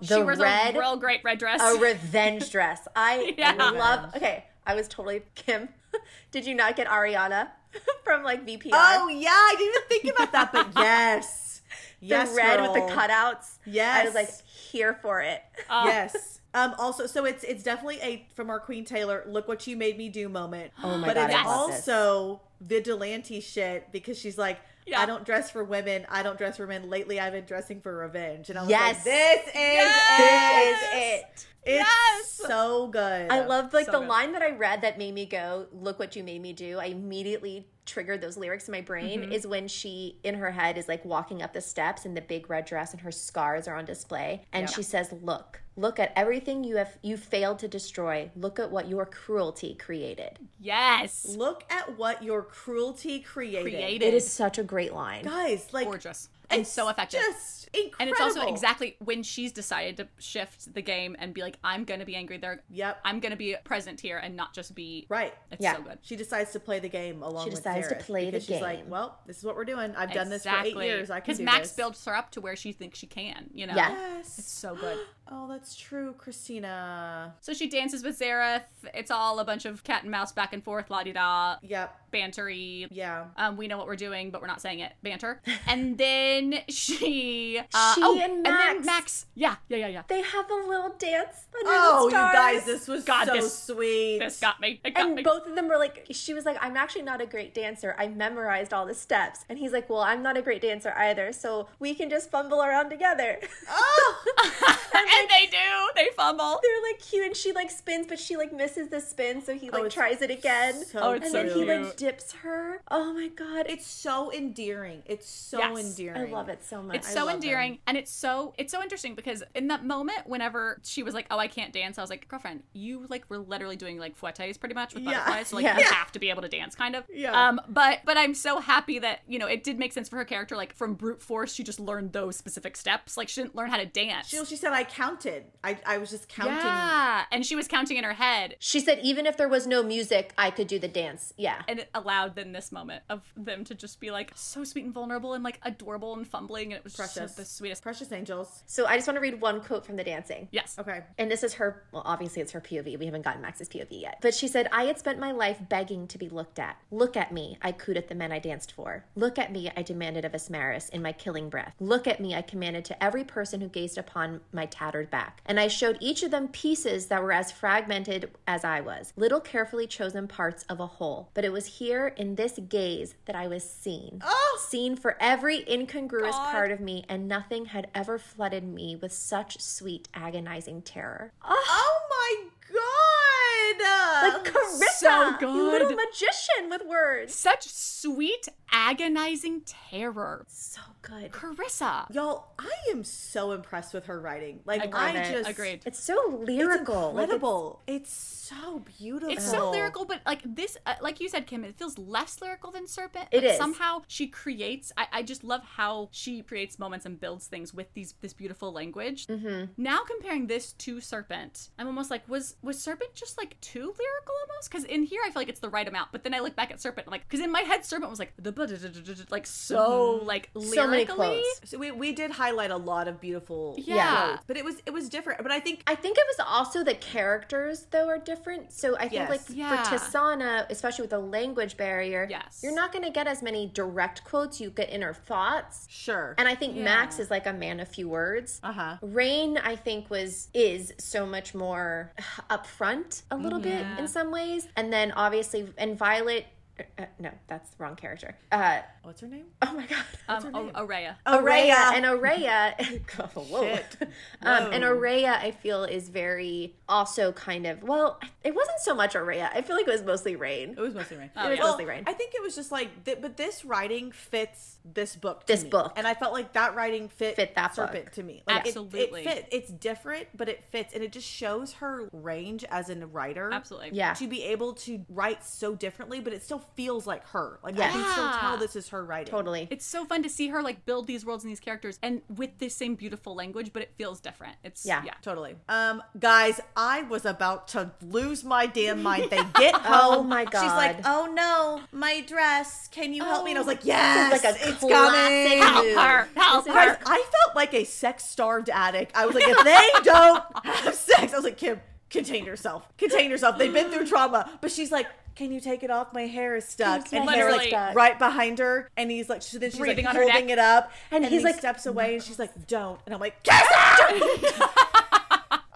[SPEAKER 1] yes.
[SPEAKER 4] The
[SPEAKER 1] she wears
[SPEAKER 4] red-
[SPEAKER 1] a real great red dress.
[SPEAKER 4] a revenge dress. I
[SPEAKER 1] Yeah.
[SPEAKER 4] love. Okay, I was totally Kim. Did you not get Ariana from like VPR?
[SPEAKER 2] Oh, yeah. I didn't even think about that, but yes.
[SPEAKER 4] the
[SPEAKER 2] yes.
[SPEAKER 4] red with
[SPEAKER 2] girl.
[SPEAKER 4] the cutouts. I was
[SPEAKER 2] Yes.
[SPEAKER 4] like here for it.
[SPEAKER 1] Uh,
[SPEAKER 2] yes. Um, also, so it's it's definitely a from our Queen Taylor "Look What You Made Me Do" moment.
[SPEAKER 4] Oh my
[SPEAKER 2] but
[SPEAKER 4] God,
[SPEAKER 2] it's
[SPEAKER 1] I
[SPEAKER 4] love this.
[SPEAKER 2] also vigilante shit because she's like,
[SPEAKER 1] Yeah.
[SPEAKER 2] "I don't dress for women. I don't dress for men. Lately, I've been dressing for revenge." And I was
[SPEAKER 4] Yes.
[SPEAKER 2] like, "This is
[SPEAKER 1] Yes.
[SPEAKER 2] it.
[SPEAKER 4] This is it.
[SPEAKER 2] It's
[SPEAKER 1] Yes.
[SPEAKER 2] so good.
[SPEAKER 4] I love like
[SPEAKER 1] so
[SPEAKER 4] the
[SPEAKER 1] good.
[SPEAKER 4] line that I read that made me go, "Look what you made me do." I immediately triggered those lyrics in my brain. Is when she in her head is like walking up the steps in the big red dress, and her scars are on display, and she says, "Look." Look at everything you have you failed to destroy. Look at what your cruelty created.
[SPEAKER 1] yes.
[SPEAKER 2] Look at what your cruelty created,
[SPEAKER 1] Created.
[SPEAKER 4] It is such a great line.
[SPEAKER 2] guys. Like,
[SPEAKER 1] gorgeous and
[SPEAKER 2] it's
[SPEAKER 1] so effective.
[SPEAKER 2] Just incredible.
[SPEAKER 1] and it's also exactly when she's decided to shift the game and be like, I'm going to be angry there.
[SPEAKER 2] Yep.
[SPEAKER 1] I'm going to be present here and not just be.
[SPEAKER 2] right.
[SPEAKER 1] It's
[SPEAKER 4] Yeah.
[SPEAKER 1] so good.
[SPEAKER 2] She decides to play the game along
[SPEAKER 4] She
[SPEAKER 2] with
[SPEAKER 4] decides to
[SPEAKER 2] Zareth
[SPEAKER 4] play the
[SPEAKER 2] because She's like,
[SPEAKER 4] game.
[SPEAKER 2] well, this is what we're doing. I've done this for eight years. I can
[SPEAKER 1] Because
[SPEAKER 2] do
[SPEAKER 1] Max
[SPEAKER 2] this.
[SPEAKER 1] builds her up to where she thinks she can, you know?
[SPEAKER 4] Yeah.
[SPEAKER 2] Yes.
[SPEAKER 1] It's so good.
[SPEAKER 2] Oh, that's true, Christina.
[SPEAKER 1] So she dances with Zareth. It's all a bunch of cat and mouse back and forth, la di da,
[SPEAKER 2] Yep.
[SPEAKER 1] bantery.
[SPEAKER 2] Yeah.
[SPEAKER 1] Um, we know what we're doing, but we're not saying it. Banter. And then she. uh, oh,
[SPEAKER 4] She and Max.
[SPEAKER 1] then Max. Yeah, yeah, yeah, yeah.
[SPEAKER 4] They have a little dance. Under
[SPEAKER 2] Oh,
[SPEAKER 4] the
[SPEAKER 2] you
[SPEAKER 4] stars.
[SPEAKER 2] guys, this was
[SPEAKER 1] God,
[SPEAKER 2] so
[SPEAKER 1] this-
[SPEAKER 2] sweet.
[SPEAKER 1] This got me. It got
[SPEAKER 4] And
[SPEAKER 1] me.
[SPEAKER 4] both of them were like, she was like, I'm actually not a great dancer. I memorized all the steps. And he's like, Well, I'm not a great dancer either, so we can just fumble around together.
[SPEAKER 2] oh,
[SPEAKER 1] and they do. They fumble.
[SPEAKER 4] They're like cute, and she like spins, but she like misses the spin, so he like
[SPEAKER 2] it's
[SPEAKER 4] tries it again.
[SPEAKER 2] so
[SPEAKER 1] Oh, it's
[SPEAKER 4] and
[SPEAKER 1] Oh, so
[SPEAKER 4] then he
[SPEAKER 1] cute.
[SPEAKER 4] like dips her. Oh my god, it's
[SPEAKER 2] it's so endearing. It's so
[SPEAKER 1] Yes.
[SPEAKER 4] I
[SPEAKER 2] endearing.
[SPEAKER 4] love it so much.
[SPEAKER 1] It's so
[SPEAKER 2] love them.
[SPEAKER 1] endearing and it's so it's so interesting because in that moment whenever she was like, "Oh, I can't dance." I was like, "Girlfriend, you like were literally doing like fouettes pretty much with
[SPEAKER 2] Yeah,
[SPEAKER 1] butterflies, so like
[SPEAKER 4] yeah.
[SPEAKER 1] you have to be able to dance kind of."
[SPEAKER 2] Yeah.
[SPEAKER 1] Um but but I'm so happy that, you know, it did make sense for her character like from brute force she just learned those specific steps. Like she didn't learn how to dance.
[SPEAKER 2] She, she said, I counted. I, I was just counting.
[SPEAKER 1] yeah, and she was counting in her head.
[SPEAKER 4] she said, even if there was no music, I could do the dance. Yeah.
[SPEAKER 1] And it allowed then this moment of them to just be like so sweet and vulnerable and like adorable and fumbling, and it was just
[SPEAKER 2] Precious.
[SPEAKER 1] so the sweetest.
[SPEAKER 2] Precious Angels.
[SPEAKER 4] So I just want to read one quote from the dancing.
[SPEAKER 1] Yes.
[SPEAKER 2] Okay.
[SPEAKER 4] And this is her, well, obviously it's her POV. We haven't gotten Max's POV yet. But she said, I had spent my life begging to be looked at. Look at me, I cooed at the men I danced for. Look at me, I demanded of Asmaris in my killing breath. Look at me, I commanded to every person who gazed upon my tattered back. And I showed each of them pieces that were as fragmented as I was, little carefully chosen parts of a whole. But it was here in this gaze that I was seen. Seen for every incongruous
[SPEAKER 1] Oh! God.
[SPEAKER 4] part of me, and nothing had ever flooded me with such sweet, agonizing terror.
[SPEAKER 2] Oh my God.
[SPEAKER 4] Ah. Like Carissa,
[SPEAKER 1] so
[SPEAKER 4] you little
[SPEAKER 1] good.
[SPEAKER 4] magician. again with words.
[SPEAKER 1] Such sweet, agonizing terror.
[SPEAKER 4] So good.
[SPEAKER 1] Carissa.
[SPEAKER 2] Y'all, I am so impressed with her writing. Like
[SPEAKER 1] Agreed.
[SPEAKER 2] I
[SPEAKER 4] Love it.
[SPEAKER 2] just
[SPEAKER 1] Agreed.
[SPEAKER 4] It's so lyrical.
[SPEAKER 2] It's
[SPEAKER 4] Like, it's-
[SPEAKER 2] incredible. it's, so beautiful.
[SPEAKER 1] It's
[SPEAKER 4] Oh.
[SPEAKER 1] so lyrical, but like this, uh, like you said, Kim, it feels less lyrical than Serpent.
[SPEAKER 4] It
[SPEAKER 1] but
[SPEAKER 4] is.
[SPEAKER 1] Somehow she creates. I, I just love how she creates moments and builds things with these this beautiful language.
[SPEAKER 4] Mm-hmm.
[SPEAKER 1] Now comparing this to Serpent, I'm almost like, was was Serpent just like too lyrical almost? Because in here I feel like it's the right amount, but then I look back at Serpent, I'm like, because in my head Serpent was like the bu- du- du- du- du- du- like so like lyrically.
[SPEAKER 4] Mm-hmm. so many quotes.
[SPEAKER 2] So we, we did highlight a lot of beautiful
[SPEAKER 1] Yeah.
[SPEAKER 2] quotes, but it was it was different. But I think
[SPEAKER 4] I think it was also the characters though are different. So I think
[SPEAKER 2] Yes.
[SPEAKER 4] like
[SPEAKER 1] Yeah.
[SPEAKER 4] for Tisana, especially with the language barrier,
[SPEAKER 1] Yes.
[SPEAKER 4] you're not gonna get as many direct quotes. You get inner thoughts.
[SPEAKER 2] sure.
[SPEAKER 4] And I think Max
[SPEAKER 1] Yeah.
[SPEAKER 4] is like a man of few words.
[SPEAKER 2] uh
[SPEAKER 1] Uh-huh.
[SPEAKER 2] huh.
[SPEAKER 4] Rain, I think, was is so much more upfront a little
[SPEAKER 1] Yeah.
[SPEAKER 4] bit in some ways, and then obviously, and Violet. Uh, no, that's the wrong character. Uh,
[SPEAKER 2] What's her name?
[SPEAKER 4] oh my god,
[SPEAKER 1] Um, o- Araya.
[SPEAKER 2] Uh-huh.
[SPEAKER 4] Araya and Araya. whoa.
[SPEAKER 2] Shit.
[SPEAKER 4] Um, and
[SPEAKER 2] Whoa.
[SPEAKER 4] Araya, I feel, is very also kind of well. It wasn't so much Araya. I feel like it was mostly Rain.
[SPEAKER 2] It was mostly rain.
[SPEAKER 1] Oh,
[SPEAKER 4] it was
[SPEAKER 1] yeah.
[SPEAKER 4] mostly Rain.
[SPEAKER 2] I think it was just like, th- but this writing fits this book. To
[SPEAKER 4] This
[SPEAKER 2] me.
[SPEAKER 4] book.
[SPEAKER 2] and I felt like that writing fit,
[SPEAKER 4] Fit that
[SPEAKER 2] serpent
[SPEAKER 4] book.
[SPEAKER 2] to me. Like, it-
[SPEAKER 1] Absolutely.
[SPEAKER 2] it, fit. It's different, but it fits, and it just shows her range as a writer.
[SPEAKER 1] Absolutely.
[SPEAKER 4] yeah,
[SPEAKER 2] To be able to write so differently, but it still feels like her. Like I can
[SPEAKER 1] Yes.
[SPEAKER 2] still
[SPEAKER 1] Yeah.
[SPEAKER 2] tell this is her writing.
[SPEAKER 4] Ah. totally.
[SPEAKER 1] It's so fun to see her like build these worlds and these characters and with this same beautiful language, but it feels different. It's
[SPEAKER 4] Yeah.
[SPEAKER 1] yeah.
[SPEAKER 2] Totally. Um, guys, I was about to lose my damn mind. They get
[SPEAKER 4] Oh
[SPEAKER 2] home.
[SPEAKER 4] my
[SPEAKER 2] She's like,
[SPEAKER 4] God. Oh.
[SPEAKER 2] oh no, my dress. Can you help me? And I was like,
[SPEAKER 4] This
[SPEAKER 2] yes,
[SPEAKER 4] is like a
[SPEAKER 2] it's
[SPEAKER 4] classic
[SPEAKER 2] coming.
[SPEAKER 1] Help her! Help
[SPEAKER 4] This is-
[SPEAKER 1] her!
[SPEAKER 2] Guys, I felt like a sex starved addict. I was like, if they don't have sex, I was like, Kim, contain yourself. Contain yourself. They've been through trauma. But she's like, can you take it off? My hair is stuck.
[SPEAKER 4] my
[SPEAKER 2] And
[SPEAKER 1] hair
[SPEAKER 2] he's
[SPEAKER 1] is
[SPEAKER 2] like
[SPEAKER 4] stuck.
[SPEAKER 2] right behind her. And he's like, so then she's
[SPEAKER 1] Breathing
[SPEAKER 2] like
[SPEAKER 1] on her
[SPEAKER 2] holding
[SPEAKER 1] neck.
[SPEAKER 2] it up.
[SPEAKER 4] And he's
[SPEAKER 2] he
[SPEAKER 4] like,
[SPEAKER 2] steps away and she's like, don't. And I'm like, yes! don't."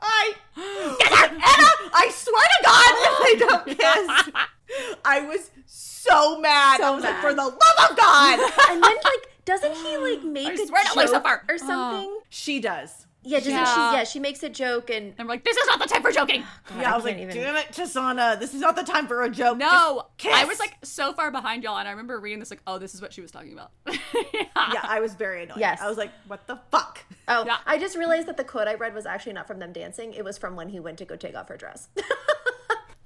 [SPEAKER 2] I, Anna, I swear to God, if they don't kiss, I was so mad. I was like,
[SPEAKER 4] mad.
[SPEAKER 2] for the love of God.
[SPEAKER 4] and then like, doesn't he like make
[SPEAKER 1] I
[SPEAKER 4] a
[SPEAKER 1] swear to
[SPEAKER 4] joke
[SPEAKER 1] Lucifer.
[SPEAKER 4] or
[SPEAKER 1] Oh.
[SPEAKER 4] something?
[SPEAKER 2] she does.
[SPEAKER 4] Yeah, doesn't
[SPEAKER 1] Yeah.
[SPEAKER 4] she? Yeah, she makes a joke and
[SPEAKER 1] And we're like, this is not the time for joking.
[SPEAKER 2] Yeah, I, was like,
[SPEAKER 4] can't even-
[SPEAKER 2] damn it, Tisana, this is not the time for a joke.
[SPEAKER 1] No,
[SPEAKER 2] kiss.
[SPEAKER 1] I was like so far behind y'all, and I remember reading this like, oh, this is what she was talking about. yeah.
[SPEAKER 2] Just-
[SPEAKER 1] uh,
[SPEAKER 2] yeah, I was very annoyed.
[SPEAKER 4] Yes.
[SPEAKER 2] I was like, what the fuck?
[SPEAKER 4] Oh,
[SPEAKER 1] Yeah.
[SPEAKER 4] I just realized that the quote I read was actually not from them dancing. It was from when he went to go take off her dress. but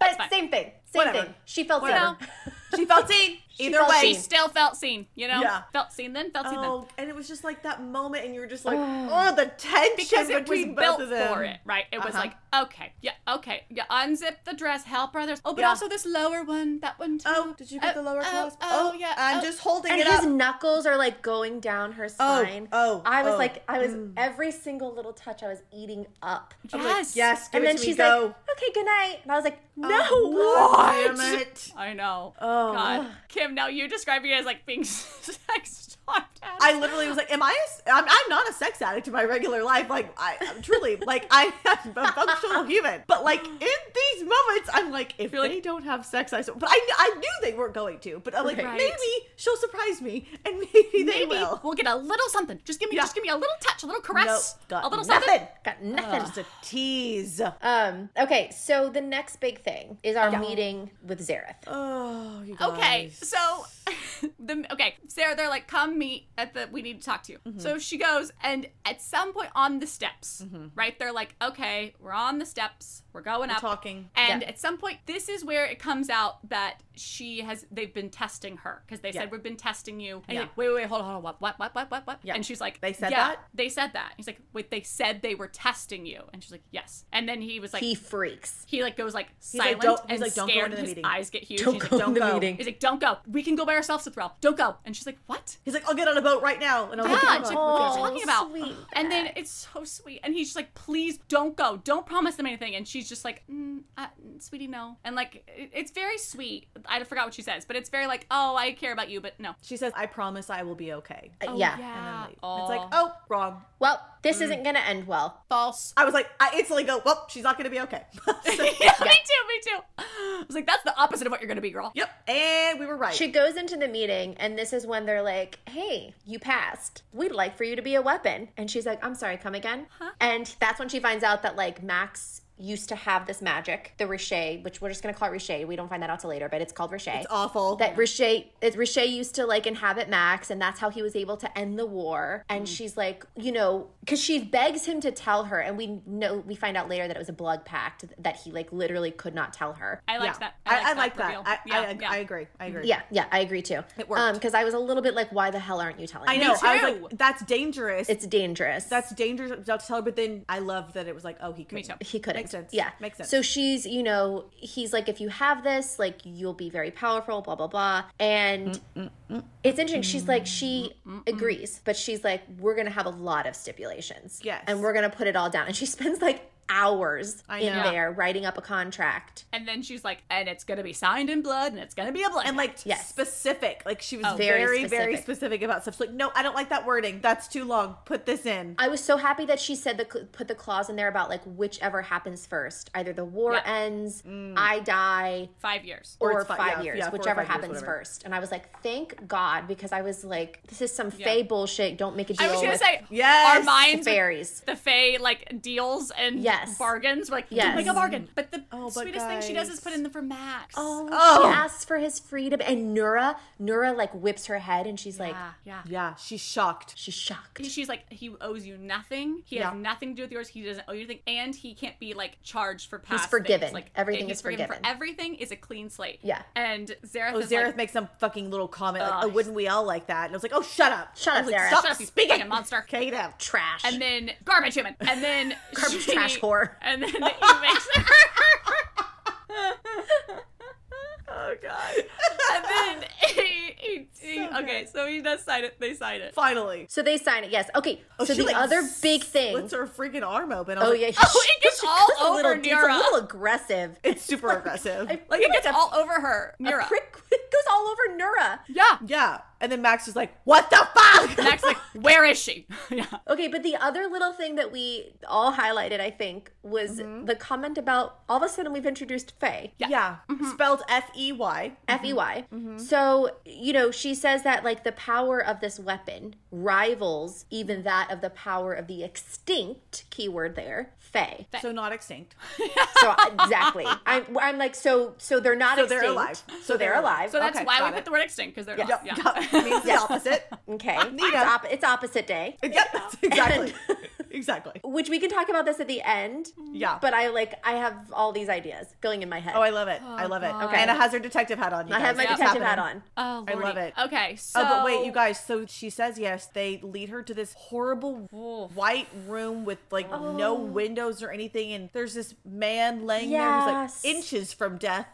[SPEAKER 4] it's
[SPEAKER 1] fine.
[SPEAKER 4] same thing. Same
[SPEAKER 2] Whatever.
[SPEAKER 4] thing. She felt
[SPEAKER 2] Whatever.
[SPEAKER 4] so.
[SPEAKER 2] She felt seen. Either
[SPEAKER 4] felt
[SPEAKER 2] way.
[SPEAKER 1] She
[SPEAKER 4] seen.
[SPEAKER 1] still felt seen, you know.
[SPEAKER 2] Yeah.
[SPEAKER 1] Felt seen then, felt seen then.
[SPEAKER 2] Oh, and it was just like that moment, and you were just like, oh, the tension
[SPEAKER 1] Because it was
[SPEAKER 2] between both
[SPEAKER 1] built
[SPEAKER 2] of them.
[SPEAKER 1] for it, right? It was
[SPEAKER 2] Uh-huh.
[SPEAKER 1] like, okay, yeah, okay, yeah. Unzip the dress, help her. There's, oh, but
[SPEAKER 2] Yeah.
[SPEAKER 1] also this lower one, that one too.
[SPEAKER 2] Oh, did you get the lower
[SPEAKER 1] oh,
[SPEAKER 2] clasp?
[SPEAKER 1] Oh, yeah.
[SPEAKER 2] I'm
[SPEAKER 1] oh.
[SPEAKER 2] just holding
[SPEAKER 4] And
[SPEAKER 2] it
[SPEAKER 4] his
[SPEAKER 2] up.
[SPEAKER 4] knuckles are like going down her spine.
[SPEAKER 2] oh,
[SPEAKER 4] I was
[SPEAKER 2] oh,
[SPEAKER 4] like, I was every single little touch I was eating up.
[SPEAKER 2] I was like,
[SPEAKER 1] Yes.
[SPEAKER 2] yes, give
[SPEAKER 4] and
[SPEAKER 2] it
[SPEAKER 4] then
[SPEAKER 2] to me,
[SPEAKER 4] she's
[SPEAKER 2] go.
[SPEAKER 4] like, okay, good night. And I was like, no.
[SPEAKER 2] Oh,
[SPEAKER 1] what?
[SPEAKER 2] Damn it.
[SPEAKER 1] I know.
[SPEAKER 2] Oh.
[SPEAKER 1] God, Kim. Now you describe me as like being sex talked.
[SPEAKER 2] I literally was like, "Am I? A, I'm, I'm not a sex addict in my regular life. Like, I I'm truly, like, I am a functional human. But like in these moments, I'm like, if
[SPEAKER 1] You're like-
[SPEAKER 2] they don't have sex, I. So, but I, I knew they weren't going to. But I'm like,
[SPEAKER 1] Right.
[SPEAKER 2] maybe she'll surprise me, and maybe they
[SPEAKER 1] Maybe
[SPEAKER 2] will.
[SPEAKER 1] we'll get a little something. Just give me,
[SPEAKER 2] Yeah.
[SPEAKER 1] just give me a little touch, a little caress,
[SPEAKER 2] Nope, got
[SPEAKER 1] a little
[SPEAKER 2] nothing.
[SPEAKER 1] something.
[SPEAKER 4] Got nothing.
[SPEAKER 2] Just a tease.
[SPEAKER 4] Um, okay, so the next big thing is our meeting with Zareth.
[SPEAKER 2] Oh, you guys.
[SPEAKER 1] Okay, so the okay, Sarah, they're like, come meet at the. We need to talk to you.
[SPEAKER 2] Mm-hmm.
[SPEAKER 1] So she goes, and at some point on the steps, right? They're like, okay, we're on the steps, we're going
[SPEAKER 2] Mm-hmm. We're
[SPEAKER 1] up.
[SPEAKER 2] talking.
[SPEAKER 1] And
[SPEAKER 4] Yeah.
[SPEAKER 1] at some point, this is where it comes out that she has, they've been testing her because they
[SPEAKER 2] Yeah.
[SPEAKER 1] said, We've been testing you. And
[SPEAKER 2] Yeah.
[SPEAKER 1] he's like, Wait, wait, wait, hold on, hold on, what, what, what, what, what, what?
[SPEAKER 2] Yeah.
[SPEAKER 1] And she's like,
[SPEAKER 2] They said
[SPEAKER 1] yeah,
[SPEAKER 2] that?
[SPEAKER 1] They said that. He's like, Wait, they said they were testing you. And she's like, Yes. And then he was like,
[SPEAKER 4] he
[SPEAKER 1] He,
[SPEAKER 4] freaks.
[SPEAKER 1] like goes like
[SPEAKER 2] like,
[SPEAKER 1] silent
[SPEAKER 2] "Don't- he's
[SPEAKER 1] and
[SPEAKER 2] like, "Don't go
[SPEAKER 1] scared.
[SPEAKER 2] into the
[SPEAKER 1] and his
[SPEAKER 2] meeting.
[SPEAKER 1] eyes get huge.
[SPEAKER 4] Don't
[SPEAKER 1] he's
[SPEAKER 4] go
[SPEAKER 1] like,
[SPEAKER 4] in
[SPEAKER 1] Don't
[SPEAKER 4] the
[SPEAKER 1] go.
[SPEAKER 4] meeting.
[SPEAKER 1] He's like, Don't go. We can go by ourselves with Ralph. Don't go. And she's like, What?
[SPEAKER 2] He's like, I'll get on a boat right now, and I'm
[SPEAKER 1] Yeah,
[SPEAKER 2] like,
[SPEAKER 1] it's like,
[SPEAKER 2] "Come on."
[SPEAKER 1] what are
[SPEAKER 4] Oh,
[SPEAKER 1] you talking about?
[SPEAKER 4] sweet.
[SPEAKER 1] And then it's so sweet. And he's just like, please don't go. Don't promise them anything. And she's just like, mm, uh, sweetie, no. And like, it- it's very sweet. I forgot what she says, but it's very like, oh, I care about you, but no.
[SPEAKER 2] she says, "I promise I will be okay."
[SPEAKER 1] Oh,
[SPEAKER 4] yeah.
[SPEAKER 2] And then like,
[SPEAKER 1] Aw.
[SPEAKER 2] it's like, oh, wrong.
[SPEAKER 4] Well,
[SPEAKER 2] Mm.
[SPEAKER 4] this isn't gonna end well.
[SPEAKER 1] false.
[SPEAKER 2] I was like, I instantly go, well, she's not going to be okay. So-
[SPEAKER 1] yeah, me too, me too. I was like, that's the opposite of what you're going to be, girl.
[SPEAKER 2] yep. And we were right.
[SPEAKER 4] She goes into the meeting, and this is when they're like, Hey, you passed. We'd like for you to be a weapon. And she's like, I'm sorry, come again. And that's when she finds out that, like, Max used to have this magic, the Riche, which we're just going to call it Riche. We don't find that out till later, but it's called Riche.
[SPEAKER 2] It's awful.
[SPEAKER 4] that Riche, that Riche used to like inhabit Max, and that's how he was able to end the war. And
[SPEAKER 2] Mm.
[SPEAKER 4] she's like, you know, because she begs him to tell her, and we know we find out later that it was a blood pact that he like literally could not tell her.
[SPEAKER 1] I liked
[SPEAKER 2] yeah.
[SPEAKER 1] that.
[SPEAKER 2] I, I like
[SPEAKER 1] liked
[SPEAKER 2] that.
[SPEAKER 1] reveal.
[SPEAKER 2] I,
[SPEAKER 1] yeah,
[SPEAKER 2] I,
[SPEAKER 1] yeah.
[SPEAKER 2] I agree. I agree.
[SPEAKER 4] Yeah, yeah, I agree too. It
[SPEAKER 2] worked.
[SPEAKER 4] because I was a little bit like, why the hell aren't you telling?
[SPEAKER 2] I
[SPEAKER 4] me?
[SPEAKER 2] know. I was
[SPEAKER 1] too.
[SPEAKER 2] like, that's dangerous.
[SPEAKER 4] it's dangerous.
[SPEAKER 2] that's dangerous not to tell her. But then I love that it was like, oh, he could.
[SPEAKER 1] Me too.
[SPEAKER 4] he couldn't.
[SPEAKER 2] Makes sense.
[SPEAKER 4] Yeah,
[SPEAKER 2] Makes sense.
[SPEAKER 4] So she's, you know, he's like, if you have this, like, you'll be very powerful. Blah blah blah. And it's interesting. She's like, she agrees, but she's like, we're gonna have a lot of stipulations.
[SPEAKER 2] Yes.
[SPEAKER 4] and we're gonna put it all down. And she spends like hours
[SPEAKER 2] I
[SPEAKER 4] in
[SPEAKER 2] know.
[SPEAKER 4] there writing up a contract.
[SPEAKER 1] And then she's like, and it's gonna be signed in blood, and it's gonna be a blood.
[SPEAKER 2] And like
[SPEAKER 4] Yes.
[SPEAKER 2] specific, like she was
[SPEAKER 1] Oh.
[SPEAKER 4] Very
[SPEAKER 2] very, very,
[SPEAKER 4] specific.
[SPEAKER 2] specific about stuff. She's like, no, I don't like that wording. That's too long. Put this in.
[SPEAKER 4] I was so happy that she said the cl- put the clause in there about like whichever happens first, either the war
[SPEAKER 1] Yeah.
[SPEAKER 4] ends,
[SPEAKER 2] Mm.
[SPEAKER 4] I die,
[SPEAKER 1] five years.
[SPEAKER 4] or,
[SPEAKER 2] Or it's
[SPEAKER 4] five
[SPEAKER 2] fi- yeah,
[SPEAKER 4] years,
[SPEAKER 2] yeah, four or
[SPEAKER 4] whichever
[SPEAKER 2] five years,
[SPEAKER 4] happens
[SPEAKER 2] whatever.
[SPEAKER 4] first. And I was like, thank God, because I was like, this is some
[SPEAKER 1] Yeah.
[SPEAKER 4] fey bullshit. Don't make a deal
[SPEAKER 1] I was gonna
[SPEAKER 4] with
[SPEAKER 1] say,
[SPEAKER 2] Yes,
[SPEAKER 1] our minds are
[SPEAKER 4] fairies.
[SPEAKER 1] the Fae like deals and
[SPEAKER 4] Yes.
[SPEAKER 1] bargains. We're like,
[SPEAKER 4] Yes.
[SPEAKER 1] don't make a bargain. But the
[SPEAKER 2] Oh, but
[SPEAKER 1] sweetest thing she does is
[SPEAKER 2] guys.
[SPEAKER 1] put in the for Max.
[SPEAKER 4] Oh,
[SPEAKER 2] Oh.
[SPEAKER 4] she asks for his freedom, and Nura, Nura like whips her head, and she's like,
[SPEAKER 1] yeah, Ah, yeah.
[SPEAKER 2] yeah, she's shocked.
[SPEAKER 4] she's shocked.
[SPEAKER 1] She's like, he owes you nothing. He
[SPEAKER 2] Yeah.
[SPEAKER 1] has nothing to do with yours. He doesn't owe you anything, and he can't be like charged for past.
[SPEAKER 4] forgiven.
[SPEAKER 1] Things. Like
[SPEAKER 4] Everything
[SPEAKER 1] he's
[SPEAKER 4] is
[SPEAKER 1] For
[SPEAKER 4] forgiven.
[SPEAKER 1] everything is a clean slate.
[SPEAKER 4] Yeah.
[SPEAKER 1] And Zareth.
[SPEAKER 2] Oh,
[SPEAKER 1] is
[SPEAKER 2] Zareth
[SPEAKER 1] like,
[SPEAKER 2] makes some fucking little comment like,
[SPEAKER 1] Ugh.
[SPEAKER 2] "Oh, wouldn't we all like that?" And I was like, "Oh, shut up,
[SPEAKER 4] Shut
[SPEAKER 2] I
[SPEAKER 4] up,
[SPEAKER 2] was like,
[SPEAKER 4] Zareth.
[SPEAKER 2] Stop
[SPEAKER 1] Shut up, you
[SPEAKER 2] speaking,
[SPEAKER 1] fucking monster.
[SPEAKER 2] Okay, now.
[SPEAKER 4] Trash.
[SPEAKER 1] and then garbage human, and then
[SPEAKER 4] Garbage trash whore.
[SPEAKER 1] and then he makes
[SPEAKER 2] Oh god.
[SPEAKER 1] and then he, he, he okay, so he does sign it. They sign it.
[SPEAKER 2] Finally.
[SPEAKER 4] so they sign it. Yes. Okay.
[SPEAKER 2] Oh,
[SPEAKER 4] so
[SPEAKER 2] she,
[SPEAKER 4] the
[SPEAKER 2] like,
[SPEAKER 4] other big thing.
[SPEAKER 2] Slits her freaking arm open. I was
[SPEAKER 4] Oh
[SPEAKER 2] like,
[SPEAKER 4] yeah.
[SPEAKER 1] Oh, it gets
[SPEAKER 4] she
[SPEAKER 1] all
[SPEAKER 4] goes a
[SPEAKER 1] over
[SPEAKER 4] little, It's
[SPEAKER 1] Nira.
[SPEAKER 4] a little aggressive.
[SPEAKER 2] It's super aggressive.
[SPEAKER 1] Like it gets all over her.
[SPEAKER 4] A
[SPEAKER 1] Mira.
[SPEAKER 4] prick it goes all over Nura.
[SPEAKER 1] yeah.
[SPEAKER 2] yeah. And then Max is like, "What the fuck?"
[SPEAKER 1] Max like, where is she? yeah.
[SPEAKER 4] Okay, but the other little thing that we all highlighted, I think, was the comment about all of a sudden we've introduced Faye.
[SPEAKER 2] Mm-hmm. yeah.
[SPEAKER 1] Mm-hmm.
[SPEAKER 2] Mm-hmm. Spelled F E Y.
[SPEAKER 4] F E Y. So, you know, she says that like the power of this weapon rivals even that of the power of the extinct keyword there, Fae.
[SPEAKER 2] So not extinct.
[SPEAKER 4] So exactly. I'm I'm like, so so they're not
[SPEAKER 2] So they're
[SPEAKER 4] extinct.
[SPEAKER 2] alive.
[SPEAKER 4] So they're alive.
[SPEAKER 1] So that's
[SPEAKER 2] Okay,
[SPEAKER 1] why we
[SPEAKER 2] got
[SPEAKER 1] put
[SPEAKER 2] it.
[SPEAKER 1] the word extinct because they're
[SPEAKER 2] Yep.
[SPEAKER 1] not. Yeah.
[SPEAKER 2] Yep. Means the opposite.
[SPEAKER 4] okay. It's,
[SPEAKER 2] Nita.
[SPEAKER 4] op- it's opposite day.
[SPEAKER 2] Yep. Exactly. exactly.
[SPEAKER 4] Which we can talk about this at the end.
[SPEAKER 2] Yeah.
[SPEAKER 4] But I like I have all these ideas going in my head.
[SPEAKER 2] oh, I love it. I love it.
[SPEAKER 1] God.
[SPEAKER 2] Okay. Anna has her detective hat on. You
[SPEAKER 4] I
[SPEAKER 2] guys.
[SPEAKER 4] have my
[SPEAKER 2] It's
[SPEAKER 4] detective hat
[SPEAKER 2] happening.
[SPEAKER 1] Oh,
[SPEAKER 4] on.
[SPEAKER 2] I
[SPEAKER 1] Lordy.
[SPEAKER 2] love it.
[SPEAKER 1] Okay, so
[SPEAKER 2] oh, but wait, you guys. So she says yes. They lead her to this horrible
[SPEAKER 1] Oof. Oh.
[SPEAKER 2] white room with like no windows or anything, and there's this man laying
[SPEAKER 4] Yes.
[SPEAKER 2] there who's like inches from death.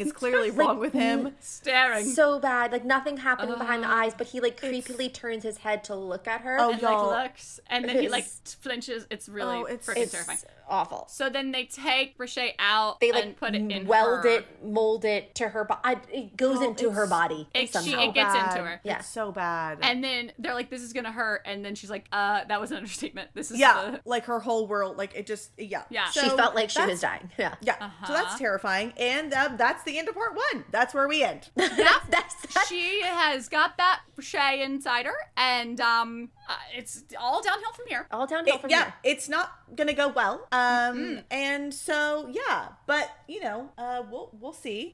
[SPEAKER 2] is clearly wrong with him.
[SPEAKER 1] staring.
[SPEAKER 4] so bad. Like nothing happening behind
[SPEAKER 1] Oh.
[SPEAKER 4] the eyes, but he like creepily turns his head to look at her.
[SPEAKER 2] Oh,
[SPEAKER 1] and
[SPEAKER 2] y'all.
[SPEAKER 1] like looks, and then he like
[SPEAKER 4] It's-
[SPEAKER 1] flinches. It's really
[SPEAKER 2] Oh, it's-
[SPEAKER 1] freaking
[SPEAKER 4] it's
[SPEAKER 1] terrifying.
[SPEAKER 4] awful.
[SPEAKER 1] So then they take Roche out
[SPEAKER 4] They like
[SPEAKER 1] and put it in
[SPEAKER 4] weld
[SPEAKER 1] her.
[SPEAKER 4] it, mold it to her body. It goes into her
[SPEAKER 2] it's-
[SPEAKER 4] body
[SPEAKER 1] It, she,
[SPEAKER 4] somehow.
[SPEAKER 1] it gets
[SPEAKER 2] Bad.
[SPEAKER 1] into her.
[SPEAKER 4] Yeah.
[SPEAKER 2] It's so bad.
[SPEAKER 1] And then they're like, "This is gonna hurt," and then she's like, "Uh, that was an understatement. This is
[SPEAKER 2] yeah,
[SPEAKER 1] the-
[SPEAKER 2] like her whole world, like it just yeah.
[SPEAKER 1] Yeah. Uh-huh.
[SPEAKER 4] she
[SPEAKER 2] So
[SPEAKER 4] felt like she
[SPEAKER 2] that's-
[SPEAKER 4] was dying. Yeah.
[SPEAKER 2] Yeah, so that's terrifying, and um, that's the end of part one. That's where we end.
[SPEAKER 4] That's, that's
[SPEAKER 1] she has got that Roche inside her, and um, uh, it's all downhill from here.
[SPEAKER 4] all downhill
[SPEAKER 2] It-
[SPEAKER 4] from
[SPEAKER 2] yeah,
[SPEAKER 4] here.
[SPEAKER 2] it's not gonna go well. Um, and so yeah, but you know, uh, we'll we'll see.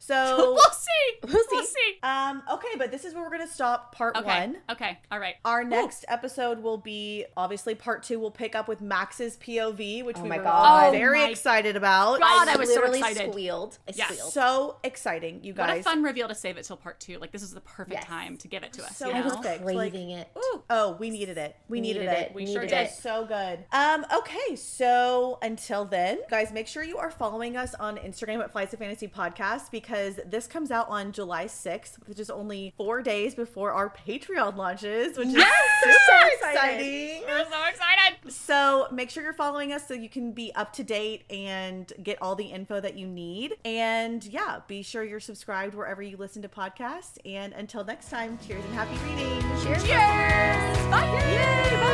[SPEAKER 2] So,
[SPEAKER 1] We'll see.
[SPEAKER 4] Oh. We'll see.
[SPEAKER 1] We'll see.
[SPEAKER 2] um, okay, but this is where we're gonna stop part
[SPEAKER 1] Okay.
[SPEAKER 2] one.
[SPEAKER 1] Okay. All right.
[SPEAKER 2] Our next episode will be obviously part two. We'll pick up with Max's POV, which
[SPEAKER 4] Oh
[SPEAKER 2] we
[SPEAKER 4] my
[SPEAKER 2] were
[SPEAKER 4] God.
[SPEAKER 2] all
[SPEAKER 4] Oh
[SPEAKER 2] very
[SPEAKER 1] my
[SPEAKER 2] excited about.
[SPEAKER 1] God, I was so
[SPEAKER 4] literally
[SPEAKER 1] excited.
[SPEAKER 4] squealed. I
[SPEAKER 1] Yes.
[SPEAKER 4] squealed.
[SPEAKER 2] so exciting, you
[SPEAKER 1] What a
[SPEAKER 2] guys.
[SPEAKER 1] fun reveal to save it till part two. Like this is the perfect
[SPEAKER 4] Yes.
[SPEAKER 1] time to give it to us.
[SPEAKER 2] So
[SPEAKER 1] you
[SPEAKER 4] I
[SPEAKER 1] know?
[SPEAKER 4] was
[SPEAKER 2] perfect. like-
[SPEAKER 4] craving it.
[SPEAKER 1] Ooh.
[SPEAKER 2] Oh, we needed it. We needed, it.
[SPEAKER 1] We
[SPEAKER 4] needed
[SPEAKER 1] sure
[SPEAKER 4] it.
[SPEAKER 1] did.
[SPEAKER 2] That's so good. Um, okay, so until then, guys, make sure you are following us on Instagram at Flights of Fantasy Podcast because this comes out on July 6th, which is only four days before our Patreon launches, which
[SPEAKER 1] Yes!
[SPEAKER 2] is super
[SPEAKER 4] So excited.
[SPEAKER 2] exciting.
[SPEAKER 1] We're so excited.
[SPEAKER 2] So make sure you're following us so you can be up to date and get all the info that you need. And yeah, be sure you're subscribed wherever you listen to podcasts. And until next time, cheers and happy reading.
[SPEAKER 4] Cheers.
[SPEAKER 1] Cheers. Bye. Yay. Bye.